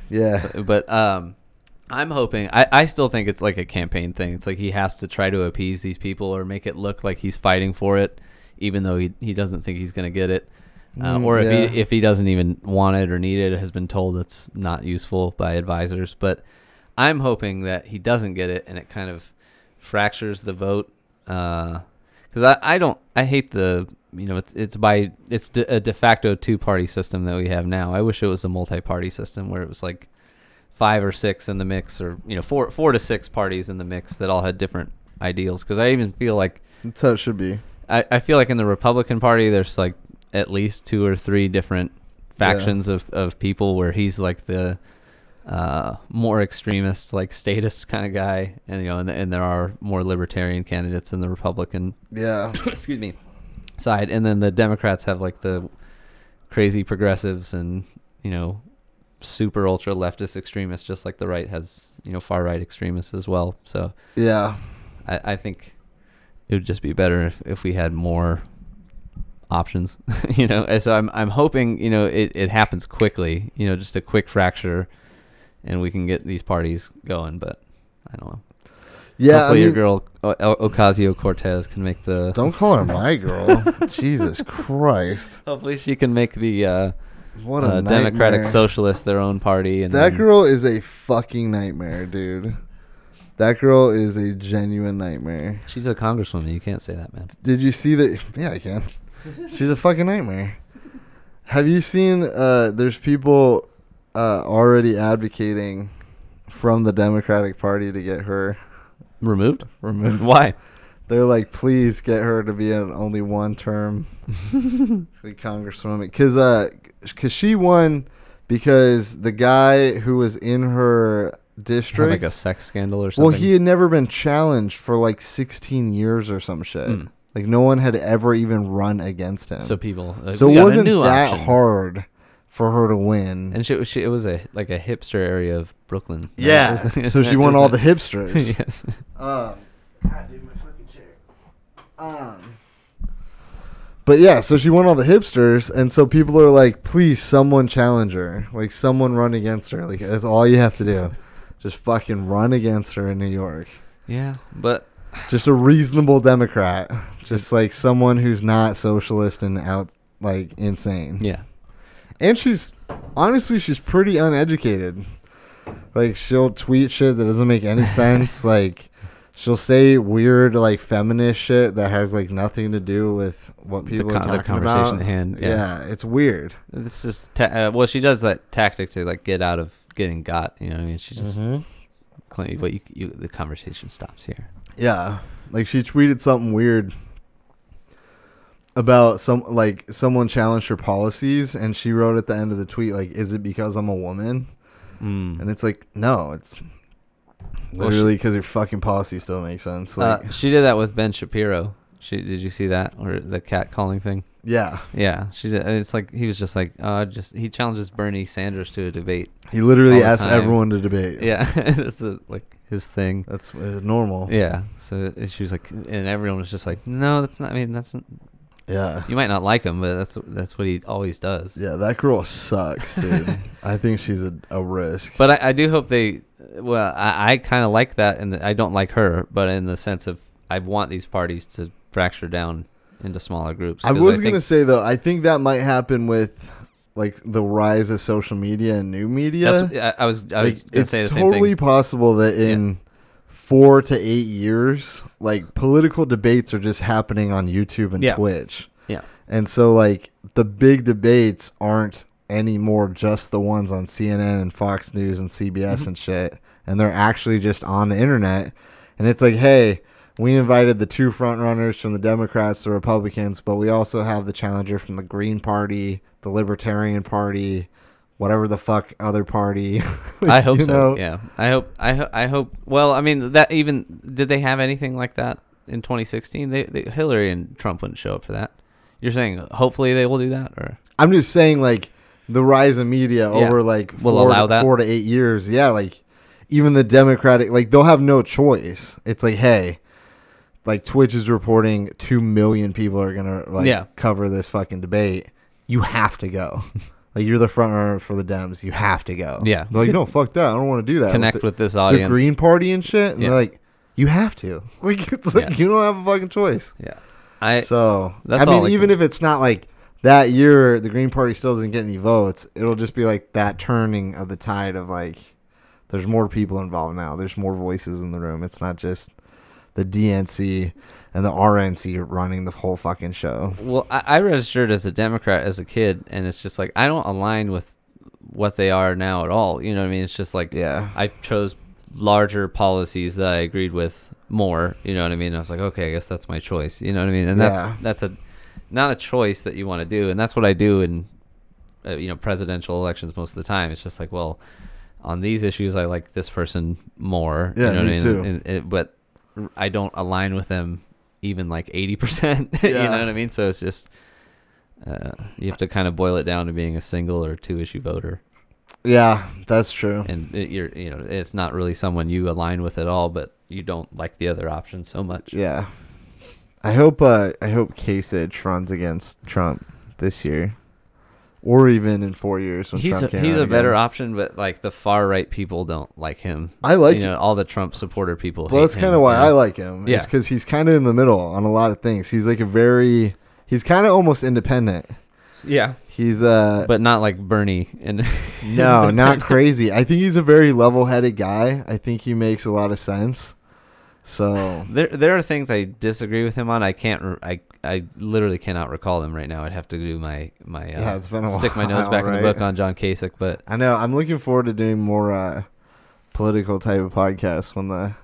Speaker 1: Yeah.
Speaker 2: So- but um, I'm hoping. I, I still think it's like a campaign thing. It's like he has to try to appease these people or make it look like he's fighting for it, even though he he doesn't think he's gonna get it, uh,
Speaker 1: Mm,
Speaker 2: or if
Speaker 1: yeah.
Speaker 2: he if he doesn't even want it or need it, has been told it's not useful by advisors. But I'm hoping that he doesn't get it and it kind of fractures the vote. Because I, I don't I hate the you know it's it's by it's de- a de facto two party system that we have now. I wish it was a multi party system where it was like five or six in the mix or you know four four to six parties in the mix that all had different ideals. Because I even feel like
Speaker 1: That's how it should be.
Speaker 2: I, I feel like in the Republican Party, there's like at least two or three different factions of, of people where he's like the uh, more extremist, like statist kind of guy, and you know, and, and there are more libertarian candidates in the Republican
Speaker 1: Yeah.
Speaker 2: (coughs) excuse me side, and then the Democrats have like the crazy progressives and you know super ultra leftist extremists, just like the right has you know far right extremists as well. So
Speaker 1: Yeah.
Speaker 2: I, I think it would just be better if, if we had more options, (laughs) you know. And so I'm I'm hoping you know it, it happens quickly, you know, just a quick fracture, and we can get these parties going. But I don't know.
Speaker 1: Yeah.
Speaker 2: Hopefully
Speaker 1: I
Speaker 2: your
Speaker 1: mean,
Speaker 2: girl Ocasio Cortez can make the.
Speaker 1: (laughs) Don't call her my
Speaker 2: (laughs)
Speaker 1: girl. Jesus Christ.
Speaker 2: Hopefully she can make the uh,
Speaker 1: What a
Speaker 2: uh, Democratic
Speaker 1: nightmare.
Speaker 2: Socialist their own party. And
Speaker 1: That
Speaker 2: then-
Speaker 1: girl is a fucking nightmare, dude. That girl is a genuine nightmare.
Speaker 2: She's a congresswoman. You can't say that, man.
Speaker 1: Did you see that? Yeah, I can. She's a fucking nightmare. Have you seen? Uh, there's people uh, already advocating from the Democratic Party to get her
Speaker 2: Removed?
Speaker 1: removed.
Speaker 2: Why?
Speaker 1: They're like, please get her to be an only one term congresswoman, because uh, 'cause she won because the guy who was in her
Speaker 2: Have,
Speaker 1: district
Speaker 2: like a sex scandal or
Speaker 1: Well,
Speaker 2: something?
Speaker 1: he had never been challenged for like 16 years or some shit.
Speaker 2: Mm.
Speaker 1: Like no one had ever even run against him.
Speaker 2: So people. like,
Speaker 1: So
Speaker 2: we
Speaker 1: it
Speaker 2: got a
Speaker 1: wasn't
Speaker 2: new
Speaker 1: that
Speaker 2: option.
Speaker 1: hard for her to win.
Speaker 2: And she, was- she it was a like a hipster area of Brooklyn. right?
Speaker 1: yeah,
Speaker 2: (laughs) Isn't-
Speaker 1: so she
Speaker 2: isn't-
Speaker 1: won all the
Speaker 2: isn't-
Speaker 1: hipsters.
Speaker 2: (laughs) yes.
Speaker 1: um, God, dude, my fucking chair. Um, but yeah, so she won all the hipsters, and so people are like, please, someone challenge her. Like someone run against her. Like that's all you have to do. Just fucking run against her in New York.
Speaker 2: Yeah, but
Speaker 1: just a reasonable Democrat, just like someone who's not socialist and out like insane.
Speaker 2: yeah,
Speaker 1: And she's honestly, she's pretty uneducated. Like she'll tweet shit that doesn't make any sense.
Speaker 2: (laughs)
Speaker 1: like she'll say weird like feminist shit that has like nothing to do with what
Speaker 2: The
Speaker 1: people
Speaker 2: con- the
Speaker 1: are talking
Speaker 2: conversation
Speaker 1: about.
Speaker 2: at hand, yeah.
Speaker 1: it's weird.
Speaker 2: it's just ta- uh, well, she does that tactic to like get out of getting got. You know, what I mean, she just
Speaker 1: Mhm.
Speaker 2: claims what you, you the conversation stops here.
Speaker 1: Yeah. Like she tweeted something weird about some like someone challenged her policies and she wrote at the end of the tweet like is it because I'm a woman?
Speaker 2: Mm.
Speaker 1: And it's like no, it's
Speaker 2: Well,
Speaker 1: literally cuz your fucking policy still makes sense. Like
Speaker 2: uh, she did that with Ben Shapiro. She did you see that or the cat calling thing?
Speaker 1: yeah.
Speaker 2: Yeah, she did. and It's like he was just like uh, just he challenges Bernie Sanders to a debate.
Speaker 1: He literally
Speaker 2: all the
Speaker 1: asked
Speaker 2: time.
Speaker 1: everyone to debate.
Speaker 2: Yeah, (laughs) that's a, like his thing.
Speaker 1: That's uh, normal.
Speaker 2: Yeah. So it- she was like, and everyone was just like, no, that's not. I mean, that's
Speaker 1: Yeah.
Speaker 2: you might not like him, but that's that's what he always does.
Speaker 1: Yeah, that girl sucks,
Speaker 2: (laughs)
Speaker 1: dude. I think she's a, a risk.
Speaker 2: But I, I do hope they. Well, I, I kind of like that, and I don't like her, but in the sense of I want these parties to fracture down into smaller groups.
Speaker 1: I
Speaker 2: 'cause
Speaker 1: was
Speaker 2: think-
Speaker 1: gonna say though, I think that might happen with like the rise of social media and new media.
Speaker 2: That's, I, I was. I
Speaker 1: Like,
Speaker 2: was gonna
Speaker 1: it's
Speaker 2: say the same
Speaker 1: totally (laughs)
Speaker 2: thing.
Speaker 1: possible that in four to eight years, like political debates are just happening on YouTube and
Speaker 2: Yeah.
Speaker 1: Twitch.
Speaker 2: Yeah.
Speaker 1: and so like the big debates aren't anymore just the ones on CNN and Fox News and CBS
Speaker 2: Mm-hmm.
Speaker 1: and shit, and they're actually just on the internet. And it's like, hey, we invited the two front runners from the Democrats, the Republicans, but we also have the challenger from the Green Party, the Libertarian Party, whatever the fuck other party. (laughs)
Speaker 2: I hope
Speaker 1: You
Speaker 2: so.
Speaker 1: know?
Speaker 2: Yeah. I hope. I ho- I hope. Well, I mean, that even did they have anything like that in 2016? They, they Hillary and Trump wouldn't show up for that. You're saying hopefully they will do that, or
Speaker 1: I'm just saying, like the rise of media
Speaker 2: Yeah.
Speaker 1: over like
Speaker 2: Will
Speaker 1: four,
Speaker 2: allow that?
Speaker 1: four to eight years. Yeah, like even the Democratic, like they'll have no choice. It's like, hey, like Twitch is reporting two million people are gonna like
Speaker 2: Yeah.
Speaker 1: cover this fucking debate. You have to go. (laughs) like you're the front runner for the Dems. You have to go.
Speaker 2: Yeah.
Speaker 1: They're like no, fuck that. I don't want to do that.
Speaker 2: connect with,
Speaker 1: uh, the,
Speaker 2: this
Speaker 1: the
Speaker 2: audience.
Speaker 1: Green Party and shit. And
Speaker 2: Yeah.
Speaker 1: they're like, you have to. (laughs) Like it's like
Speaker 2: Yeah.
Speaker 1: you don't have a fucking choice.
Speaker 2: Yeah. I
Speaker 1: So
Speaker 2: That's
Speaker 1: I mean,
Speaker 2: all I
Speaker 1: even
Speaker 2: can-
Speaker 1: if it's not like that year, the Green Party still doesn't get any votes. It'll just be like that turning of the tide of like, there's more people involved now. There's more voices in the room. It's not just the DNC and the RNC running the whole fucking show.
Speaker 2: well, I, I registered as a Democrat as a kid, and it's just like I don't align with what they are now at all. You know what I mean? It's just like
Speaker 1: Yeah.
Speaker 2: I chose larger policies that I agreed with more. You know what I mean? I was like, okay, I guess that's my choice. You know what I mean? And
Speaker 1: Yeah.
Speaker 2: that's that's a not a choice that you want to do, and that's what I do in uh, you know presidential elections most of the time. It's just like, well, on these issues, I like this person more.
Speaker 1: Yeah, me
Speaker 2: what
Speaker 1: too.
Speaker 2: I mean? And it- but I don't align with them even like 80%. (laughs) you
Speaker 1: Yeah.
Speaker 2: know what I mean? So it's just, uh, you have to kind of boil it down to being a single or two issue voter.
Speaker 1: Yeah, that's true.
Speaker 2: And it, you're, you know, it's not really someone you align with at all, but you don't like the other option so much.
Speaker 1: Yeah. I hope uh I hope Kasich runs against Trump this year. Or even in four years when
Speaker 2: He's
Speaker 1: Trump
Speaker 2: a,
Speaker 1: came
Speaker 2: he's
Speaker 1: out
Speaker 2: a better
Speaker 1: again.
Speaker 2: option, but like the far right people don't like him.
Speaker 1: I like
Speaker 2: you know, all the Trump supporter people.
Speaker 1: Well, that's
Speaker 2: kind
Speaker 1: kinda why I like him. Yeah.
Speaker 2: Yeah.
Speaker 1: because he's kinda in the middle on a lot of things. He's like a very he's kinda almost independent.
Speaker 2: Yeah,
Speaker 1: He's uh
Speaker 2: but not like Bernie. And
Speaker 1: (laughs)
Speaker 2: (laughs)
Speaker 1: No, not crazy. I think he's a very level-headed guy. I think he makes a lot of sense. So
Speaker 2: there, there are things I disagree with him on. I can't. re- I, I literally cannot recall them right now. I'd have to do my my. Uh,
Speaker 1: Yeah, it's been a
Speaker 2: stick my nose
Speaker 1: while,
Speaker 2: back in the book
Speaker 1: right?
Speaker 2: on John Kasich, but
Speaker 1: I know I'm looking forward to doing more uh, political type of podcasts when the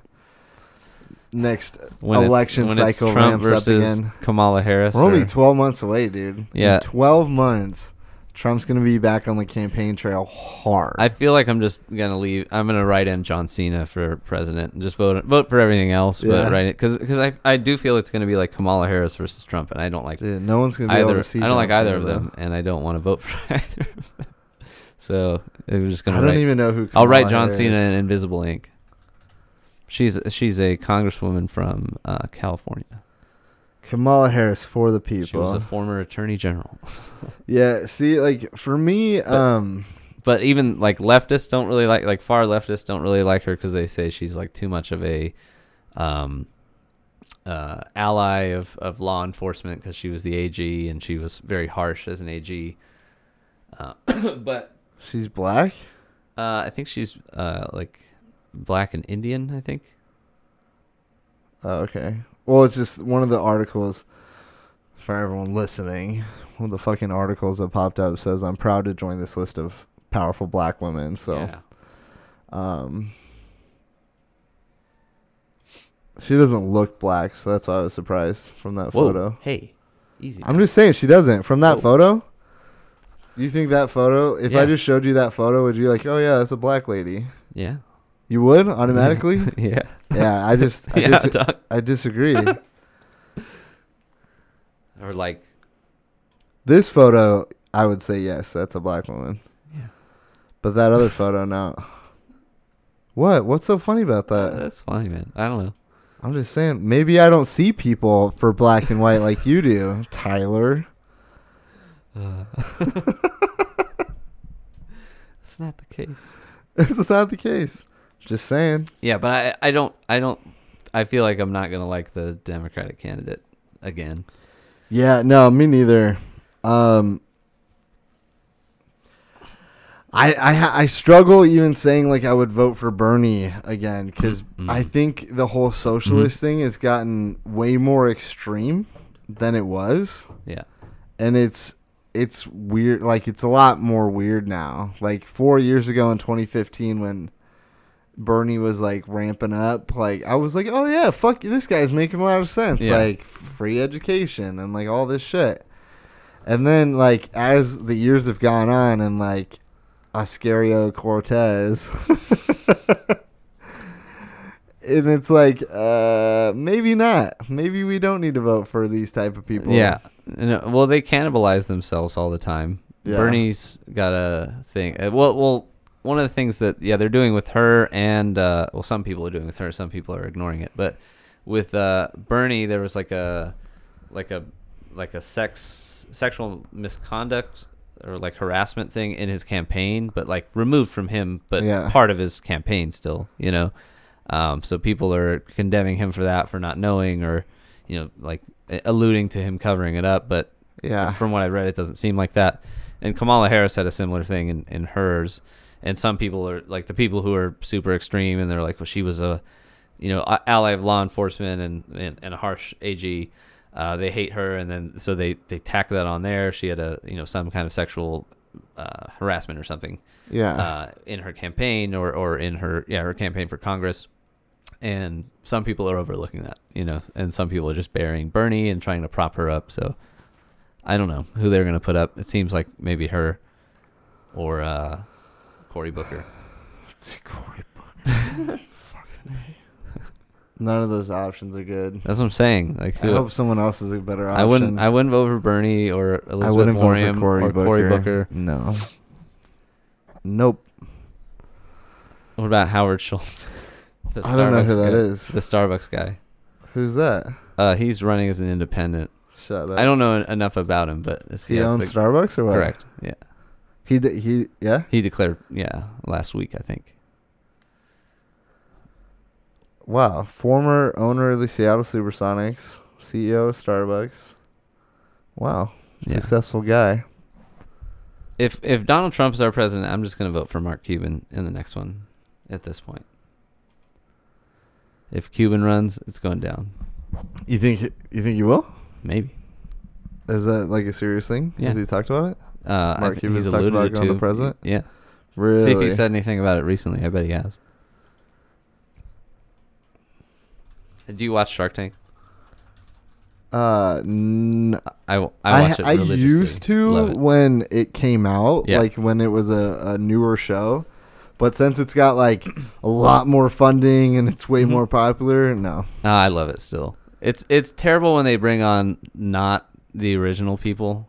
Speaker 1: next
Speaker 2: when
Speaker 1: Election
Speaker 2: it's, when it's
Speaker 1: cycle
Speaker 2: Trump
Speaker 1: ramps up
Speaker 2: versus
Speaker 1: again.
Speaker 2: Kamala Harris.
Speaker 1: We're only
Speaker 2: or-
Speaker 1: 12 months away, dude. In
Speaker 2: Yeah.
Speaker 1: 12 months. Trump's going to be back on the campaign trail hard.
Speaker 2: I feel like I'm just gonna leave. I'm gonna write in John Cena for president and just vote vote for everything else,
Speaker 1: Yeah.
Speaker 2: but write it because I I do feel it's gonna be like Kamala Harris versus Trump, and I don't like
Speaker 1: Dude, no one's going to be
Speaker 2: either.
Speaker 1: able
Speaker 2: I
Speaker 1: to see
Speaker 2: don't like
Speaker 1: John
Speaker 2: either
Speaker 1: Cena,
Speaker 2: of
Speaker 1: though.
Speaker 2: them, and I don't want to vote for (laughs) either. of them. So I'm just gonna.
Speaker 1: I don't
Speaker 2: write.
Speaker 1: even know who.
Speaker 2: I'll write
Speaker 1: Kamala
Speaker 2: John Cena
Speaker 1: Harris-
Speaker 2: in Invisible Ink. She's she's a congresswoman from uh, California.
Speaker 1: Kamala Harris for the people.
Speaker 2: She was a former attorney general.
Speaker 1: yeah, see, like for me, um,
Speaker 2: But even like leftists don't really like like far leftists don't really like her because they say she's like too much of a um, uh, ally of of law enforcement because she was the AG and she was very harsh as an AG. Uh, (coughs) but
Speaker 1: she's black.
Speaker 2: uh, I think she's uh, like black and Indian. I think.
Speaker 1: Oh, okay. Well, it's just one of the articles for everyone listening. One of the fucking articles that popped up says, "I'm proud to join this list of powerful black women." So,
Speaker 2: Yeah.
Speaker 1: um, she doesn't look black, so that's why I was surprised from that
Speaker 2: Whoa.
Speaker 1: photo.
Speaker 2: Hey. Easy.
Speaker 1: I'm just saying she doesn't from that
Speaker 2: Whoa.
Speaker 1: photo. Do you think that photo? If I
Speaker 2: Oh. Yeah.
Speaker 1: just showed you that photo, would you be like, "Oh yeah, that's a black lady"?
Speaker 2: Yeah.
Speaker 1: You would automatically.
Speaker 2: (laughs) yeah.
Speaker 1: (laughs) yeah, I just, I,
Speaker 2: (laughs) yeah,
Speaker 1: dis-
Speaker 2: dog.
Speaker 1: I
Speaker 2: (laughs)
Speaker 1: disagree.
Speaker 2: Or like,
Speaker 1: This photo, I would say yes, that's a black woman.
Speaker 2: Yeah.
Speaker 1: But that other photo, no. What? What's so funny about
Speaker 2: uh,
Speaker 1: that?
Speaker 2: that's funny, man. I don't know.
Speaker 1: I'm just saying, maybe I don't see people for black and white like you do, Tyler. (laughs)
Speaker 2: Uh, (laughs) It's not the case.
Speaker 1: it's not the case. Just saying.
Speaker 2: Yeah, but I, I don't, I don't, I feel like I'm not gonna like the Democratic candidate again.
Speaker 1: Yeah, no, me neither. Um I I ha- I struggle even saying like I would vote for Bernie again cuz
Speaker 2: Mm, mm.
Speaker 1: I think the whole socialist thing has gotten way more extreme than it was
Speaker 2: Yeah.
Speaker 1: and it's it's weird like it's a lot more weird now. Like 4 years ago in 2015 when Bernie was like ramping up, like I was like, "Oh yeah, fuck this guy's making a lot of sense."
Speaker 2: Yeah.
Speaker 1: Like free education and like all this shit. And then like as the years have gone on and like Oscario Cortez (laughs) and it's like uh maybe not. Maybe we don't need to vote for these type of people.
Speaker 2: Yeah. No, well, they cannibalize themselves all the time.
Speaker 1: Yeah.
Speaker 2: Bernie's got a thing. uh, Well, well, one of the things that yeah they're doing with her and uh, well some people are doing with her, some people are ignoring it. But with uh, Bernie, there was like a like a like a sex sexual misconduct or like harassment thing in his campaign, but like removed from him, but
Speaker 1: Yeah.
Speaker 2: part of his campaign still. You know, um, so people are condemning him for that for not knowing or you know like alluding to him covering it up, but
Speaker 1: Yeah.
Speaker 2: from what I read, it doesn't seem like that. And Kamala Harris had a similar thing in, in hers. And some people are like the people who are super extreme, and they're like, well, she was a, you know, a- ally of law enforcement and and, and a harsh AG. Uh, they hate her, and then so they they tack that on there. She had a you know some kind of sexual uh, harassment or something
Speaker 1: Yeah.
Speaker 2: uh, in her campaign or or in her yeah her campaign for Congress. And some people are overlooking that, you know, and some people are just burying Bernie and trying to prop her up. So I don't know who they're going to put up. It seems like maybe her or uh, Cory Booker.
Speaker 1: (laughs) Cory
Speaker 2: (laughs)
Speaker 1: Booker. Fucking A. None of those options are good.
Speaker 2: That's what I'm saying. Like
Speaker 1: I
Speaker 2: who,
Speaker 1: hope someone else is a better option.
Speaker 2: I wouldn't. I wouldn't vote for Bernie or
Speaker 1: I
Speaker 2: Elizabeth
Speaker 1: wouldn't vote for
Speaker 2: Warren
Speaker 1: Cory
Speaker 2: or
Speaker 1: Booker.
Speaker 2: Cory Booker.
Speaker 1: No. Nope.
Speaker 2: What about Howard Schultz? (laughs) The
Speaker 1: I don't know who
Speaker 2: Starbucks
Speaker 1: that
Speaker 2: guy.
Speaker 1: is.
Speaker 2: The Starbucks guy.
Speaker 1: Who's that?
Speaker 2: Uh, he's running as an independent.
Speaker 1: Shut up.
Speaker 2: I don't know en- enough about him, but it's,
Speaker 1: He
Speaker 2: yes,
Speaker 1: owns
Speaker 2: the-
Speaker 1: Starbucks or what?
Speaker 2: correct. Yeah,
Speaker 1: He d- he yeah.
Speaker 2: he declared. Yeah, last week I think.
Speaker 1: Wow. Former owner of the Seattle SuperSonics, CEO of Starbucks. Wow.
Speaker 2: Yeah.
Speaker 1: Successful guy.
Speaker 2: If if Donald Trump's our president, I'm just going to vote for Mark Cuban in the next one. At this point, if Cuban runs, it's going down.
Speaker 1: You think you think he will?
Speaker 2: Maybe.
Speaker 1: Is that like a serious thing?
Speaker 2: Yeah.
Speaker 1: Has he talked about it?
Speaker 2: Uh, I
Speaker 1: Mark
Speaker 2: think
Speaker 1: Cuban's
Speaker 2: he's
Speaker 1: talked
Speaker 2: alluded
Speaker 1: about
Speaker 2: it
Speaker 1: going
Speaker 2: to
Speaker 1: to president?
Speaker 2: Yeah.
Speaker 1: Really?
Speaker 2: See if he said anything about it recently. I bet he has. Do you watch Shark Tank?
Speaker 1: uh, n-
Speaker 2: I, I watch it
Speaker 1: I
Speaker 2: religiously.
Speaker 1: used to
Speaker 2: Love it.
Speaker 1: when it came out,
Speaker 2: Yeah.
Speaker 1: like when it was a, a newer show. But since it's got like a lot more funding and it's way
Speaker 2: Mhm.
Speaker 1: more popular, no.
Speaker 2: No, I love it still. It's it's terrible when they bring on not the original people.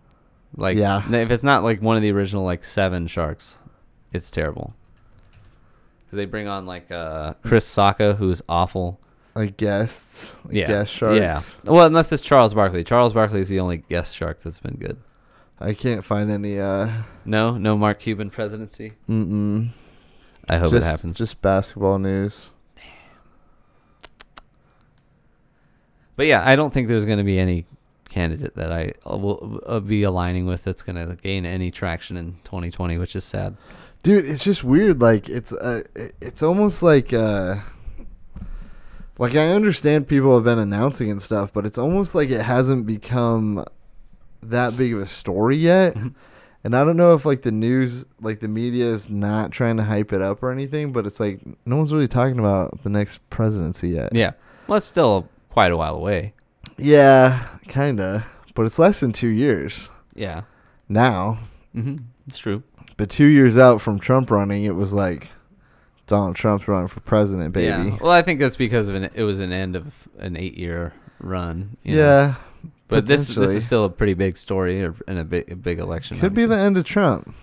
Speaker 2: Like
Speaker 1: Yeah.
Speaker 2: if it's not like one of the original like seven sharks, it's terrible. 'Cause they bring on like uh, Chris Saka, who's awful.
Speaker 1: I guess. I
Speaker 2: Yeah.
Speaker 1: guess sharks.
Speaker 2: Yeah. Well, unless it's Charles Barkley. Charles Barkley is the only guest shark that's been good.
Speaker 1: I can't find any uh
Speaker 2: No, no Mark Cuban presidency.
Speaker 1: mm
Speaker 2: I hope
Speaker 1: just,
Speaker 2: it happens.
Speaker 1: Just basketball news.
Speaker 2: But yeah, I don't think there's going to be any candidate that I uh, will uh, be aligning with that's going to gain any traction in 2020, which is sad.
Speaker 1: Dude, it's just weird like it's uh, it- it's almost like uh like I understand people have been announcing and stuff, but it's almost like it hasn't become that big of a story yet.
Speaker 2: Mhm.
Speaker 1: And I don't know if like the news, like the media is not trying to hype it up or anything, but it's like no one's really talking about the next presidency yet.
Speaker 2: Yeah. Well, it's still quite a while away.
Speaker 1: Yeah, kinda. But it's less than two years
Speaker 2: Yeah.
Speaker 1: now.
Speaker 2: hmm It's true.
Speaker 1: But two years out from Trump running, it was like Donald Trump's running for president, baby.
Speaker 2: Yeah. Well, I think that's because of an it was an end of an eight year run. you know.
Speaker 1: Yeah,
Speaker 2: But this this
Speaker 1: potentially.
Speaker 2: is still a pretty big story or, and a big a big election.
Speaker 1: could be the end of Trump.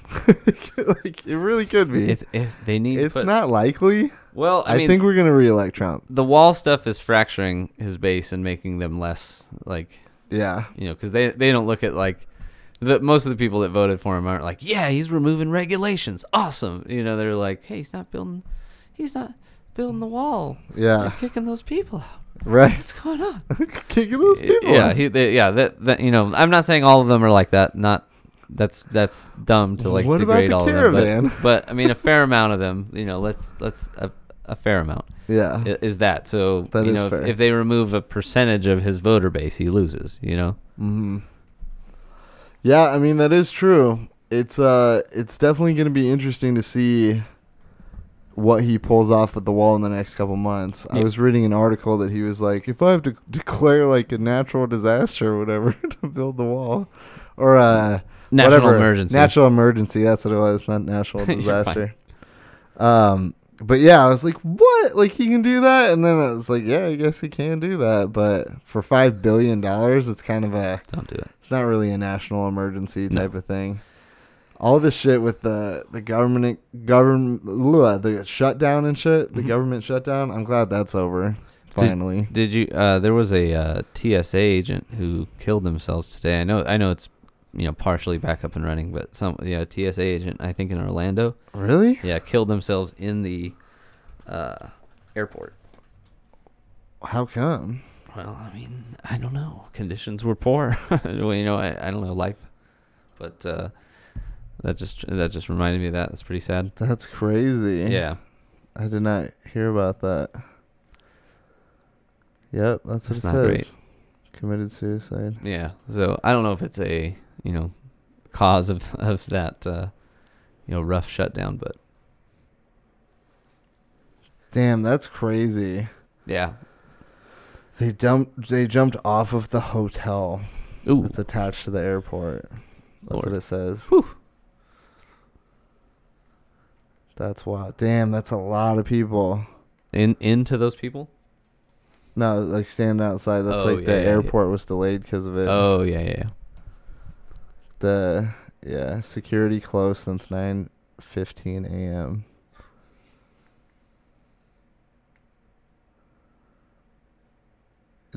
Speaker 1: (laughs) like, it really could be.
Speaker 2: If if they need to
Speaker 1: it's
Speaker 2: put-
Speaker 1: not likely.
Speaker 2: Well,
Speaker 1: I,
Speaker 2: I, mean,
Speaker 1: think we're gonna reelect Trump.
Speaker 2: the wall stuff is fracturing his base and making them less like
Speaker 1: Yeah,
Speaker 2: you know, because they they don't look at like the most of the people that voted for him aren't like, yeah, he's removing regulations, awesome. You know, they're like, hey, he's not building, he's not building the wall, You're
Speaker 1: yeah,
Speaker 2: kicking those people out.
Speaker 1: right. (laughs)
Speaker 2: What's going on?
Speaker 1: Kicking those people.
Speaker 2: yeah,
Speaker 1: out.
Speaker 2: he, they, yeah, that, that you know, I'm not saying all of them are like that. Not that's that's dumb to like
Speaker 1: What about
Speaker 2: degrade
Speaker 1: the
Speaker 2: all of them.
Speaker 1: caravan?
Speaker 2: But, but I mean, a fair amount of them, you know, let's let's a, a fair amount
Speaker 1: yeah.
Speaker 2: i- is that. So
Speaker 1: That
Speaker 2: you
Speaker 1: is
Speaker 2: know, if-
Speaker 1: fair.
Speaker 2: if they remove a percentage of his voter base, he loses. You know.
Speaker 1: hmm Yeah, I mean that is true. It's uh, it's definitely going to be interesting to see what he pulls off at the wall in the next couple months. I
Speaker 2: Yeah.
Speaker 1: was reading an article that he was like, if I have to (laughs) declare like a natural disaster or whatever (laughs) to build the wall, or uh,
Speaker 2: National
Speaker 1: whatever.
Speaker 2: emergency.
Speaker 1: natural emergency. That's what it was, not national
Speaker 2: (laughs) You're
Speaker 1: disaster. um, but yeah, I was like, what? Like he can do that? And then I was like, yeah, I guess he can do that. But for five billion dollars, it's kind of a
Speaker 2: Don't do it.
Speaker 1: it's not really a national emergency
Speaker 2: No.
Speaker 1: type of thing. All this shit with the the government govern blah, the shutdown and shit, the
Speaker 2: Mhm.
Speaker 1: government shutdown. I'm glad that's over finally.
Speaker 2: Did you? Uh, there was a uh, TSA agent who killed themselves today. I know. I know it's you know partially back up and running, but some yeah TSA agent I think in Orlando
Speaker 1: really?
Speaker 2: yeah killed themselves in the uh, airport.
Speaker 1: How come?
Speaker 2: Well, I mean, I don't know. Conditions were poor. (laughs) well, you know, I, I don't know life, but uh, that just that just reminded me of that. That's pretty sad.
Speaker 1: That's crazy.
Speaker 2: Yeah.
Speaker 1: I did not hear about that. Yep, that's what
Speaker 2: That's
Speaker 1: it
Speaker 2: not
Speaker 1: says.
Speaker 2: great.
Speaker 1: Committed suicide.
Speaker 2: Yeah. So I don't know if it's a you know cause of (laughs) of that uh, you know rough shutdown, but
Speaker 1: Damn, that's crazy.
Speaker 2: yeah.
Speaker 1: They dumped. They jumped off of the hotel
Speaker 2: Ooh.
Speaker 1: that's attached to the airport. That's
Speaker 2: Lord.
Speaker 1: what it says. That's wild. Damn, that's a lot of people.
Speaker 2: In into those people?
Speaker 1: No, like standing outside. That's
Speaker 2: Oh,
Speaker 1: like the
Speaker 2: yeah, yeah, yeah.
Speaker 1: airport was delayed because of it.
Speaker 2: Oh yeah, yeah. yeah.
Speaker 1: The yeah security closed since nine fifteen a.m.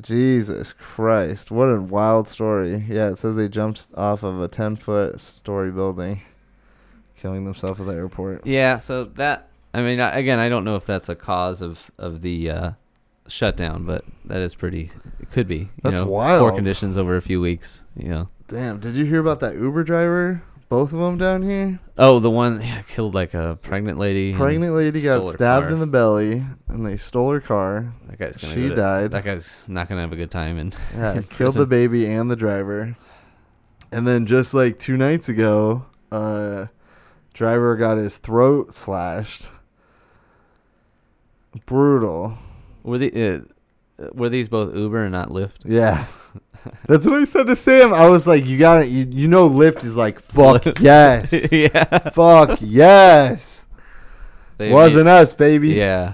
Speaker 1: Jesus Christ! What a wild story. Yeah, it says they jumped off of a ten foot story building, killing themselves at the airport.
Speaker 2: Yeah, so that I mean I- again, I don't know if that's a cause of of the uh, shutdown, but that is pretty it could be. You
Speaker 1: That's
Speaker 2: know, Poor
Speaker 1: wild.
Speaker 2: conditions over a few weeks, you know.
Speaker 1: Damn! Did you hear about that Uber driver? Both of them down here.
Speaker 2: Oh, the one yeah, killed like a pregnant lady. and
Speaker 1: Pregnant lady got
Speaker 2: stole her
Speaker 1: stabbed
Speaker 2: car.
Speaker 1: in the belly, and they stole her car.
Speaker 2: That guy's gonna
Speaker 1: She
Speaker 2: go to-
Speaker 1: died.
Speaker 2: That guy's not gonna have a good time and (laughs)
Speaker 1: Yeah,
Speaker 2: in
Speaker 1: killed the
Speaker 2: prison.
Speaker 1: baby and the driver. And then just like two nights ago, uh driver got his throat slashed. Brutal.
Speaker 2: Were the uh, were these both Uber and not Lyft? (laughs)
Speaker 1: Yeah. That's what I said to Sam. I was like, you got it. You, you know Lyft is like,
Speaker 2: (laughs)
Speaker 1: fuck yes.
Speaker 2: yeah,
Speaker 1: fuck yes.
Speaker 2: They
Speaker 1: Wasn't us, baby.
Speaker 2: made- yeah,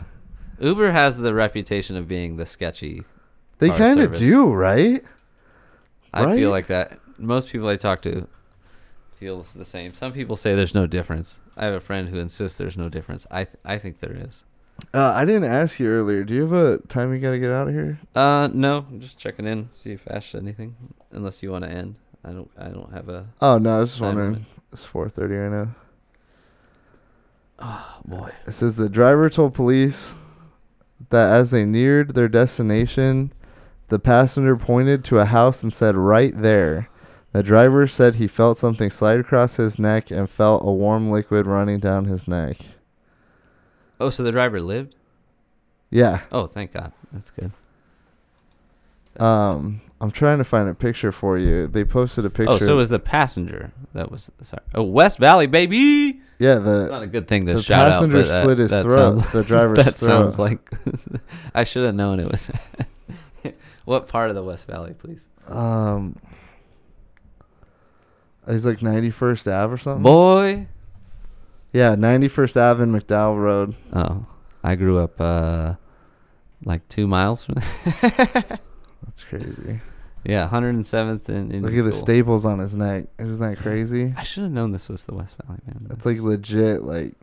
Speaker 2: Uber has the reputation of being the sketchy.
Speaker 1: They
Speaker 2: Car
Speaker 1: kind of
Speaker 2: service.
Speaker 1: do, right?
Speaker 2: I feel
Speaker 1: Right?
Speaker 2: like that. Most people I talk to feel the same. Some people say there's no difference. I have a friend who insists there's no difference. I th- I think there is.
Speaker 1: Uh, I didn't ask you earlier. Do you have a time you got to get out of here?
Speaker 2: Uh, no, I'm just checking in, see if Ash said anything. Unless you want to end, I don't. I don't have a.
Speaker 1: Oh, no. I was just
Speaker 2: time
Speaker 1: wondering.
Speaker 2: limit.
Speaker 1: It's 4.30 right now.
Speaker 2: Oh boy.
Speaker 1: It says the driver told police that as they neared their destination, the passenger pointed to a house and said, right there. The driver said he felt something slide across his neck and felt a warm liquid running down his neck.
Speaker 2: Oh, so the driver lived.
Speaker 1: Yeah.
Speaker 2: Oh, thank God. That's good.
Speaker 1: Um, I'm trying to find a picture for you. They posted a picture.
Speaker 2: Oh, so it was the passenger that was sorry. Oh, West Valley, baby.
Speaker 1: yeah,
Speaker 2: It's
Speaker 1: the,
Speaker 2: not a good thing to
Speaker 1: the
Speaker 2: shout
Speaker 1: passenger
Speaker 2: out. but that-
Speaker 1: slit his
Speaker 2: that
Speaker 1: throat.
Speaker 2: Sounds,
Speaker 1: the (laughs) driver's
Speaker 2: (laughs) that
Speaker 1: throat.
Speaker 2: sounds like I should have known it was. (laughs) what part of the West Valley, please?
Speaker 1: um, he's like 91st Ave or something.
Speaker 2: Boy.
Speaker 1: yeah, 91st Ave and McDowell Road.
Speaker 2: Oh, I grew up uh, like two miles from.
Speaker 1: That's crazy.
Speaker 2: (laughs) yeah, 107th and in
Speaker 1: Look at the staples on his neck. Isn't that crazy?
Speaker 2: I should have known this was the West Valley man.
Speaker 1: That's like legit, like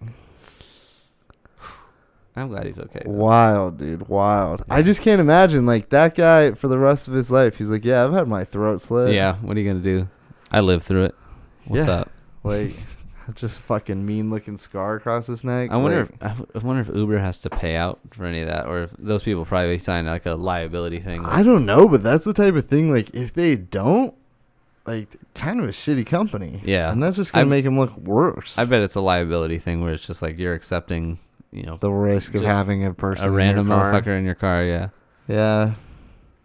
Speaker 2: I'm glad he's okay. though.
Speaker 1: wild, dude. Wild. I
Speaker 2: Yeah.
Speaker 1: just can't imagine, like, that guy for the rest of his life. He's like, yeah, I've had my throat slit.
Speaker 2: Yeah. What are you gonna do? I lived through it. What's
Speaker 1: Yeah.
Speaker 2: up?
Speaker 1: Like, (laughs) just fucking mean looking scar across his neck.
Speaker 2: I wonder.
Speaker 1: like-
Speaker 2: If, I w- I wonder if Uber has to pay out for any of that, or if those people probably sign like a liability thing.
Speaker 1: I don't know, but that's the type of thing, like, if they don't, like, kind of a shitty company.
Speaker 2: Yeah.
Speaker 1: And that's just going
Speaker 2: I-
Speaker 1: to make him look worse.
Speaker 2: I bet it's a liability thing where it's just like you're accepting, you know,
Speaker 1: the risk of
Speaker 2: Just
Speaker 1: having a person.
Speaker 2: a
Speaker 1: in your
Speaker 2: random
Speaker 1: car.
Speaker 2: motherfucker in your car. Yeah.
Speaker 1: Yeah,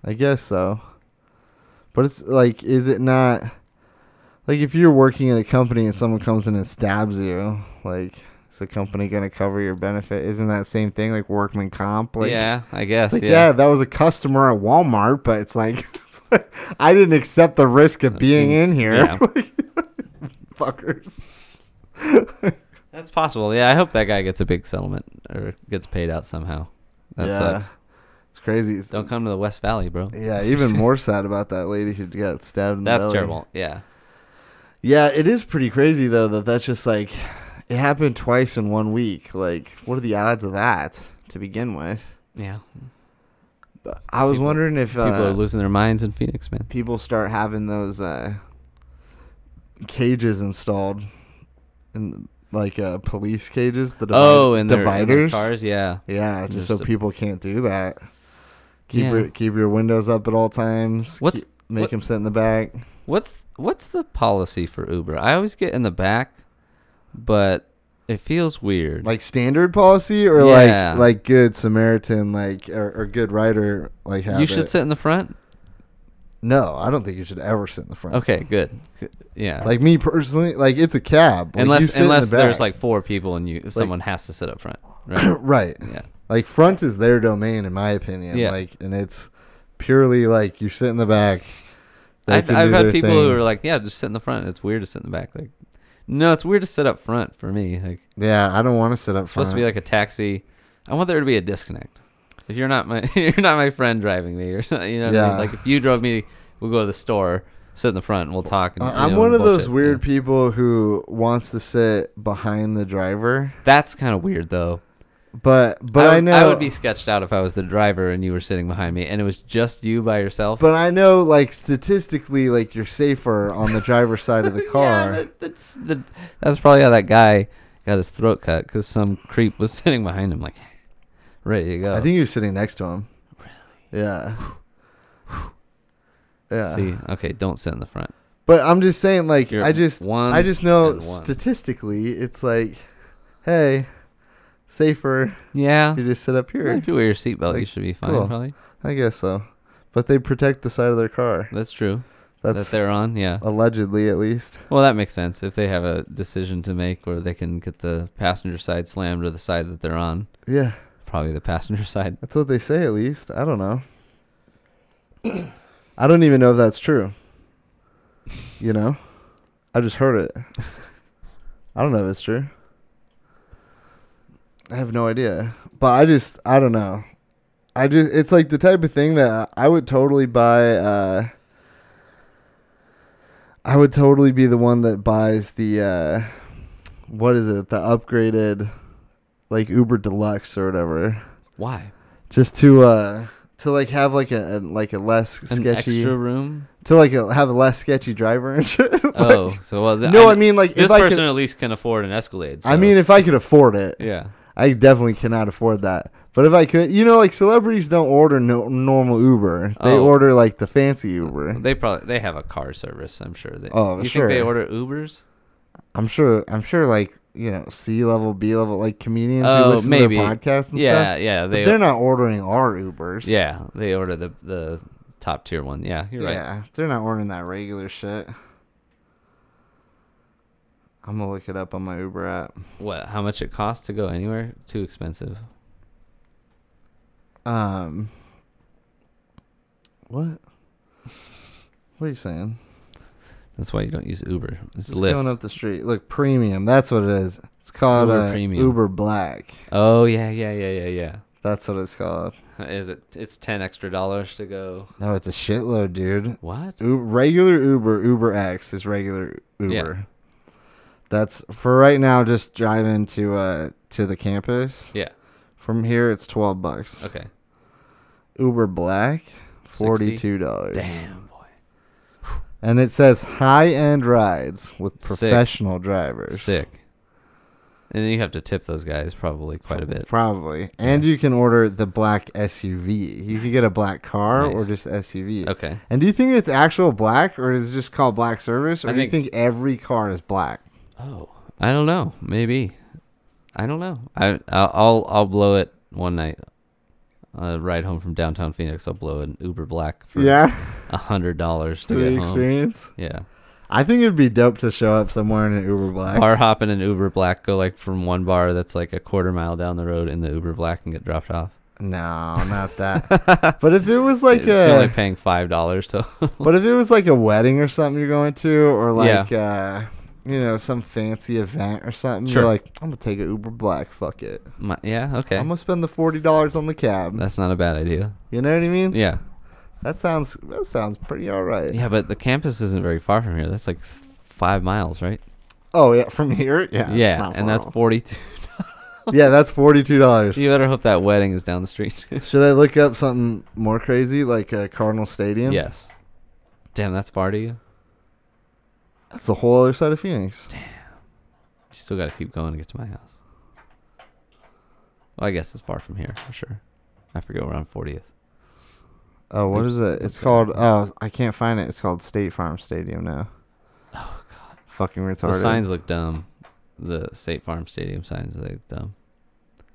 Speaker 1: I guess so. But it's like, is it not like if you're working at a company and someone comes in and stabs you, like is the company gonna cover your benefit? Isn't that same thing like workman comp? Like,
Speaker 2: yeah, I
Speaker 1: it's
Speaker 2: guess.
Speaker 1: like,
Speaker 2: yeah.
Speaker 1: yeah. that was a customer at Walmart, but it's like (laughs) I didn't accept the risk of being
Speaker 2: It's-
Speaker 1: in here,
Speaker 2: yeah.
Speaker 1: (laughs) fuckers.
Speaker 2: That's possible. Yeah, I hope that guy gets a big settlement or gets paid out somehow. That
Speaker 1: yeah.
Speaker 2: sucks.
Speaker 1: It's crazy. It's-
Speaker 2: Don't come to the West Valley, bro.
Speaker 1: yeah,
Speaker 2: (laughs)
Speaker 1: even more sad about that lady who got stabbed in the
Speaker 2: That's
Speaker 1: belly.
Speaker 2: terrible. Yeah.
Speaker 1: Yeah, it is pretty crazy though that that's just like it happened twice in one week. Like, what are the odds of that to begin with?
Speaker 2: Yeah.
Speaker 1: But I was
Speaker 2: People-
Speaker 1: wondering if uh,
Speaker 2: People
Speaker 1: people,
Speaker 2: are losing their minds in Phoenix, man.
Speaker 1: start having those uh, cages installed, in like uh, police cages, the divi-
Speaker 2: oh, and their, and their
Speaker 1: dividers.
Speaker 2: cars. Yeah.
Speaker 1: Yeah, just,
Speaker 2: Just
Speaker 1: so
Speaker 2: a-
Speaker 1: people can't do that. Keep
Speaker 2: Yeah.
Speaker 1: your keep your windows up at all times.
Speaker 2: What's-
Speaker 1: Keep- make
Speaker 2: what-
Speaker 1: them sit in the back?
Speaker 2: What's what's the policy for Uber? I always get in the back, but it feels weird.
Speaker 1: like standard policy or
Speaker 2: Yeah.
Speaker 1: like like good Samaritan like or, or good rider like have
Speaker 2: you should
Speaker 1: it?
Speaker 2: sit in the front.
Speaker 1: no I don't think you should ever sit in the front
Speaker 2: Okay, good. C- Yeah.
Speaker 1: like me personally like it's a cab Like, you
Speaker 2: unless
Speaker 1: sit in the
Speaker 2: unless there's
Speaker 1: back.
Speaker 2: like four people and you if someone has to sit up front, right?
Speaker 1: (coughs) right
Speaker 2: yeah.
Speaker 1: like front is their domain in my opinion
Speaker 2: Yeah.
Speaker 1: like and it's purely like you sit in the back They
Speaker 2: I've,
Speaker 1: can
Speaker 2: I've
Speaker 1: do
Speaker 2: had
Speaker 1: their
Speaker 2: people
Speaker 1: thing.
Speaker 2: who are like, yeah, just sit in the front. It's weird to sit in the back. Like, No, it's weird to sit up front for me. Like
Speaker 1: Yeah, I don't want to sit up
Speaker 2: it's supposed to be
Speaker 1: front.
Speaker 2: like a taxi. I want there to be a disconnect. If you're not my (laughs) you're not my friend driving me or something, you know what I
Speaker 1: Yeah.
Speaker 2: mean? Like if you drove me, we'll go to the store, sit in the front, and we'll talk. And,
Speaker 1: Uh,
Speaker 2: you
Speaker 1: I'm
Speaker 2: know,
Speaker 1: one of those
Speaker 2: bullshit,
Speaker 1: weird
Speaker 2: yeah.
Speaker 1: people who wants to sit behind the driver,
Speaker 2: That's kind of weird though.
Speaker 1: but but
Speaker 2: I,
Speaker 1: I,
Speaker 2: would-
Speaker 1: know
Speaker 2: I would be sketched out if I was the driver and you were sitting behind me, and it was just you by yourself.
Speaker 1: But I know, like statistically, like you're safer on the driver's side
Speaker 2: (laughs)
Speaker 1: of the car.
Speaker 2: Yeah, that- that's, that- that's probably how that guy got his throat cut because some creep was (laughs) sitting behind him, like ready to go.
Speaker 1: I think he was sitting next to him. Really? Yeah. yeah.
Speaker 2: See, okay, don't sit in the front.
Speaker 1: But I'm just saying, like,
Speaker 2: You're
Speaker 1: I just,
Speaker 2: one
Speaker 1: I just know
Speaker 2: and one.
Speaker 1: statistically, it's like, hey, safer
Speaker 2: Yeah,
Speaker 1: if you just sit up
Speaker 2: Well,
Speaker 1: here.
Speaker 2: if you wear your seatbelt, you should be fine.
Speaker 1: cool.
Speaker 2: Probably
Speaker 1: I guess so. But they protect the side of their car.
Speaker 2: that's true.
Speaker 1: That's Oh.
Speaker 2: that they're on, yeah.
Speaker 1: allegedly, at least.
Speaker 2: Well, that makes sense if they have a decision to make where they can get the passenger side slammed or the side that they're on.
Speaker 1: Yeah,
Speaker 2: Probably the passenger (laughs) side.
Speaker 1: that's what they say. At least I don't know. I don't even know if that's true. You know, I just heard it. I don't know if it's true. I have no idea. But I just I don't know. I just it's like the type of thing that I would totally buy uh I would totally be the one that buys the uh what is it? The upgraded like Uber Deluxe or whatever.
Speaker 2: Why?
Speaker 1: Just to uh to like have like a, a like a less
Speaker 2: An
Speaker 1: sketchy
Speaker 2: extra
Speaker 1: (laughs)
Speaker 2: room?
Speaker 1: to like a, have a less sketchy driver and shit. Like,
Speaker 2: oh, so well. th-
Speaker 1: no, I, mean like
Speaker 2: this
Speaker 1: if I
Speaker 2: person
Speaker 1: could,
Speaker 2: at least can afford an Escalade.
Speaker 1: I
Speaker 2: so-
Speaker 1: mean if I could afford it.
Speaker 2: yeah.
Speaker 1: I definitely cannot afford that. But if I could, you know, like celebrities don't order no, normal Uber. They
Speaker 2: Oh.
Speaker 1: order like the fancy Uber.
Speaker 2: They probably they have a car service. I'm sure. They,
Speaker 1: Oh,
Speaker 2: you think they
Speaker 1: sure.
Speaker 2: order Ubers?
Speaker 1: I'm sure. I'm sure, like you know, C level, B level, like comedians
Speaker 2: Oh,
Speaker 1: who listen
Speaker 2: maybe.
Speaker 1: to their podcasts and
Speaker 2: Yeah,
Speaker 1: stuff.
Speaker 2: yeah.
Speaker 1: But
Speaker 2: They
Speaker 1: they're not ordering our Ubers.
Speaker 2: yeah they order the the top tier one. Yeah, you're right.
Speaker 1: Yeah, they're not ordering that regular shit. I'm gonna look it up on my Uber app.
Speaker 2: What? How much it costs to go anywhere? Too expensive.
Speaker 1: Um, what? What are you saying?
Speaker 2: That's why you don't use Uber. It's
Speaker 1: Just going
Speaker 2: Lyft.
Speaker 1: up the street. Look, premium. That's what it is. It's called
Speaker 2: Uber
Speaker 1: Uber, uh,
Speaker 2: Premium.
Speaker 1: Uber Black.
Speaker 2: Oh yeah, yeah, yeah, yeah,
Speaker 1: That's what it's called.
Speaker 2: yeah. Is it? It's ten extra dollars to go.
Speaker 1: No, it's a shitload, dude.
Speaker 2: What?
Speaker 1: U- regular Uber, Uber X is regular Uber. That's for right now. Just driving to uh to the campus.
Speaker 2: Yeah.
Speaker 1: From here, it's twelve bucks.
Speaker 2: Okay.
Speaker 1: Uber Black,
Speaker 2: 60?
Speaker 1: forty two dollars.
Speaker 2: Damn boy.
Speaker 1: And it says high end rides with
Speaker 2: Sick.
Speaker 1: professional drivers.
Speaker 2: Sick. And then you have to tip those guys probably quite a bit.
Speaker 1: Probably. And you can order the black SUV. You could get a black car or
Speaker 2: Nice.
Speaker 1: just SUV.
Speaker 2: Okay.
Speaker 1: And do you think it's actual black or is it just called black service? Or
Speaker 2: I
Speaker 1: do
Speaker 2: think-
Speaker 1: you think every car is black?
Speaker 2: Oh, I don't know. Maybe. I don't know. I I'll I'll, I'll blow it one night. On a ride home from downtown Phoenix, I'll blow an Uber Black for
Speaker 1: yeah.
Speaker 2: a hundred dollars to
Speaker 1: To the
Speaker 2: get home.
Speaker 1: experience.
Speaker 2: Yeah,
Speaker 1: I think it'd be dope to show up somewhere in an Uber black.
Speaker 2: bar hopping an Uber Black, go like from one bar that's like a quarter mile down the road in the Uber Black and get dropped off.
Speaker 1: no, not that.
Speaker 2: (laughs)
Speaker 1: but if it was like uh,
Speaker 2: it's only
Speaker 1: a
Speaker 2: paying five dollars to. (laughs)
Speaker 1: but if it was like a wedding or something you're going to or
Speaker 2: Yeah.
Speaker 1: like uh you know, some fancy event or something.
Speaker 2: Sure.
Speaker 1: You're like, I'm gonna take an Uber Black. Fuck it.
Speaker 2: My, yeah, okay,
Speaker 1: I'm gonna spend the forty dollars on the cab.
Speaker 2: that's not a bad idea.
Speaker 1: You know what I mean?
Speaker 2: Yeah,
Speaker 1: That sounds that sounds pretty all right.
Speaker 2: yeah, but the campus isn't very far from here. That's like f- five miles, right?
Speaker 1: Oh yeah, from here, yeah, it's
Speaker 2: yeah,
Speaker 1: not far
Speaker 2: and that's
Speaker 1: off.
Speaker 2: forty-two. (laughs)
Speaker 1: yeah, that's forty two dollars.
Speaker 2: You better hope that wedding is down the street. (laughs)
Speaker 1: Should I look up something more crazy like uh, Cardinal Stadium?
Speaker 2: Yes. Damn, that's far to you. You
Speaker 1: that's the whole other side of Phoenix.
Speaker 2: still got to keep going to get to my house. Well, I guess it's far from here for sure. I forget we're on 40th.
Speaker 1: Oh, what is it? It's called. Oh, I can't find it. It's called State Farm Stadium now.
Speaker 2: Oh god.
Speaker 1: Fucking retarded.
Speaker 2: The signs look dumb. The State Farm Stadium signs they look dumb.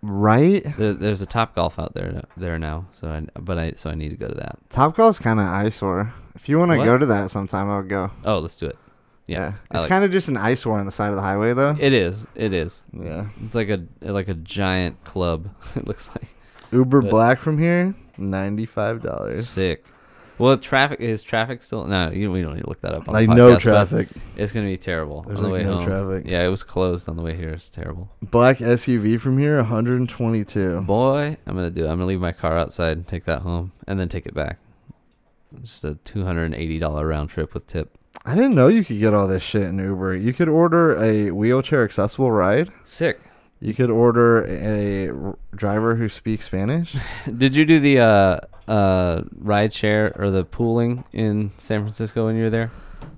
Speaker 1: right?
Speaker 2: There, there's a Top Golf out there there now, so I but I so I need to go to that.
Speaker 1: Top Golf's kind of eyesore. If you want to
Speaker 2: What?
Speaker 1: go to that sometime, I would go.
Speaker 2: Oh, let's do it. Yeah, I
Speaker 1: it's
Speaker 2: like-
Speaker 1: kind of just an eyesore on the side of the highway though.
Speaker 2: It is. It is.
Speaker 1: yeah,
Speaker 2: It's like a like a giant club. (laughs) it looks like
Speaker 1: Uber
Speaker 2: But-
Speaker 1: Black from here, ninety five dollars.
Speaker 2: sick. Well, traffic is traffic still? No, you, we don't need to look that up. On
Speaker 1: Like
Speaker 2: the podcast,
Speaker 1: no
Speaker 2: but
Speaker 1: traffic.
Speaker 2: It's gonna be terrible
Speaker 1: There's
Speaker 2: on the
Speaker 1: like
Speaker 2: way
Speaker 1: no
Speaker 2: home.
Speaker 1: traffic.
Speaker 2: Yeah, it was closed on the way here. It's terrible.
Speaker 1: Black SUV from here, 122.
Speaker 2: Boy, I'm gonna do. It. I'm gonna leave my car outside and take that home, and then take it back. Just a two hundred and eighty dollar round trip with tip.
Speaker 1: I didn't know you could get all this shit in Uber. You could order a wheelchair accessible ride.
Speaker 2: Sick.
Speaker 1: You could order a r- driver who speaks Spanish.
Speaker 2: (laughs) Did you do the uh, uh, ride share or the pooling in San Francisco when you were there?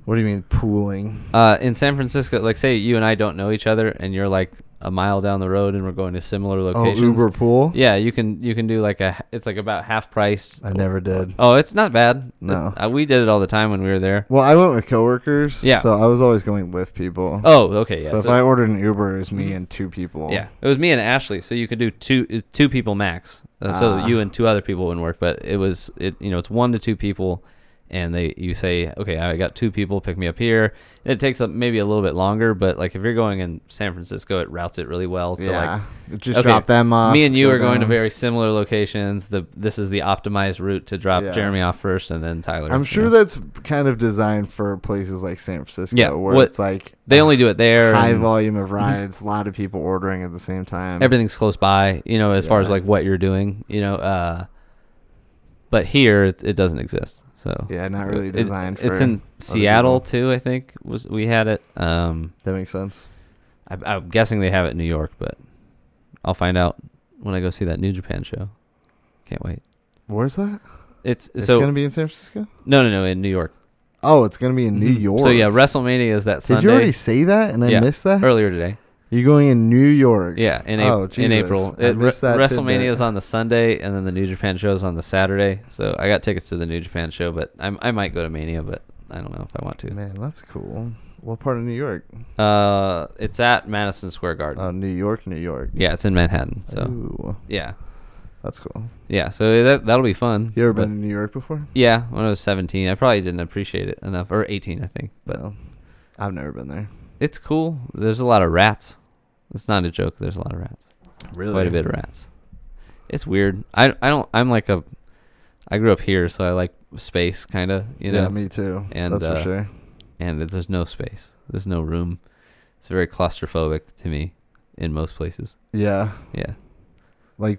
Speaker 1: What do you mean pooling?
Speaker 2: Uh, in San Francisco, like say you and I don't know each other, and you're like a mile down the road, and we're going to similar locations.
Speaker 1: Oh, Uber pool.
Speaker 2: Yeah, you can you can do like a it's like about half price.
Speaker 1: I never did.
Speaker 2: Oh, it's not bad.
Speaker 1: No.
Speaker 2: Uh, we did it all the time when we were there.
Speaker 1: Well, I went with coworkers.
Speaker 2: Yeah.
Speaker 1: So I was always going with people.
Speaker 2: Oh, okay, yeah.
Speaker 1: so, if
Speaker 2: so-
Speaker 1: I ordered an Uber, it was me and two people.
Speaker 2: Yeah, it was me and Ashley, so you could do two uh, two people max. Uh, so
Speaker 1: Ah.
Speaker 2: you and two other people wouldn't work, but it was it you know it's one to two people, and they you say okay I got two people pick me up here. And it takes up maybe a little bit longer, but like if you're going in San Francisco, it routes it really well. So like
Speaker 1: yeah. Ah, Just
Speaker 2: okay,
Speaker 1: drop them off.
Speaker 2: me and you
Speaker 1: go
Speaker 2: are going to
Speaker 1: down.
Speaker 2: very similar locations. The this is the optimized route to drop
Speaker 1: Yeah.
Speaker 2: Jeremy off first, and then Tyler.
Speaker 1: I'm
Speaker 2: you
Speaker 1: sure
Speaker 2: know.
Speaker 1: that's kind of designed for places like San Francisco,
Speaker 2: Yeah,
Speaker 1: where
Speaker 2: what-
Speaker 1: it's like
Speaker 2: they only do it there.
Speaker 1: high
Speaker 2: and
Speaker 1: volume
Speaker 2: (laughs)
Speaker 1: of rides, a lot of people ordering at the same time.
Speaker 2: Everything's close by, you know, as far as
Speaker 1: Yeah.
Speaker 2: like what you're doing, you know. Uh, but here it, it doesn't exist. So
Speaker 1: yeah, not really
Speaker 2: It-
Speaker 1: designed for.
Speaker 2: It's in Seattle too. I think was we had it. Um,
Speaker 1: That makes sense.
Speaker 2: I, I'm guessing they have it in New York, but I'll find out when I go see that New Japan show. Can't wait.
Speaker 1: Where's that?
Speaker 2: It's,
Speaker 1: It's
Speaker 2: so
Speaker 1: gonna be in San Francisco.
Speaker 2: no no no in New York.
Speaker 1: Oh, it's gonna be in New
Speaker 2: Mhm.
Speaker 1: York.
Speaker 2: So yeah, WrestleMania is that
Speaker 1: Did
Speaker 2: Sunday.
Speaker 1: you already say that and I
Speaker 2: Yeah.
Speaker 1: missed that?
Speaker 2: earlier today.
Speaker 1: You're going in New York.
Speaker 2: Yeah, in,
Speaker 1: Oh,
Speaker 2: April. in
Speaker 1: Jesus.
Speaker 2: April.
Speaker 1: I
Speaker 2: It- Re-
Speaker 1: missed that
Speaker 2: WrestleMania
Speaker 1: tidbit.
Speaker 2: is on the Sunday, and then the New Japan show is on the Saturday. So I got tickets to the New Japan show, but I, I might go to Mania, but I don't know if I want to.
Speaker 1: Man, that's cool. What part of New York?
Speaker 2: Uh, it's at Madison Square Garden.
Speaker 1: Oh, New York, New York.
Speaker 2: yeah, it's in Manhattan. So
Speaker 1: Ooh,
Speaker 2: yeah,
Speaker 1: that's cool.
Speaker 2: yeah. So eh, that that'll be fun.
Speaker 1: You ever
Speaker 2: but-
Speaker 1: been to New York before?
Speaker 2: Yeah, when I was 17, I probably didn't appreciate it enough, or 18, I think. But
Speaker 1: no. I've never been there.
Speaker 2: it's cool. There's a lot of rats. It's not a joke. There's a lot of rats.
Speaker 1: Really?
Speaker 2: quite a bit of rats. It's weird. I I don't. I'm like a. I grew up here, so I like space, kind of. You know,
Speaker 1: yeah, me too.
Speaker 2: and,
Speaker 1: that's
Speaker 2: uh,
Speaker 1: for sure.
Speaker 2: and it- there's no space. There's no room. It's very claustrophobic to me, in most places.
Speaker 1: Yeah,
Speaker 2: Yeah.
Speaker 1: like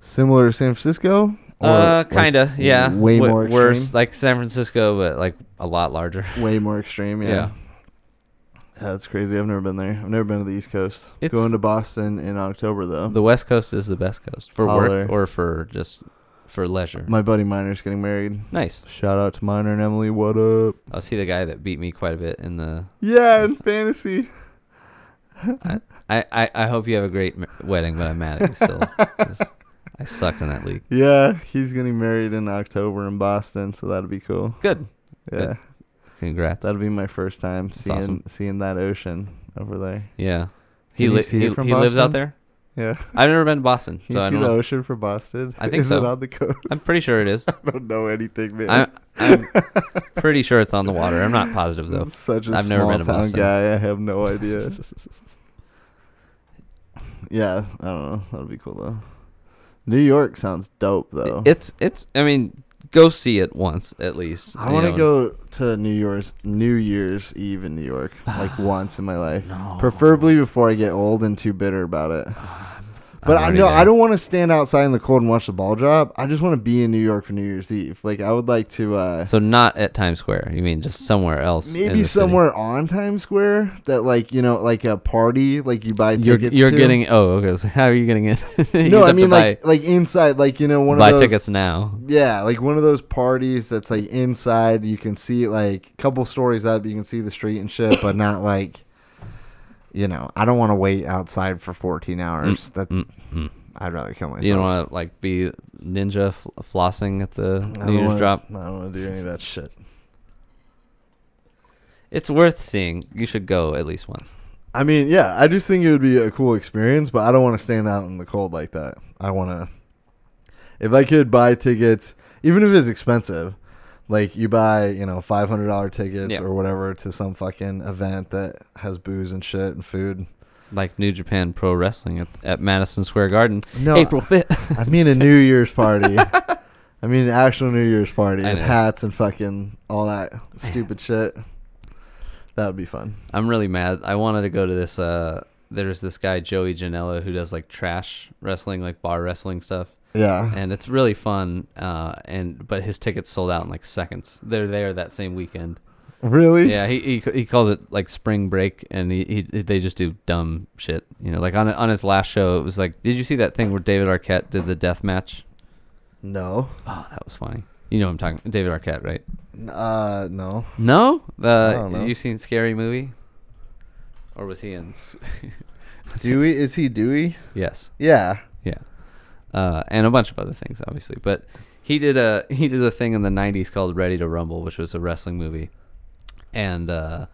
Speaker 1: similar to San Francisco. Or
Speaker 2: uh,
Speaker 1: like,
Speaker 2: kind of. yeah.
Speaker 1: way more
Speaker 2: worse,
Speaker 1: extreme?
Speaker 2: like San Francisco, but like a lot larger.
Speaker 1: (laughs) way more extreme. Yeah.
Speaker 2: Yeah.
Speaker 1: Yeah, that's crazy. I've never been there. I've never been to the East Coast.
Speaker 2: It's-
Speaker 1: Going to Boston in October though.
Speaker 2: The West Coast is the best coast
Speaker 1: Um,
Speaker 2: for
Speaker 1: Holler.
Speaker 2: work or for just for leisure.
Speaker 1: My buddy Miner's getting married.
Speaker 2: nice.
Speaker 1: Shout out to Miner and Emily. What up?
Speaker 2: I'll see the guy that beat me quite a bit in the.
Speaker 1: Yeah, (laughs) in fantasy.
Speaker 2: I I, I hope you have a great m- wedding, but I'm mad at you still.
Speaker 1: (laughs)
Speaker 2: 'cause I sucked in that league.
Speaker 1: Yeah, he's getting married in October in Boston, so that'd be cool.
Speaker 2: Good.
Speaker 1: Yeah,
Speaker 2: Good. Congrats.
Speaker 1: that'd be my first time
Speaker 2: That's
Speaker 1: seeing
Speaker 2: awesome.
Speaker 1: seeing that ocean over there.
Speaker 2: yeah. He,
Speaker 1: Can you
Speaker 2: li-
Speaker 1: see
Speaker 2: he,
Speaker 1: it from
Speaker 2: he lives out
Speaker 1: Boston?
Speaker 2: there.
Speaker 1: Yeah,
Speaker 2: I've never been to Boston,
Speaker 1: (laughs) can you
Speaker 2: so I
Speaker 1: see
Speaker 2: don't
Speaker 1: the
Speaker 2: know.
Speaker 1: ocean from Boston?
Speaker 2: I think
Speaker 1: Is
Speaker 2: so.
Speaker 1: it on the coast?
Speaker 2: I'm pretty sure it is.
Speaker 1: (laughs) I don't know anything, man.
Speaker 2: I'm, I'm pretty sure it's on the water. I'm not positive
Speaker 1: (laughs)
Speaker 2: though.
Speaker 1: I'm such a
Speaker 2: I've
Speaker 1: small
Speaker 2: never been to
Speaker 1: town
Speaker 2: Boston.
Speaker 1: guy. I have no
Speaker 2: (laughs)
Speaker 1: idea. yeah, I don't know. That'd be cool though. New York sounds dope though.
Speaker 2: It's it's. I mean, go see it once at least.
Speaker 1: I
Speaker 2: you
Speaker 1: want to
Speaker 2: know.
Speaker 1: go to New Year's New Year's Eve in New York like
Speaker 2: (sighs)
Speaker 1: once in my life,
Speaker 2: No.
Speaker 1: preferably before I get old and too bitter about it.
Speaker 2: I'm
Speaker 1: But I
Speaker 2: already
Speaker 1: know
Speaker 2: there.
Speaker 1: I don't want to stand outside in the cold and watch the ball drop. I just want to be in New York for New Year's Eve. Like I would like to uh,
Speaker 2: So not at Times Square. You mean just somewhere else? in
Speaker 1: maybe
Speaker 2: the city.
Speaker 1: somewhere on Times Square that like you know like a party like you buy
Speaker 2: You're,
Speaker 1: tickets.
Speaker 2: you're
Speaker 1: to.
Speaker 2: getting. (laughs) Oh, okay. So how are you getting in? (laughs) You
Speaker 1: no,
Speaker 2: have
Speaker 1: I
Speaker 2: to
Speaker 1: mean
Speaker 2: buy,
Speaker 1: like like inside like you know one
Speaker 2: buy
Speaker 1: of those
Speaker 2: tickets now.
Speaker 1: Yeah, like one of those parties that's like inside. You can see like a couple stories up. You can see the street and shit, but not like, you know, I don't want to wait outside for 14 hours. That
Speaker 2: Mm, mm.
Speaker 1: I'd rather kill myself.
Speaker 2: You don't want to like be ninja f- flossing at the
Speaker 1: I
Speaker 2: New
Speaker 1: don't
Speaker 2: Year's
Speaker 1: wanna-
Speaker 2: drop.
Speaker 1: I don't want to do any of that shit.
Speaker 2: It's worth seeing. You should go at least once.
Speaker 1: I mean, yeah, I just think it would be a cool experience, but I don't want to stand out in the cold like that. I want to. If I could buy tickets, even if it's expensive, like you buy, you know, five hundred dollar tickets
Speaker 2: Yeah.
Speaker 1: or whatever to some fucking event that has booze and shit and food.
Speaker 2: Like New Japan Pro Wrestling at, at Madison Square Garden,
Speaker 1: No, (laughs)
Speaker 2: April fifth.
Speaker 1: I mean a New Year's party. (laughs) I mean, the actual New Year's party
Speaker 2: I
Speaker 1: with
Speaker 2: know.
Speaker 1: hats and fucking all that stupid shit. That would be fun.
Speaker 2: (laughs) I'm really mad. I wanted to go to this. Uh, there's this guy Joey Janela who does like trash wrestling, like bar wrestling stuff,
Speaker 1: Yeah.
Speaker 2: and it's really fun. Uh, and but his tickets sold out in like seconds. They're there that same weekend.
Speaker 1: Really?
Speaker 2: Yeah, he he, he calls it like spring break, and he, he they just do dumb shit. You know, like on on his last show, it was like, did you see that thing where David Arquette did the death match?
Speaker 1: No.
Speaker 2: Oh, that was funny. You know what I'm talking David Arquette, right?
Speaker 1: Uh, no.
Speaker 2: No,
Speaker 1: I
Speaker 2: the
Speaker 1: don't know.
Speaker 2: you seen Scary Movie, or was he in? s- (laughs)
Speaker 4: Dewey is he Dewey?
Speaker 2: yes,
Speaker 4: Yeah.
Speaker 2: yeah, uh, and a bunch of other things, obviously. But he did a he did a thing in the '90s called Ready to Rumble, which was a wrestling movie, and uh,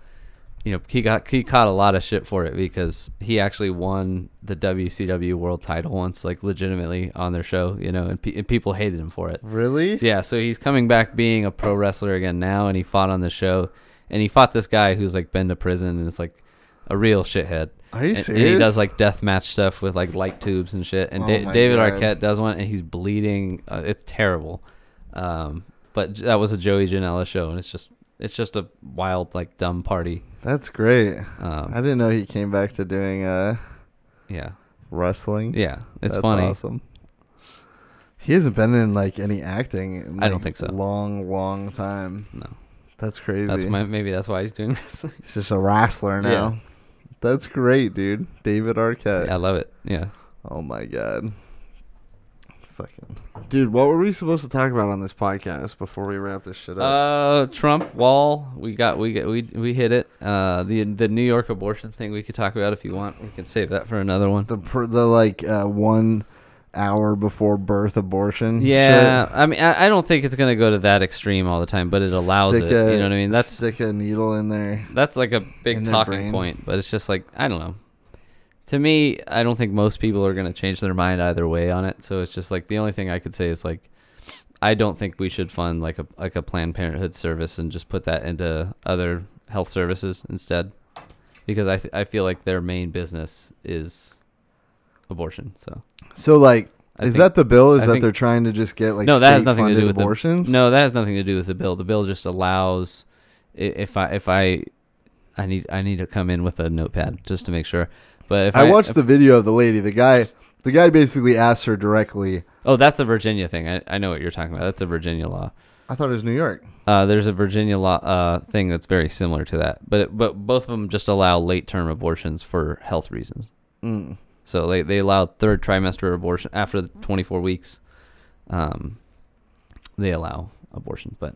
Speaker 2: you know he got he caught a lot of shit for it because he actually won the WCW World Title once, like legitimately on their show, you know, and, pe- and people hated him for it.
Speaker 4: Really?
Speaker 2: Yeah, so he's coming back being a pro wrestler again now, and he fought on the show, and he fought this guy who's like been to prison and is like a real shithead.
Speaker 1: Are you
Speaker 2: and, and
Speaker 1: serious?
Speaker 2: he does like death match stuff with like light tubes and shit. And
Speaker 1: Oh
Speaker 2: da-
Speaker 1: my
Speaker 2: David
Speaker 1: God.
Speaker 2: Arquette does one, and he's bleeding. Uh, it's terrible. Um, but j- that was a Joey Janela show, and it's just it's just a wild like dumb party.
Speaker 1: That's great. I
Speaker 2: Um,
Speaker 1: didn't know he came back to doing uh
Speaker 2: yeah,
Speaker 1: wrestling.
Speaker 2: yeah, it's
Speaker 1: That's
Speaker 2: funny.
Speaker 1: Awesome. He hasn't been in like any acting. In,
Speaker 2: I don't
Speaker 1: like,
Speaker 2: think so.
Speaker 1: Long, long time.
Speaker 2: No,
Speaker 1: That's crazy.
Speaker 2: that's my maybe that's why he's doing wrestling.
Speaker 1: He's just a wrestler
Speaker 2: Yeah.
Speaker 1: now. That's great, dude. David Arquette.
Speaker 2: I love it. (laughs) Yeah.
Speaker 1: Oh my god. Fucking. Dude, what were we supposed to talk about on this podcast before we wrap this shit up?
Speaker 2: Uh, Trump wall. We got we get we we hit it. Uh, the the New York abortion thing we could talk about if you want. We can save that for another one.
Speaker 1: the per, the like uh, one hour before birth abortion.
Speaker 2: Yeah,
Speaker 1: shit.
Speaker 2: I mean, I, I don't think it's gonna go to that extreme all the time, but it allows
Speaker 1: Stick
Speaker 2: it. you know what I mean? That's
Speaker 1: stick a needle in there.
Speaker 2: that's like a
Speaker 1: in
Speaker 2: big
Speaker 1: their
Speaker 2: talking
Speaker 1: brain.
Speaker 2: point, but it's just like I don't know. To me, I don't think most people are gonna change their mind either way on it. So it's just like the only thing I could say is like. I don't think we should fund like a like a Planned Parenthood service and just put that into other health services instead, because I th- I feel like their main business is abortion. So
Speaker 1: So like,
Speaker 2: I
Speaker 1: is
Speaker 2: think-
Speaker 1: that the bill? Is
Speaker 2: I
Speaker 1: that
Speaker 2: think-
Speaker 1: they're trying to just get like
Speaker 2: no, that has
Speaker 1: state
Speaker 2: nothing to
Speaker 1: funded
Speaker 2: do with
Speaker 1: abortions?
Speaker 2: The, no, that has nothing to do with the bill. The bill just allows i- if I if I I need I need to come in with a notepad just to make sure. But if I,
Speaker 1: I watched
Speaker 2: if-
Speaker 1: the video of the lady. The guy, the guy basically asked her directly.
Speaker 2: oh, that's the Virginia thing. I, I know what you're talking about. That's a Virginia law.
Speaker 1: I thought it was New York.
Speaker 2: Uh, there's a Virginia law uh, thing that's very similar to that, but it, but both of them just allow late term abortions for health reasons.
Speaker 1: Mm.
Speaker 2: So they they allow third trimester abortion after the 24 weeks. Um, they allow abortion, but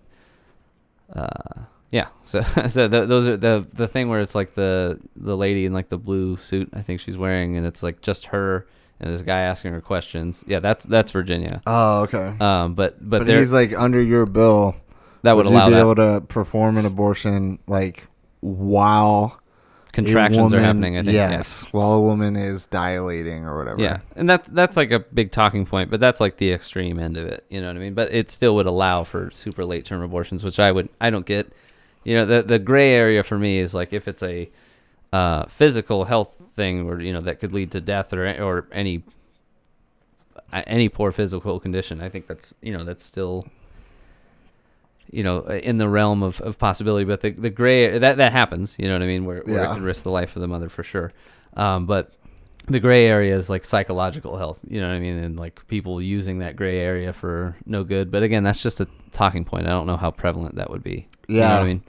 Speaker 2: uh, yeah. (laughs) So so th- those are the the thing where it's like the the lady in like the blue suit I think she's wearing, and it's like just her and this guy asking her questions. Yeah, that's that's Virginia.
Speaker 1: Oh, okay.
Speaker 2: Um, but but,
Speaker 1: but
Speaker 2: there
Speaker 1: he's like under your bill.
Speaker 2: that would,
Speaker 1: you
Speaker 2: allow
Speaker 1: be
Speaker 2: that
Speaker 1: able to perform an abortion like while a
Speaker 2: contractions
Speaker 1: woman-
Speaker 2: are happening. I think yeah.
Speaker 1: Yes, while a woman is dilating or whatever.
Speaker 2: Yeah, and that that's like a big talking point, but that's like the extreme end of it. You know what I mean? But it still would allow for super late term abortions, which I would I don't get. You know, the the gray area for me is like if it's a uh, physical health thing, or you know, that could lead to death or or any uh, any poor physical condition. I think that's you know that's still you know uh, in the realm of, of possibility. But the the gray that that happens. You know what I mean? Where, where
Speaker 1: Yeah.
Speaker 2: it could risk the life of the mother for sure. Um, but the gray area is like psychological health. You know what I mean? And like people using that gray area for no good. But again, that's just a talking point. I don't know how prevalent that would be. You know
Speaker 1: Yeah.
Speaker 2: what I mean?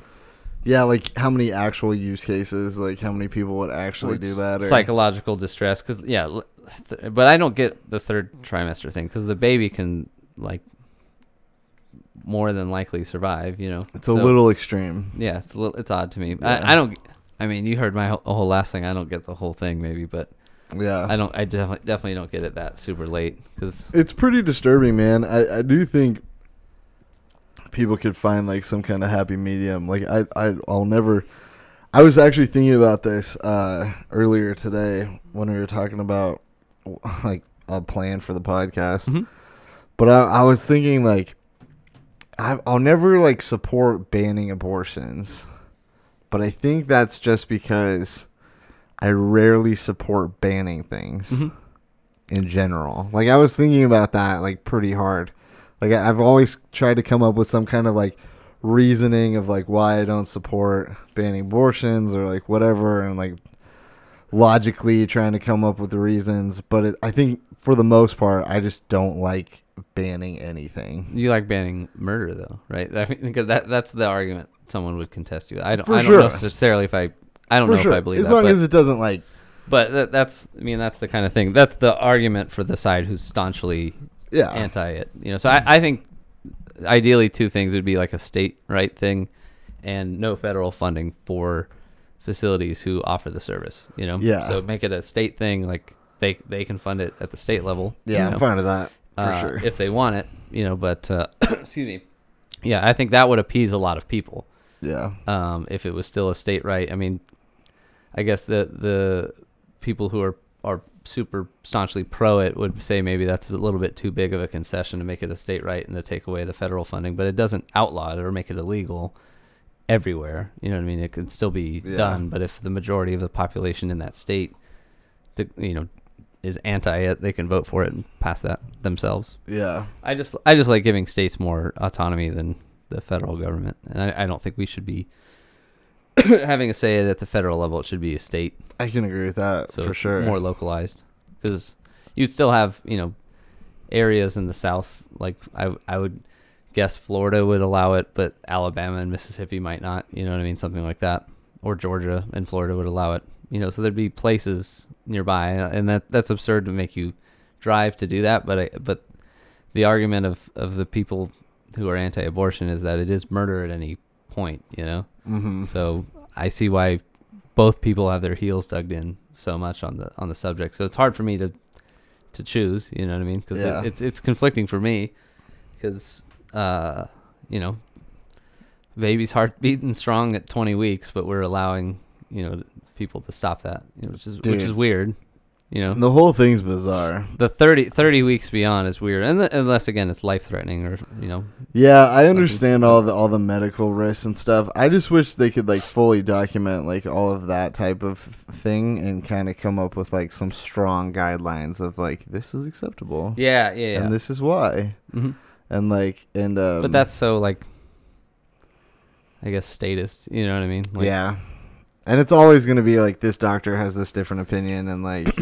Speaker 1: Yeah, like how many actual use cases? Like how many people would actually do
Speaker 2: It's
Speaker 1: that? Or,
Speaker 2: psychological distress because yeah l- th- but i don't get the third trimester thing because the baby can like more than likely survive you know
Speaker 1: it's
Speaker 2: So,
Speaker 1: a little extreme.
Speaker 2: yeah it's a little it's odd to me
Speaker 1: Yeah.
Speaker 2: I, I don't i mean you heard my whole, whole last thing i don't get the whole thing maybe but
Speaker 1: Yeah,
Speaker 2: i don't i definitely definitely don't get it that super late because
Speaker 1: it's pretty disturbing, man. I, I do think people could find like some kind of happy medium. Like I, I I'll never. I was actually thinking about this uh, earlier today when we were talking about (laughs) like a plan for the podcast.
Speaker 2: Mhm.
Speaker 1: But I, I was thinking like I, I'll never like support banning abortions, but I think that's just because I rarely support Mm-hmm.
Speaker 2: Mm-hmm.
Speaker 1: banning things in general. Like I was thinking about that like pretty hard. Like I- I've always tried to come up with some kind of like reasoning of like why I don't support banning abortions or like whatever, and like logically trying to come up with the reasons. But it, I think for the most part, I just don't like banning anything.
Speaker 2: You like banning murder, though, right? (laughs) I mean, because that that's the argument someone would contest you. I don't,
Speaker 1: For
Speaker 2: I don't
Speaker 1: sure.
Speaker 2: necessarily if I, I don't
Speaker 1: for
Speaker 2: know
Speaker 1: sure,
Speaker 2: if I believe
Speaker 1: as
Speaker 2: that.
Speaker 1: long
Speaker 2: but
Speaker 1: as it doesn't like
Speaker 2: but that, that's, I mean, that's the kind of thing. That's the argument for the side who's staunchly
Speaker 1: yeah.
Speaker 2: anti it. You know, so I, I think ideally two things would be like a state right thing, and no federal funding for facilities who offer the service. You know,
Speaker 1: Yeah.
Speaker 2: So make it a state thing, like they they can fund it at the state level.
Speaker 1: yeah,
Speaker 2: you know?
Speaker 1: I'm fine with that for
Speaker 2: uh,
Speaker 1: sure.
Speaker 2: if they want it. You know,
Speaker 1: (coughs)
Speaker 2: but uh, (coughs) excuse me. Yeah, I think that would appease a lot of people
Speaker 1: yeah,
Speaker 2: um, if it was still a state right. I mean, I guess the the people who are are super staunchly pro it would say maybe that's a little bit too big of a concession to make it a state right and to take away the federal funding, but it doesn't outlaw it or make it illegal everywhere. You know what I mean? It can still be
Speaker 1: Yeah.
Speaker 2: done, but if the majority of the population in that state, de- you know, is anti it, they can vote for it and pass that themselves.
Speaker 1: yeah.
Speaker 2: I just I just like giving states more autonomy than the federal government, and I, I don't think we should be (coughs) having a say at the federal level. It should be a state,
Speaker 1: I can agree with that
Speaker 2: so
Speaker 1: for
Speaker 2: it's
Speaker 1: sure.
Speaker 2: more localized. Because you'd still have you know areas in the South, like I I would guess Florida would allow it, but Alabama and Mississippi might not. You know what I mean? Something like that, or Georgia and Florida would allow it. You know, so there'd be places nearby, uh, and that that's absurd to make you drive to do that. But I, but the argument of of the people who are anti-abortion is that it is murder at any point. You know,
Speaker 1: hmm
Speaker 2: so I see why both people have their heels dug in so much on the on the subject. So it's hard for me to to choose. You know what I mean? Because
Speaker 1: Yeah.
Speaker 2: it's it's conflicting for me because uh, you know baby's heart beating strong at 20 weeks, but we're allowing you know people to stop that, you know, which is which is
Speaker 1: Dude.
Speaker 2: weird. You know,
Speaker 1: The whole thing's bizarre.
Speaker 2: the 30, 30 weeks beyond is weird, and the, unless again it's life threatening or you know
Speaker 1: Yeah, I understand all the all the medical risks and stuff. I just wish they could like fully document like all of that type of thing and kind of come up with like some strong guidelines of like this is acceptable
Speaker 2: yeah yeah yeah.
Speaker 1: and this is why
Speaker 2: Mhm.
Speaker 1: and like and um,
Speaker 2: but that's so like i guess statist you know what i mean like,
Speaker 1: yeah, and it's always gonna be like this doctor has this different opinion and like.
Speaker 2: (clears throat)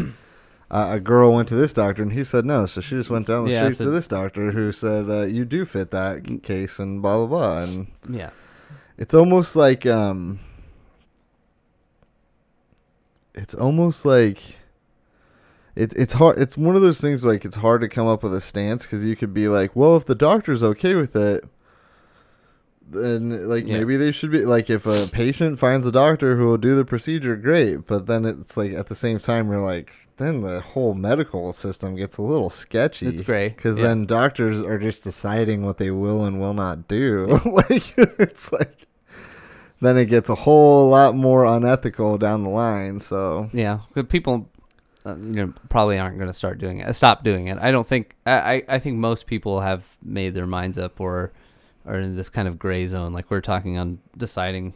Speaker 1: Uh, a girl went to this doctor and he said no, so she just went down the
Speaker 2: Yeah,
Speaker 1: street
Speaker 2: so-
Speaker 1: to this doctor who said uh, you do fit that c- case and blah blah blah and
Speaker 2: yeah
Speaker 1: It's almost like um it's almost like it, it's hard it's one of those things like it's hard to come up with a stance cuz you could be like, well, if the doctor's okay with it, then like
Speaker 2: Yeah.
Speaker 1: maybe they should be like if a patient finds a doctor who will do the procedure, great, but then it's like at the same time you're like then the whole medical system gets a little sketchy.
Speaker 2: it's gray
Speaker 1: Because
Speaker 2: Yeah.
Speaker 1: then doctors are just deciding what they will and will not do. (laughs) like it's like then it gets a whole lot more unethical down the line. So
Speaker 2: yeah but people uh, you know probably aren't going to start doing it stop doing it i don't think I, I i think most people have made their minds up or are in this kind of gray zone like we're talking on deciding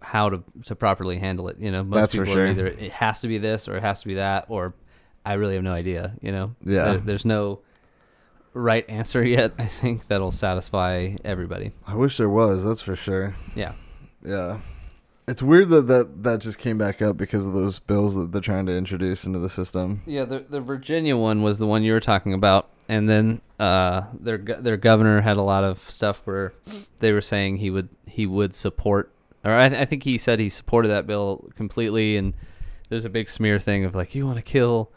Speaker 2: how to to properly handle it you know most
Speaker 1: That's for
Speaker 2: people
Speaker 1: sure.
Speaker 2: are either it has to be this or it has to be that or i really have no idea you know
Speaker 1: Yeah.
Speaker 2: There- there's no right answer (laughs) yet i think that'll satisfy everybody
Speaker 1: I wish there was. That's for sure.
Speaker 2: Yeah.
Speaker 1: Yeah. It's weird that that, that just came back up because of those bills that they're trying to introduce into the system.
Speaker 2: Yeah, the the Virginia one was the one you were talking about, and then uh, their go- their governor had a lot of stuff where they were saying he would he would support, or I, th- I think he said he supported that bill completely, and there's a big smear thing of like you want to kill,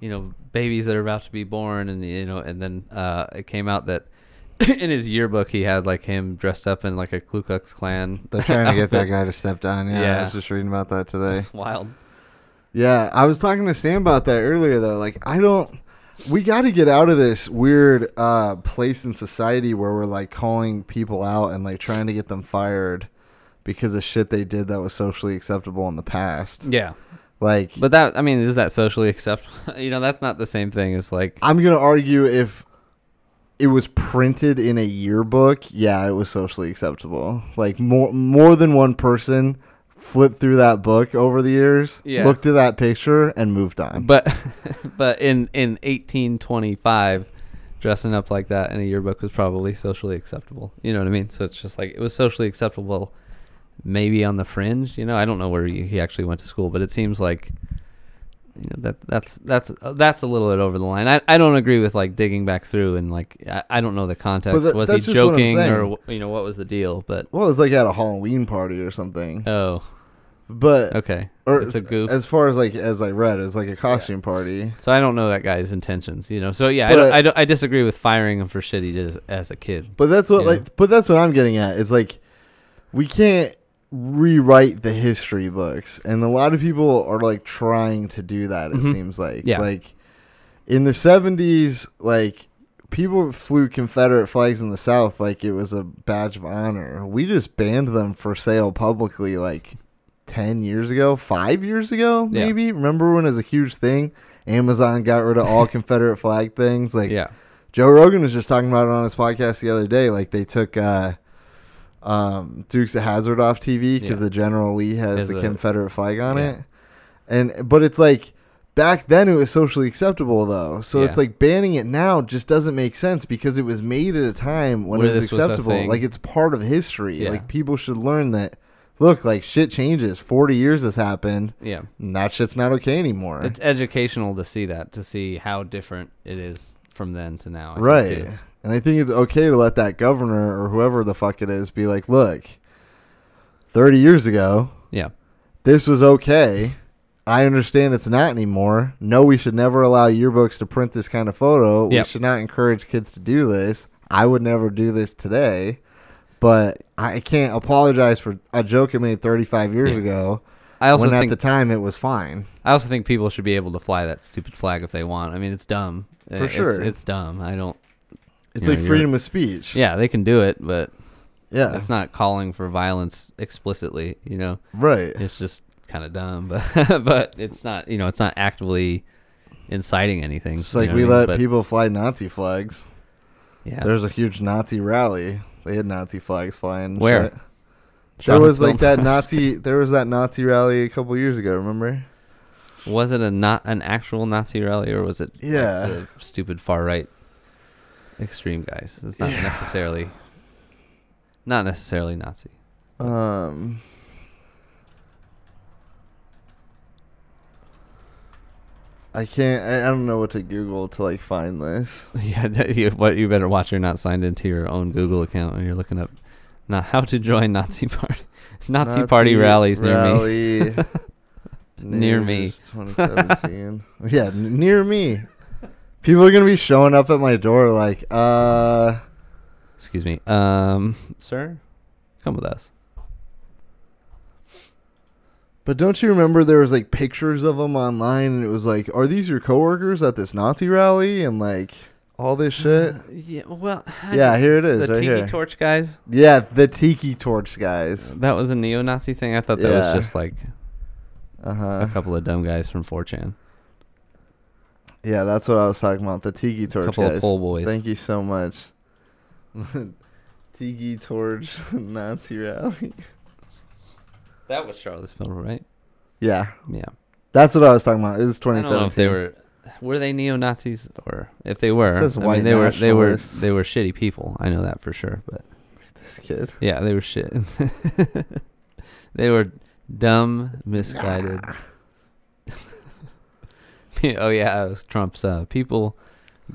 Speaker 2: you know, babies that are about to be born, and you know, and then uh, it came out that. (coughs) In his yearbook, he had like him dressed up in like a Ku Klux Klan.
Speaker 1: They're trying
Speaker 2: (laughs)
Speaker 1: to (laughs) get that guy to step down. Yeah,
Speaker 2: Yeah.
Speaker 1: I was just reading about that today.
Speaker 2: It's wild.
Speaker 1: Yeah, I was talking to Sam about that earlier though. Like I don't we got to get out of this weird uh place in society where we're like calling people out and like trying to get them fired because of shit they did that was socially acceptable in the past.
Speaker 2: Yeah,
Speaker 1: Like
Speaker 2: but that I mean, is that socially acceptable? (laughs) you know, that's not the same thing as like
Speaker 1: I'm going to argue if it was printed in a yearbook, yeah, it was socially acceptable. Like more more than one person flipped through that book over the years,
Speaker 2: Yeah.
Speaker 1: looked at
Speaker 2: (laughs)
Speaker 1: that picture and moved on.
Speaker 2: but but in in 1825 dressing up like that in a yearbook was probably socially acceptable. You know what I mean? So it's just like it was socially acceptable, maybe on the fringe. You know, I don't know where he he actually went to school, but it seems like you know, that that's that's uh, that's a little bit over the line. I, I don't agree with like digging back through and like I, I don't know the context.
Speaker 1: that-
Speaker 2: was
Speaker 1: that's
Speaker 2: he
Speaker 1: just what I'm
Speaker 2: joking
Speaker 1: saying.
Speaker 2: or wh- you know what was the deal? But
Speaker 1: Well, it was like at a Halloween party or something.
Speaker 2: oh,
Speaker 1: But
Speaker 2: okay,
Speaker 1: or
Speaker 2: it's a goof.
Speaker 1: as far as like as I read, it's like a costume party.
Speaker 2: So I don't know that guy's intentions, you know. So yeah, I,
Speaker 1: But-
Speaker 2: don't, I, don't, I disagree with firing him for shit he did as, as a kid.
Speaker 1: But that's what
Speaker 2: Yeah.
Speaker 1: like but that's what I'm getting at. It's like we can't rewrite the history books. And a lot of people are like trying to do that, it
Speaker 2: Mhm.
Speaker 1: seems like.
Speaker 2: Yeah.
Speaker 1: Like in the seventies, like people flew Confederate flags in the South like it was a badge of honor. We just banned them for sale publicly like ten years ago, five years ago,
Speaker 2: Yeah.
Speaker 1: maybe. Remember when it was a huge thing? Amazon got rid of all
Speaker 2: (laughs)
Speaker 1: Confederate flag things. Like
Speaker 2: yeah,
Speaker 1: Joe Rogan was just talking about it on his podcast the other day. Like they took uh, um, Dukes of Hazard off TV because
Speaker 2: Yeah.
Speaker 1: the General Lee has
Speaker 2: Has
Speaker 1: the
Speaker 2: a-
Speaker 1: Confederate flag on
Speaker 2: yeah.
Speaker 1: it, and but it's like back then it was socially acceptable though. So it's
Speaker 2: Yeah.
Speaker 1: like banning it now just doesn't make sense because it was made at a time when
Speaker 2: Where
Speaker 1: it was
Speaker 2: this was a
Speaker 1: acceptable.
Speaker 2: thing.
Speaker 1: like it's part of history.
Speaker 2: Yeah.
Speaker 1: Like people should learn that. Look, like shit changes. Forty years has happened.
Speaker 2: yeah.
Speaker 1: And that shit's not okay anymore.
Speaker 2: It's educational to see that, to see how different it is from then to now. I think,
Speaker 1: Right.
Speaker 2: too.
Speaker 1: And I think it's okay to let that governor or whoever the fuck it is be like, look, 30 years ago,
Speaker 2: Yeah.
Speaker 1: this was okay. I understand it's not anymore. No, we should never allow yearbooks to print this kind of photo.
Speaker 2: Yep.
Speaker 1: We should not encourage kids to do this. I would never do this today. But I can't apologize for a joke I made 35 years
Speaker 2: Yeah.
Speaker 1: ago
Speaker 2: I also
Speaker 1: when at
Speaker 2: think
Speaker 1: the time it was fine.
Speaker 2: I also think people should be able to fly that stupid flag if they want. I mean, it's dumb. Uh, it's-
Speaker 1: sure.
Speaker 2: it's dumb. I don't.
Speaker 1: It's
Speaker 2: Yeah,
Speaker 1: like
Speaker 2: you're-
Speaker 1: freedom of speech.
Speaker 2: Yeah, they can do it, but
Speaker 1: Yeah.
Speaker 2: it's not calling for violence explicitly. You know.
Speaker 1: right.
Speaker 2: it's just kind of dumb, (laughs) but but it's not you know it's not actively inciting anything.
Speaker 1: It's
Speaker 2: you
Speaker 1: like
Speaker 2: know
Speaker 1: we
Speaker 2: what I mean?
Speaker 1: let
Speaker 2: But,
Speaker 1: people fly Nazi flags.
Speaker 2: Yeah,
Speaker 1: There's a huge Nazi rally. They had Nazi flags flying. and
Speaker 2: Where?
Speaker 1: shit. There was
Speaker 2: Charlottesville.
Speaker 1: like
Speaker 2: (laughs)
Speaker 1: that Nazi. There was that Nazi rally a couple years ago. Remember?
Speaker 2: was it a not an actual Nazi rally or was it like,
Speaker 1: Yeah.
Speaker 2: the stupid far right extreme guys? It's not
Speaker 1: Yeah.
Speaker 2: necessarily not necessarily Nazi. (laughs)
Speaker 1: Um. I can't. I, I don't know what to Google to like find this.
Speaker 2: yeah, that you, what you better watch you're not signed into your own Google account and you're looking up not how to join Nazi party (laughs) Nazi, party rallies (laughs) near me.
Speaker 1: near me.
Speaker 2: Near me.
Speaker 1: 2017. (laughs) yeah, n- near me. People are gonna be showing up at my door like, uh,
Speaker 2: Excuse me, um, sir, come with us.
Speaker 1: But don't you remember there was like pictures of them online, and it was like, "Are these your coworkers at this Nazi rally?" and like all this shit.
Speaker 2: (sighs) Uh, Yeah, well,
Speaker 1: yeah, here it is.
Speaker 2: the
Speaker 1: right
Speaker 2: Tiki
Speaker 1: here.
Speaker 2: Torch guys.
Speaker 1: yeah, the tiki torch guys.
Speaker 2: That was a neo-Nazi thing. I thought that was
Speaker 1: Yeah.
Speaker 2: just like
Speaker 1: Uh
Speaker 2: a
Speaker 1: huh.
Speaker 2: couple of dumb guys from 4chan,
Speaker 1: Yeah, that's what I was talking about. The tiki
Speaker 2: a
Speaker 1: torch
Speaker 2: couple
Speaker 1: guys.
Speaker 2: of pole boys.
Speaker 1: Thank you so much. (laughs) tiki torch (laughs) Nazi rally.
Speaker 2: That was Charlottesville, right?
Speaker 1: Yeah,
Speaker 2: Yeah.
Speaker 1: that's what I was talking about. It was
Speaker 2: I
Speaker 1: 2017.
Speaker 2: don't know if they were were they neo-Nazis or if they were.
Speaker 1: says
Speaker 2: I
Speaker 1: white
Speaker 2: mean, they were they were
Speaker 1: nationalists.
Speaker 2: they were shitty people. I know that for sure. But
Speaker 1: this kid.
Speaker 2: yeah, they were shit. (laughs) they were dumb, misguided. (laughs) oh yeah, it was Trump's uh, people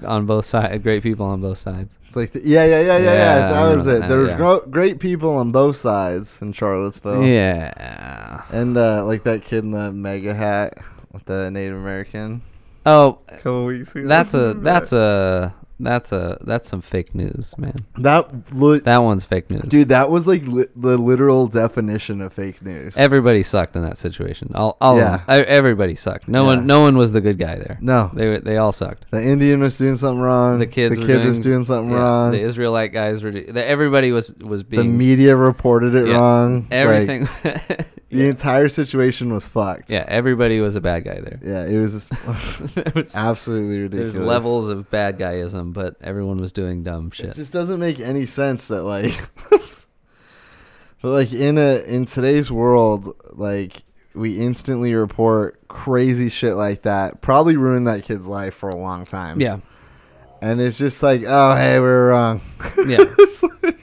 Speaker 2: on both sides. Great people on both sides.
Speaker 1: It's like, the, yeah, yeah, yeah, yeah, yeah.
Speaker 2: Yeah, I
Speaker 1: That was
Speaker 2: remember
Speaker 1: it.
Speaker 2: that,
Speaker 1: there was
Speaker 2: yeah.
Speaker 1: gro- great people on both sides in Charlottesville.
Speaker 2: Yeah.
Speaker 1: And uh, like that kid in the mega hat with the Native American
Speaker 2: Oh,
Speaker 1: a couple weeks ago.
Speaker 2: that's a that's a that's a that's some fake news, man.
Speaker 1: that li-
Speaker 2: That one's fake news.
Speaker 1: dude. That was like li- the literal definition of fake news.
Speaker 2: everybody sucked in that situation. All all
Speaker 1: Yeah.
Speaker 2: of them. E- everybody sucked. No
Speaker 1: Yeah.
Speaker 2: one no one was the good guy there.
Speaker 1: no,
Speaker 2: They were- they all sucked.
Speaker 1: the Indian was doing something wrong.
Speaker 2: The kids
Speaker 1: the
Speaker 2: were
Speaker 1: kid
Speaker 2: doing-
Speaker 1: was doing something
Speaker 2: Yeah,
Speaker 1: wrong.
Speaker 2: The Israelite guys were do- the, everybody was was
Speaker 1: the
Speaker 2: being
Speaker 1: media reported it
Speaker 2: Yeah.
Speaker 1: wrong. Like, (laughs)
Speaker 2: everything. (laughs)
Speaker 1: the
Speaker 2: yeah.
Speaker 1: entire situation was fucked.
Speaker 2: Yeah, everybody was a bad guy there.
Speaker 1: Yeah, it was
Speaker 2: (laughs) It was-
Speaker 1: absolutely ridiculous.
Speaker 2: there's levels of bad guyism, but everyone was doing dumb shit.
Speaker 1: It just doesn't make any sense that like (laughs) But like in a in today's world, like we instantly (laughs) report crazy shit like that. Probably ruined that kid's life for a long time.
Speaker 2: yeah,
Speaker 1: and it's just like, oh hey, we were wrong.
Speaker 2: Yeah.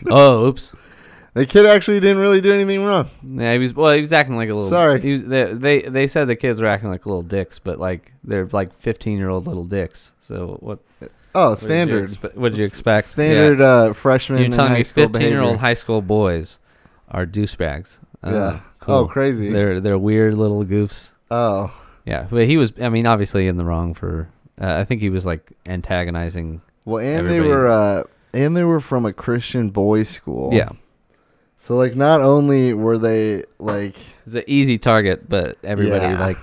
Speaker 2: oh, oops.
Speaker 1: The kid actually didn't really do anything wrong.
Speaker 2: Yeah, he was. Well, he was acting like a little.
Speaker 1: Sorry.
Speaker 2: He was, they, they they said the kids were acting like little dicks, but like they're like fifteen year old little dicks. So what?
Speaker 1: Oh,
Speaker 2: what did you
Speaker 1: standard,
Speaker 2: expe- What did you expect? Yeah.
Speaker 1: standard uh, freshman.
Speaker 2: You're
Speaker 1: in
Speaker 2: telling
Speaker 1: high
Speaker 2: me
Speaker 1: school
Speaker 2: 15 year old
Speaker 1: behavior.
Speaker 2: high school boys are douchebags. Uh,
Speaker 1: Yeah.
Speaker 2: Cool.
Speaker 1: Oh, crazy.
Speaker 2: They're they're weird little goofs.
Speaker 1: Oh,
Speaker 2: Yeah, but he was. I mean, obviously in the wrong for. Uh, I think he was like antagonizing.
Speaker 1: well, and they
Speaker 2: Everybody-
Speaker 1: were, uh, and they were from a Christian boys' school.
Speaker 2: Yeah,
Speaker 1: So like, not only were they like,
Speaker 2: it's an easy target, but everybody
Speaker 1: Yeah.
Speaker 2: like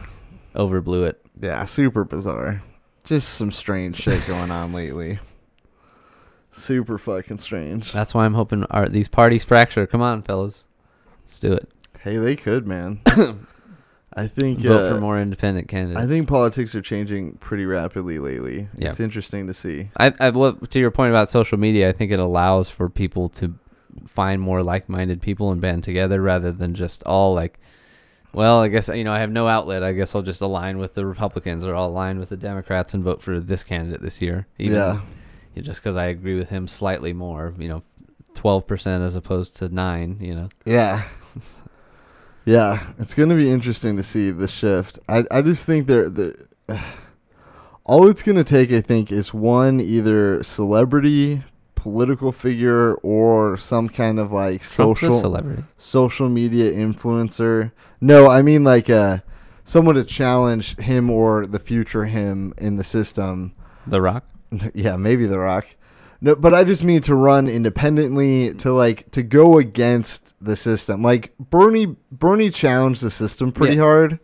Speaker 2: overblew it.
Speaker 1: yeah, super bizarre. Just some strange shit going on lately. Super fucking strange.
Speaker 2: That's why I'm hoping our, these parties fracture. Come on, fellas, let's do it.
Speaker 1: Hey, they could,
Speaker 2: (coughs)
Speaker 1: man. I think
Speaker 2: Vote for
Speaker 1: uh,
Speaker 2: more independent candidates.
Speaker 1: I think politics are changing pretty rapidly lately.
Speaker 2: Yeah.
Speaker 1: It's interesting to see.
Speaker 2: I, I well, to your point about social media, I think it allows for people to find more like-minded people and band together rather than just all like, well, I guess you know I have no outlet. I guess I'll just align with the Republicans or I'll align with the Democrats and vote for this candidate this year.
Speaker 1: Yeah.
Speaker 2: you know, just because I agree with him slightly more, you know, twelve percent as opposed to nine. You know,
Speaker 1: Yeah. Yeah, it's going to be interesting to see the shift. I I just think there the (sighs) all it's going to take I think is one either celebrity, political figure or some kind of like
Speaker 2: Trump's a
Speaker 1: social
Speaker 2: celebrity.
Speaker 1: social media influencer. No, I mean like uh someone to challenge him or the future him in the system. (laughs)
Speaker 2: The Rock.
Speaker 1: yeah, maybe The Rock. No, but I just mean to run independently, to like to go against the system. Like Bernie, Bernie challenged the system pretty
Speaker 2: Yeah.
Speaker 1: hard,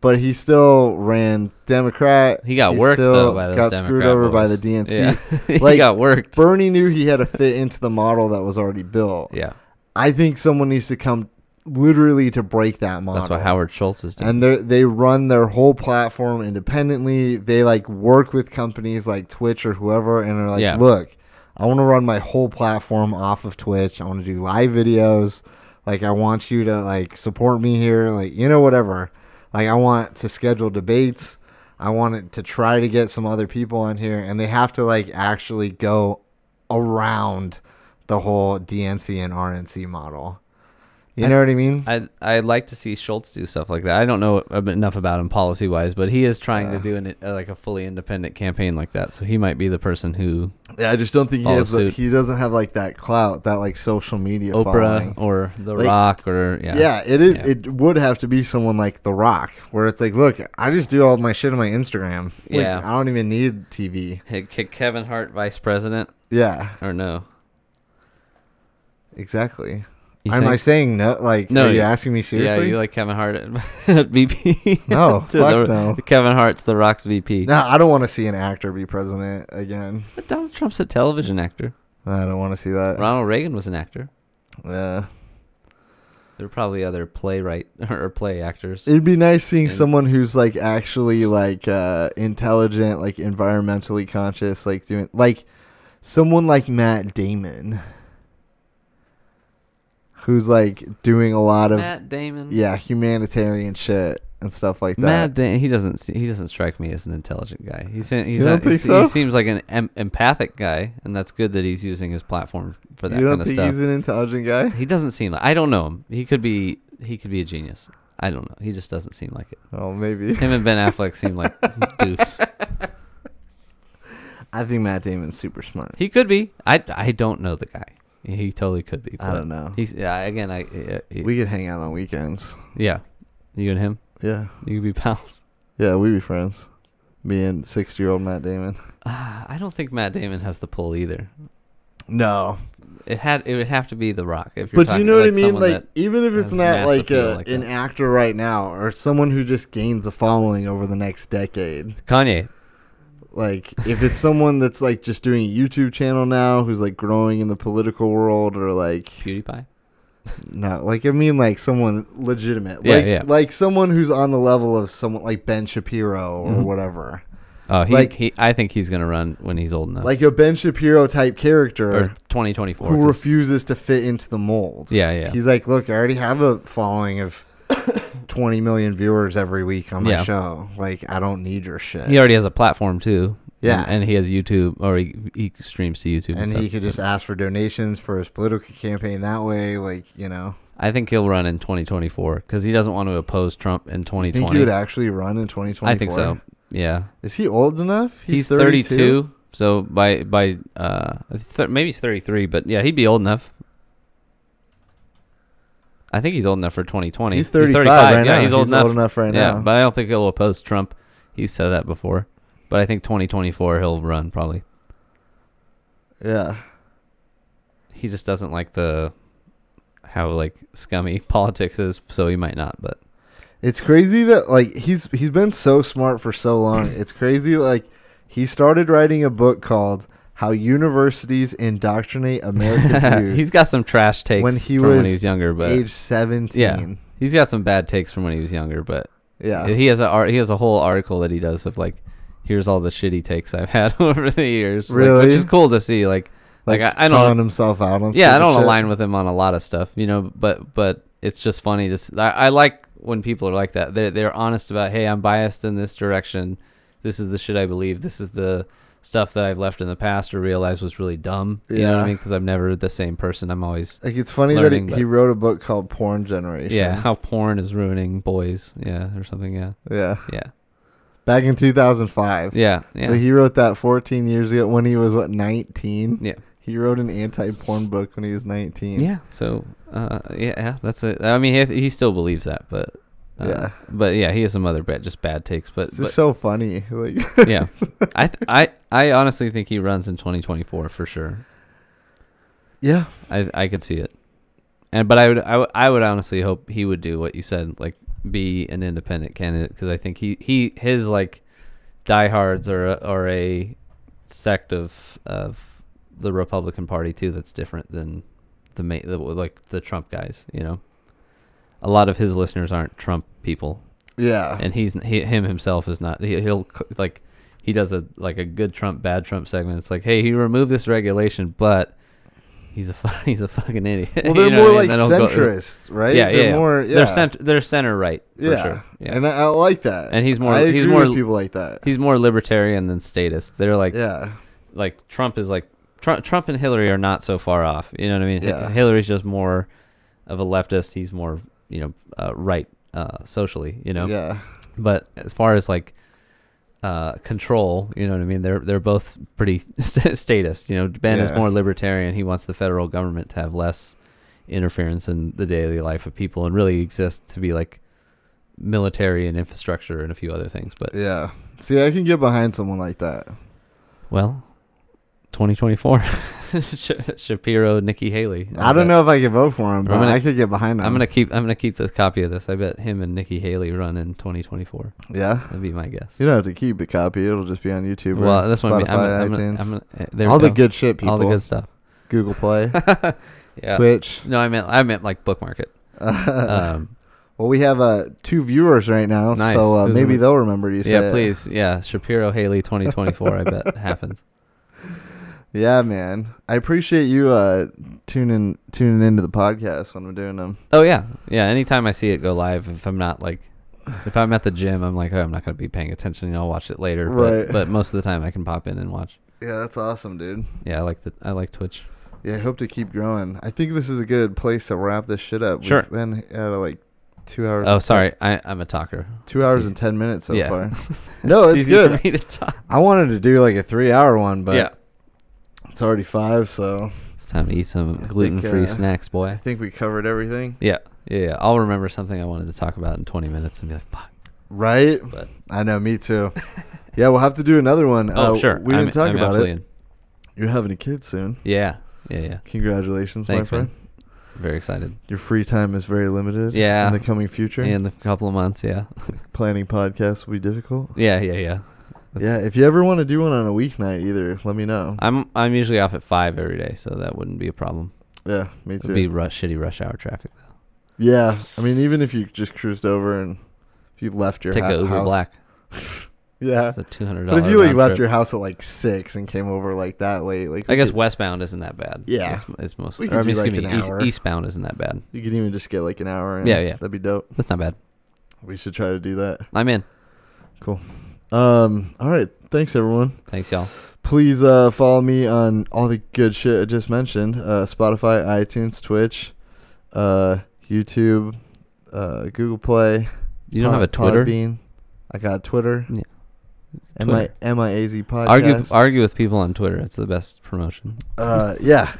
Speaker 1: but he still ran Democrat.
Speaker 2: He got worked
Speaker 1: still
Speaker 2: though by those
Speaker 1: got
Speaker 2: Democrat
Speaker 1: screwed over by the DNC.
Speaker 2: boys. Yeah. (laughs) he
Speaker 1: Like-
Speaker 2: got worked.
Speaker 1: Bernie knew he had to fit into the model that was already built.
Speaker 2: Yeah,
Speaker 1: I think someone needs to come literally to break that model.
Speaker 2: that's what Howard Schultz is doing.
Speaker 1: And they they run their whole platform independently. They like work with companies like Twitch or whoever, and are like,
Speaker 2: Yeah.
Speaker 1: look, I want to run my whole platform off of Twitch. I want to do live videos. Like I want you to like support me here. Like you know whatever. Like I want to schedule debates. I want it to try to get some other people on here, and they have to like actually go around the whole DNC and RNC model. You
Speaker 2: I-
Speaker 1: know what I mean?
Speaker 2: I I'd like to see Schultz do stuff like that. I don't know ab- enough about him policy wise, but he is trying to
Speaker 1: Yeah.
Speaker 2: do an, uh, like a fully independent campaign like that. So he might be the person who
Speaker 1: Yeah, I just don't think he
Speaker 2: Follow
Speaker 1: has. The,
Speaker 2: suit.
Speaker 1: he doesn't have like that clout, that like social media.
Speaker 2: Oprah
Speaker 1: following.
Speaker 2: or The
Speaker 1: Like-
Speaker 2: Rock or yeah.
Speaker 1: Yeah. it is.
Speaker 2: Yeah.
Speaker 1: It would have to be someone like The Rock, where it's like, look, I just do all my shit on my Instagram. Like,
Speaker 2: Yeah.
Speaker 1: I don't even need TV.
Speaker 2: Hey, Ke- Kevin Hart vice president
Speaker 1: Yeah,
Speaker 2: or no?
Speaker 1: exactly.
Speaker 2: You
Speaker 1: Am I
Speaker 2: think?
Speaker 1: saying no? Like,
Speaker 2: No,
Speaker 1: are you
Speaker 2: yeah.
Speaker 1: asking me seriously?
Speaker 2: Yeah, you like Kevin Hart at, (laughs) at VP? (laughs)
Speaker 1: No,
Speaker 2: To
Speaker 1: fuck
Speaker 2: the-
Speaker 1: no.
Speaker 2: Kevin Hart's The Rock's VP.
Speaker 1: no, I don't want to see an actor be president again.
Speaker 2: But Donald Trump's a television actor.
Speaker 1: I don't want to see that.
Speaker 2: Ronald Reagan was an actor.
Speaker 1: Yeah,
Speaker 2: There were probably other playwright (laughs) or play actors.
Speaker 1: it'd be nice seeing
Speaker 2: And-
Speaker 1: someone who's like actually like uh, intelligent, like environmentally conscious, like doing like someone like Matt Damon, who's like doing a lot of
Speaker 2: Matt Damon.
Speaker 1: yeah humanitarian shit and stuff like that.
Speaker 2: Matt, Dan- he doesn't se- he doesn't strike me as an intelligent guy. He's in- he's
Speaker 1: don't
Speaker 2: a,
Speaker 1: think
Speaker 2: he's-
Speaker 1: so?
Speaker 2: he seems like an em- empathic guy, and that's good that he's using his platform for that
Speaker 1: you don't
Speaker 2: kind of
Speaker 1: think
Speaker 2: stuff.
Speaker 1: he's an intelligent guy?
Speaker 2: He doesn't seem like I don't know him. He could be he could be a genius. I don't know. He just doesn't seem like it.
Speaker 1: Oh, maybe.
Speaker 2: Him and Ben Affleck seem like doofs.
Speaker 1: (laughs) I think Matt Damon's super smart.
Speaker 2: He could be. I, I don't know the guy. He totally could be.
Speaker 1: I
Speaker 2: but
Speaker 1: don't know.
Speaker 2: He's yeah, again. I uh, uh,
Speaker 1: We could hang out on weekends.
Speaker 2: yeah. You and him.
Speaker 1: Yeah,
Speaker 2: You could be pals. (sighs)
Speaker 1: yeah, we be friends. Me and sixty-year-old Matt Damon.
Speaker 2: Ah, I don't think Matt Damon has the pull either.
Speaker 1: No,
Speaker 2: It had it would have to be The Rock. If you're
Speaker 1: But you
Speaker 2: talking-
Speaker 1: know what I
Speaker 2: like
Speaker 1: mean?
Speaker 2: someone
Speaker 1: Like,
Speaker 2: that-
Speaker 1: even if it's
Speaker 2: has
Speaker 1: not
Speaker 2: mass
Speaker 1: like, a,
Speaker 2: appeal like
Speaker 1: an
Speaker 2: that.
Speaker 1: actor right now or someone who just gains a following over the next decade,
Speaker 2: Kanye.
Speaker 1: like if it's someone that's like just doing a YouTube channel now who's like growing in the political world or like
Speaker 2: PewDiePie.
Speaker 1: no, like I mean like someone legitimate,
Speaker 2: Yeah,
Speaker 1: like
Speaker 2: yeah.
Speaker 1: like someone who's on the level of someone like Ben Shapiro or
Speaker 2: Mhm.
Speaker 1: whatever,
Speaker 2: Oh, he,
Speaker 1: Like-
Speaker 2: he. I think he's gonna run when he's old enough.
Speaker 1: like a Ben Shapiro type
Speaker 2: Uh. or
Speaker 1: character
Speaker 2: twenty twenty four.
Speaker 1: who refuses to fit into the mold.
Speaker 2: Yeah, yeah.
Speaker 1: He's like, look, I already have a following of (coughs) 20 million viewers every week on my
Speaker 2: Yeah.
Speaker 1: show. Like, I don't need your shit.
Speaker 2: he already has a platform too.
Speaker 1: Yeah.
Speaker 2: and, and he has YouTube, or he, he streams to YouTube. And,
Speaker 1: and
Speaker 2: stuff.
Speaker 1: he could just ask for donations for his political campaign that way. Like you know,
Speaker 2: I think he'll run in 2024 because he doesn't want to oppose Trump in
Speaker 1: you think he would
Speaker 2: 2020.
Speaker 1: actually run in 2024?
Speaker 2: I think so. Yeah,
Speaker 1: Is he old enough?
Speaker 2: he's, 32. So by by uh th- maybe he's 33, but yeah, he'd be old enough. I think he's old enough for 2020.
Speaker 5: He's 35, right
Speaker 2: yeah,
Speaker 5: now.
Speaker 2: he's old enough.
Speaker 5: right
Speaker 2: yeah,
Speaker 5: now.
Speaker 2: but I don't think he'll oppose Trump. He said that before, but I think 2024 he'll run probably.
Speaker 5: yeah.
Speaker 2: He just doesn't like the how like scummy (laughs) politics is, so he might not. But
Speaker 5: It's crazy that like he's he's been so smart for so long. it's crazy like he started writing a book called How Universities Indoctrinate
Speaker 2: (laughs)
Speaker 5: America's Youth
Speaker 2: he's got some trash takes
Speaker 5: When he
Speaker 2: from when
Speaker 5: was
Speaker 2: he was younger, but
Speaker 5: age 17.
Speaker 2: Yeah. he's got some bad takes from when he was younger, but
Speaker 5: Yeah.
Speaker 2: he has a ar- he has a whole article that he does of like here's all the shitty takes I've had (laughs) over the years, like,
Speaker 5: Really?
Speaker 2: which is cool to see. Like like, I, I
Speaker 1: calling
Speaker 2: don't
Speaker 1: himself out on.
Speaker 2: yeah I
Speaker 1: stupid
Speaker 2: don't
Speaker 1: shit.
Speaker 2: align with him on a lot of stuff, you know, but but it's just funny to s- I, I like when people are like that. They they're honest about hey I'm biased in this direction. This is the shit I believe. This is the stuff that I've left in the past or realized was really dumb. You know what I
Speaker 5: Yeah.
Speaker 2: mean? Because I'm never the same person. I'm always
Speaker 5: Like it's funny
Speaker 2: learning,
Speaker 5: that
Speaker 2: but-
Speaker 5: he, he wrote a book called Porn Generation.
Speaker 2: yeah how porn is ruining boys yeah or something yeah
Speaker 5: (laughs) Yeah.
Speaker 2: yeah
Speaker 5: Back in 2005.
Speaker 2: yeah yeah
Speaker 5: So he wrote that 14 years ago when he was what 19.
Speaker 2: Yeah.
Speaker 5: He wrote an anti-porn book when he was 19.
Speaker 2: Yeah. So, uh, yeah, yeah, that's it. I mean, he, he still believes that, but uh,
Speaker 5: Yeah.
Speaker 2: but yeah, he has some other bad, just bad takes. But,
Speaker 5: It's just so funny. Like (laughs)
Speaker 2: but yeah, I th- I I honestly think he runs in 2024 for sure.
Speaker 5: Yeah.
Speaker 2: I I could see it, and but I would I would- I would honestly hope he would do what you said, like be an independent candidate, because I think he he his like diehards are a- are a sect of of the Republican Party too that's different than the, ma- the like the Trump guys, you know. A lot of his listeners aren't Trump people,
Speaker 5: Yeah.
Speaker 2: and he's he, him himself is not. He, he'll c- like he does a like a good Trump bad Trump segment. It's like, hey, he removed this regulation, but he's a (laughs) fu- he's a fucking idiot.
Speaker 1: Well,
Speaker 2: (laughs) You
Speaker 1: they're
Speaker 2: know
Speaker 1: more
Speaker 2: what I
Speaker 1: like
Speaker 2: mean? They don't go-
Speaker 1: centrists, right?
Speaker 2: Yeah, yeah,
Speaker 1: They're
Speaker 2: yeah.
Speaker 1: more. Yeah.
Speaker 2: They're cent- they're center right for
Speaker 1: Yeah.
Speaker 2: sure. Yeah, and,
Speaker 1: And I, I like that.
Speaker 2: he's more
Speaker 1: I agree
Speaker 2: he's more
Speaker 1: with people like that.
Speaker 2: he's more libertarian than statist. They're like
Speaker 1: yeah.
Speaker 2: like Trump is like Trump, Trump and Hillary are not so far off. You know what I mean? Hi-
Speaker 1: Yeah.
Speaker 2: Hillary's just more of a leftist. He's more you know uh, right uh, socially. You know.
Speaker 1: Yeah.
Speaker 2: But as far as like uh, control, you know what I mean? They're they're both pretty (laughs) statist. You know, Ben is
Speaker 1: Yeah.
Speaker 2: more libertarian. He wants the federal government to have less interference in the daily life of people and really exist to be like military and infrastructure and a few other things. But
Speaker 1: Yeah. See, I can get behind someone like that.
Speaker 2: Well, (laughs) 2024, Sh- Shapiro, Nikki Haley.
Speaker 1: I don't know if I could vote for him, but
Speaker 2: gonna-
Speaker 1: I could get behind him.
Speaker 2: I'm gonna keep. I'm gonna keep the copy of this. I bet him and Nikki Haley run in 2024.
Speaker 1: Yeah.
Speaker 2: That'd be my guess.
Speaker 1: You don't have to keep a copy. It'll just be on YouTube. or
Speaker 2: Well, that's what I mean. I'm,
Speaker 1: Spotify,
Speaker 2: I'm, gonna-
Speaker 1: iTunes.
Speaker 2: I'm gonna- eh, there
Speaker 1: all
Speaker 2: we
Speaker 1: the good shit, people.
Speaker 2: all the
Speaker 1: (laughs)
Speaker 2: good stuff.
Speaker 1: Google Play,
Speaker 2: (laughs) Yeah.
Speaker 1: Twitch. (laughs)
Speaker 2: No, I meant I meant like bookmark it. Um,
Speaker 1: Well, we have uh, two viewers right now,
Speaker 2: Nice.
Speaker 1: so uh,
Speaker 2: Who's
Speaker 1: maybe
Speaker 2: the-
Speaker 1: they'll remember you. said
Speaker 2: yeah,
Speaker 1: it.
Speaker 2: please. Yeah, Shapiro Haley 2024.
Speaker 1: (laughs)
Speaker 2: I bet happens.
Speaker 1: Yeah, man. I appreciate you uh, tuning tuning into the podcast when I'm doing them.
Speaker 2: Oh yeah, yeah. Anytime I see it go live, if I'm not like, if I'm at the gym, I'm like, oh, I'm not gonna be paying attention. I'll watch it later.
Speaker 1: Right.
Speaker 2: But, but most of the time, I can pop in and watch.
Speaker 1: Yeah, that's awesome, dude.
Speaker 2: Yeah, I like the I like Twitch.
Speaker 1: Yeah, I hope to keep growing. I think this is a good place to wrap this shit up.
Speaker 2: Sure.
Speaker 1: We've been at uh, like two hours.
Speaker 2: Oh, sorry, I, I'm a talker.
Speaker 1: Two hours
Speaker 2: It's
Speaker 1: and ten minutes so
Speaker 2: Yeah.
Speaker 1: far.
Speaker 2: (laughs)
Speaker 1: no, it's
Speaker 2: easy
Speaker 1: good.
Speaker 2: for me to talk.
Speaker 1: I wanted to do like a three-hour one, but
Speaker 2: yeah,
Speaker 1: it's already five, so
Speaker 2: it's time to eat
Speaker 1: I
Speaker 2: some
Speaker 1: think,
Speaker 2: gluten free
Speaker 1: uh,
Speaker 2: snacks,
Speaker 1: I
Speaker 2: boy.
Speaker 1: think we covered everything.
Speaker 2: Yeah, yeah, yeah. I'll remember something I wanted to talk about in 20 minutes and be like, fuck.
Speaker 1: Right?
Speaker 2: But
Speaker 1: I know, me too. yeah, we'll have to do another one.
Speaker 2: oh,
Speaker 1: Uh,
Speaker 2: sure,
Speaker 1: We didn't
Speaker 2: I'm-
Speaker 1: talk
Speaker 2: I'm
Speaker 1: about
Speaker 2: absolutely
Speaker 1: it.
Speaker 2: in.
Speaker 1: You're having a kid soon.
Speaker 2: Yeah, yeah, yeah.
Speaker 1: Congratulations,
Speaker 2: Thanks,
Speaker 1: my
Speaker 2: man.
Speaker 1: friend.
Speaker 2: Very excited.
Speaker 1: Your free time is very limited.
Speaker 2: Yeah.
Speaker 1: In the coming future,
Speaker 2: In a couple of months, yeah, (laughs)
Speaker 1: planning podcasts will be difficult.
Speaker 2: yeah, yeah, yeah.
Speaker 1: yeah,
Speaker 2: That's-
Speaker 1: if you ever want to do one on a weeknight, either let me know.
Speaker 2: I'm I'm usually off at five every day, so that wouldn't be a problem.
Speaker 1: yeah, me
Speaker 2: It'd
Speaker 1: too.
Speaker 2: be rush shitty rush hour traffic though.
Speaker 1: yeah, I mean, even if you just cruised over and if you left your
Speaker 2: Take
Speaker 1: ha-
Speaker 2: a Uber
Speaker 1: house, (laughs)
Speaker 2: Black.
Speaker 1: yeah.
Speaker 2: It's a two hundred
Speaker 1: But
Speaker 2: dollars.
Speaker 1: if you like left your house at like six and came over like that late, like
Speaker 2: I
Speaker 1: we (laughs)
Speaker 2: guess
Speaker 1: could-
Speaker 2: westbound isn't that bad.
Speaker 1: Yeah.
Speaker 2: it's, it's most.
Speaker 1: We
Speaker 2: or,
Speaker 1: could
Speaker 2: I mean,
Speaker 1: do, like,
Speaker 2: excuse me,
Speaker 1: an
Speaker 2: east,
Speaker 1: hour.
Speaker 2: eastbound isn't that bad.
Speaker 1: you could even just get like an hour. In.
Speaker 2: Yeah, yeah.
Speaker 1: that'd be dope.
Speaker 2: That's not bad.
Speaker 1: We should try to do that.
Speaker 2: I'm in.
Speaker 1: Um, all right. Thanks, everyone.
Speaker 2: Thanks, y'all.
Speaker 1: Please uh, follow me on all the good shit I just mentioned uh, Spotify, iTunes, Twitch, uh, YouTube, uh, Google Play.
Speaker 2: You don't have a
Speaker 1: Pod-
Speaker 2: Twitter.
Speaker 1: Podbean. I got Twitter.
Speaker 2: Yeah.
Speaker 1: M I M I A Z podcast.
Speaker 2: Argue, argue with people on Twitter. It's the best promotion.
Speaker 1: uh,
Speaker 2: (laughs)
Speaker 1: yeah.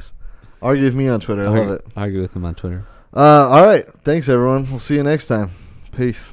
Speaker 1: Argue with me on Twitter. I love
Speaker 2: argue,
Speaker 1: it.
Speaker 2: Argue with them on Twitter.
Speaker 1: Uh, all right. Thanks, everyone. We'll see you next time. Peace.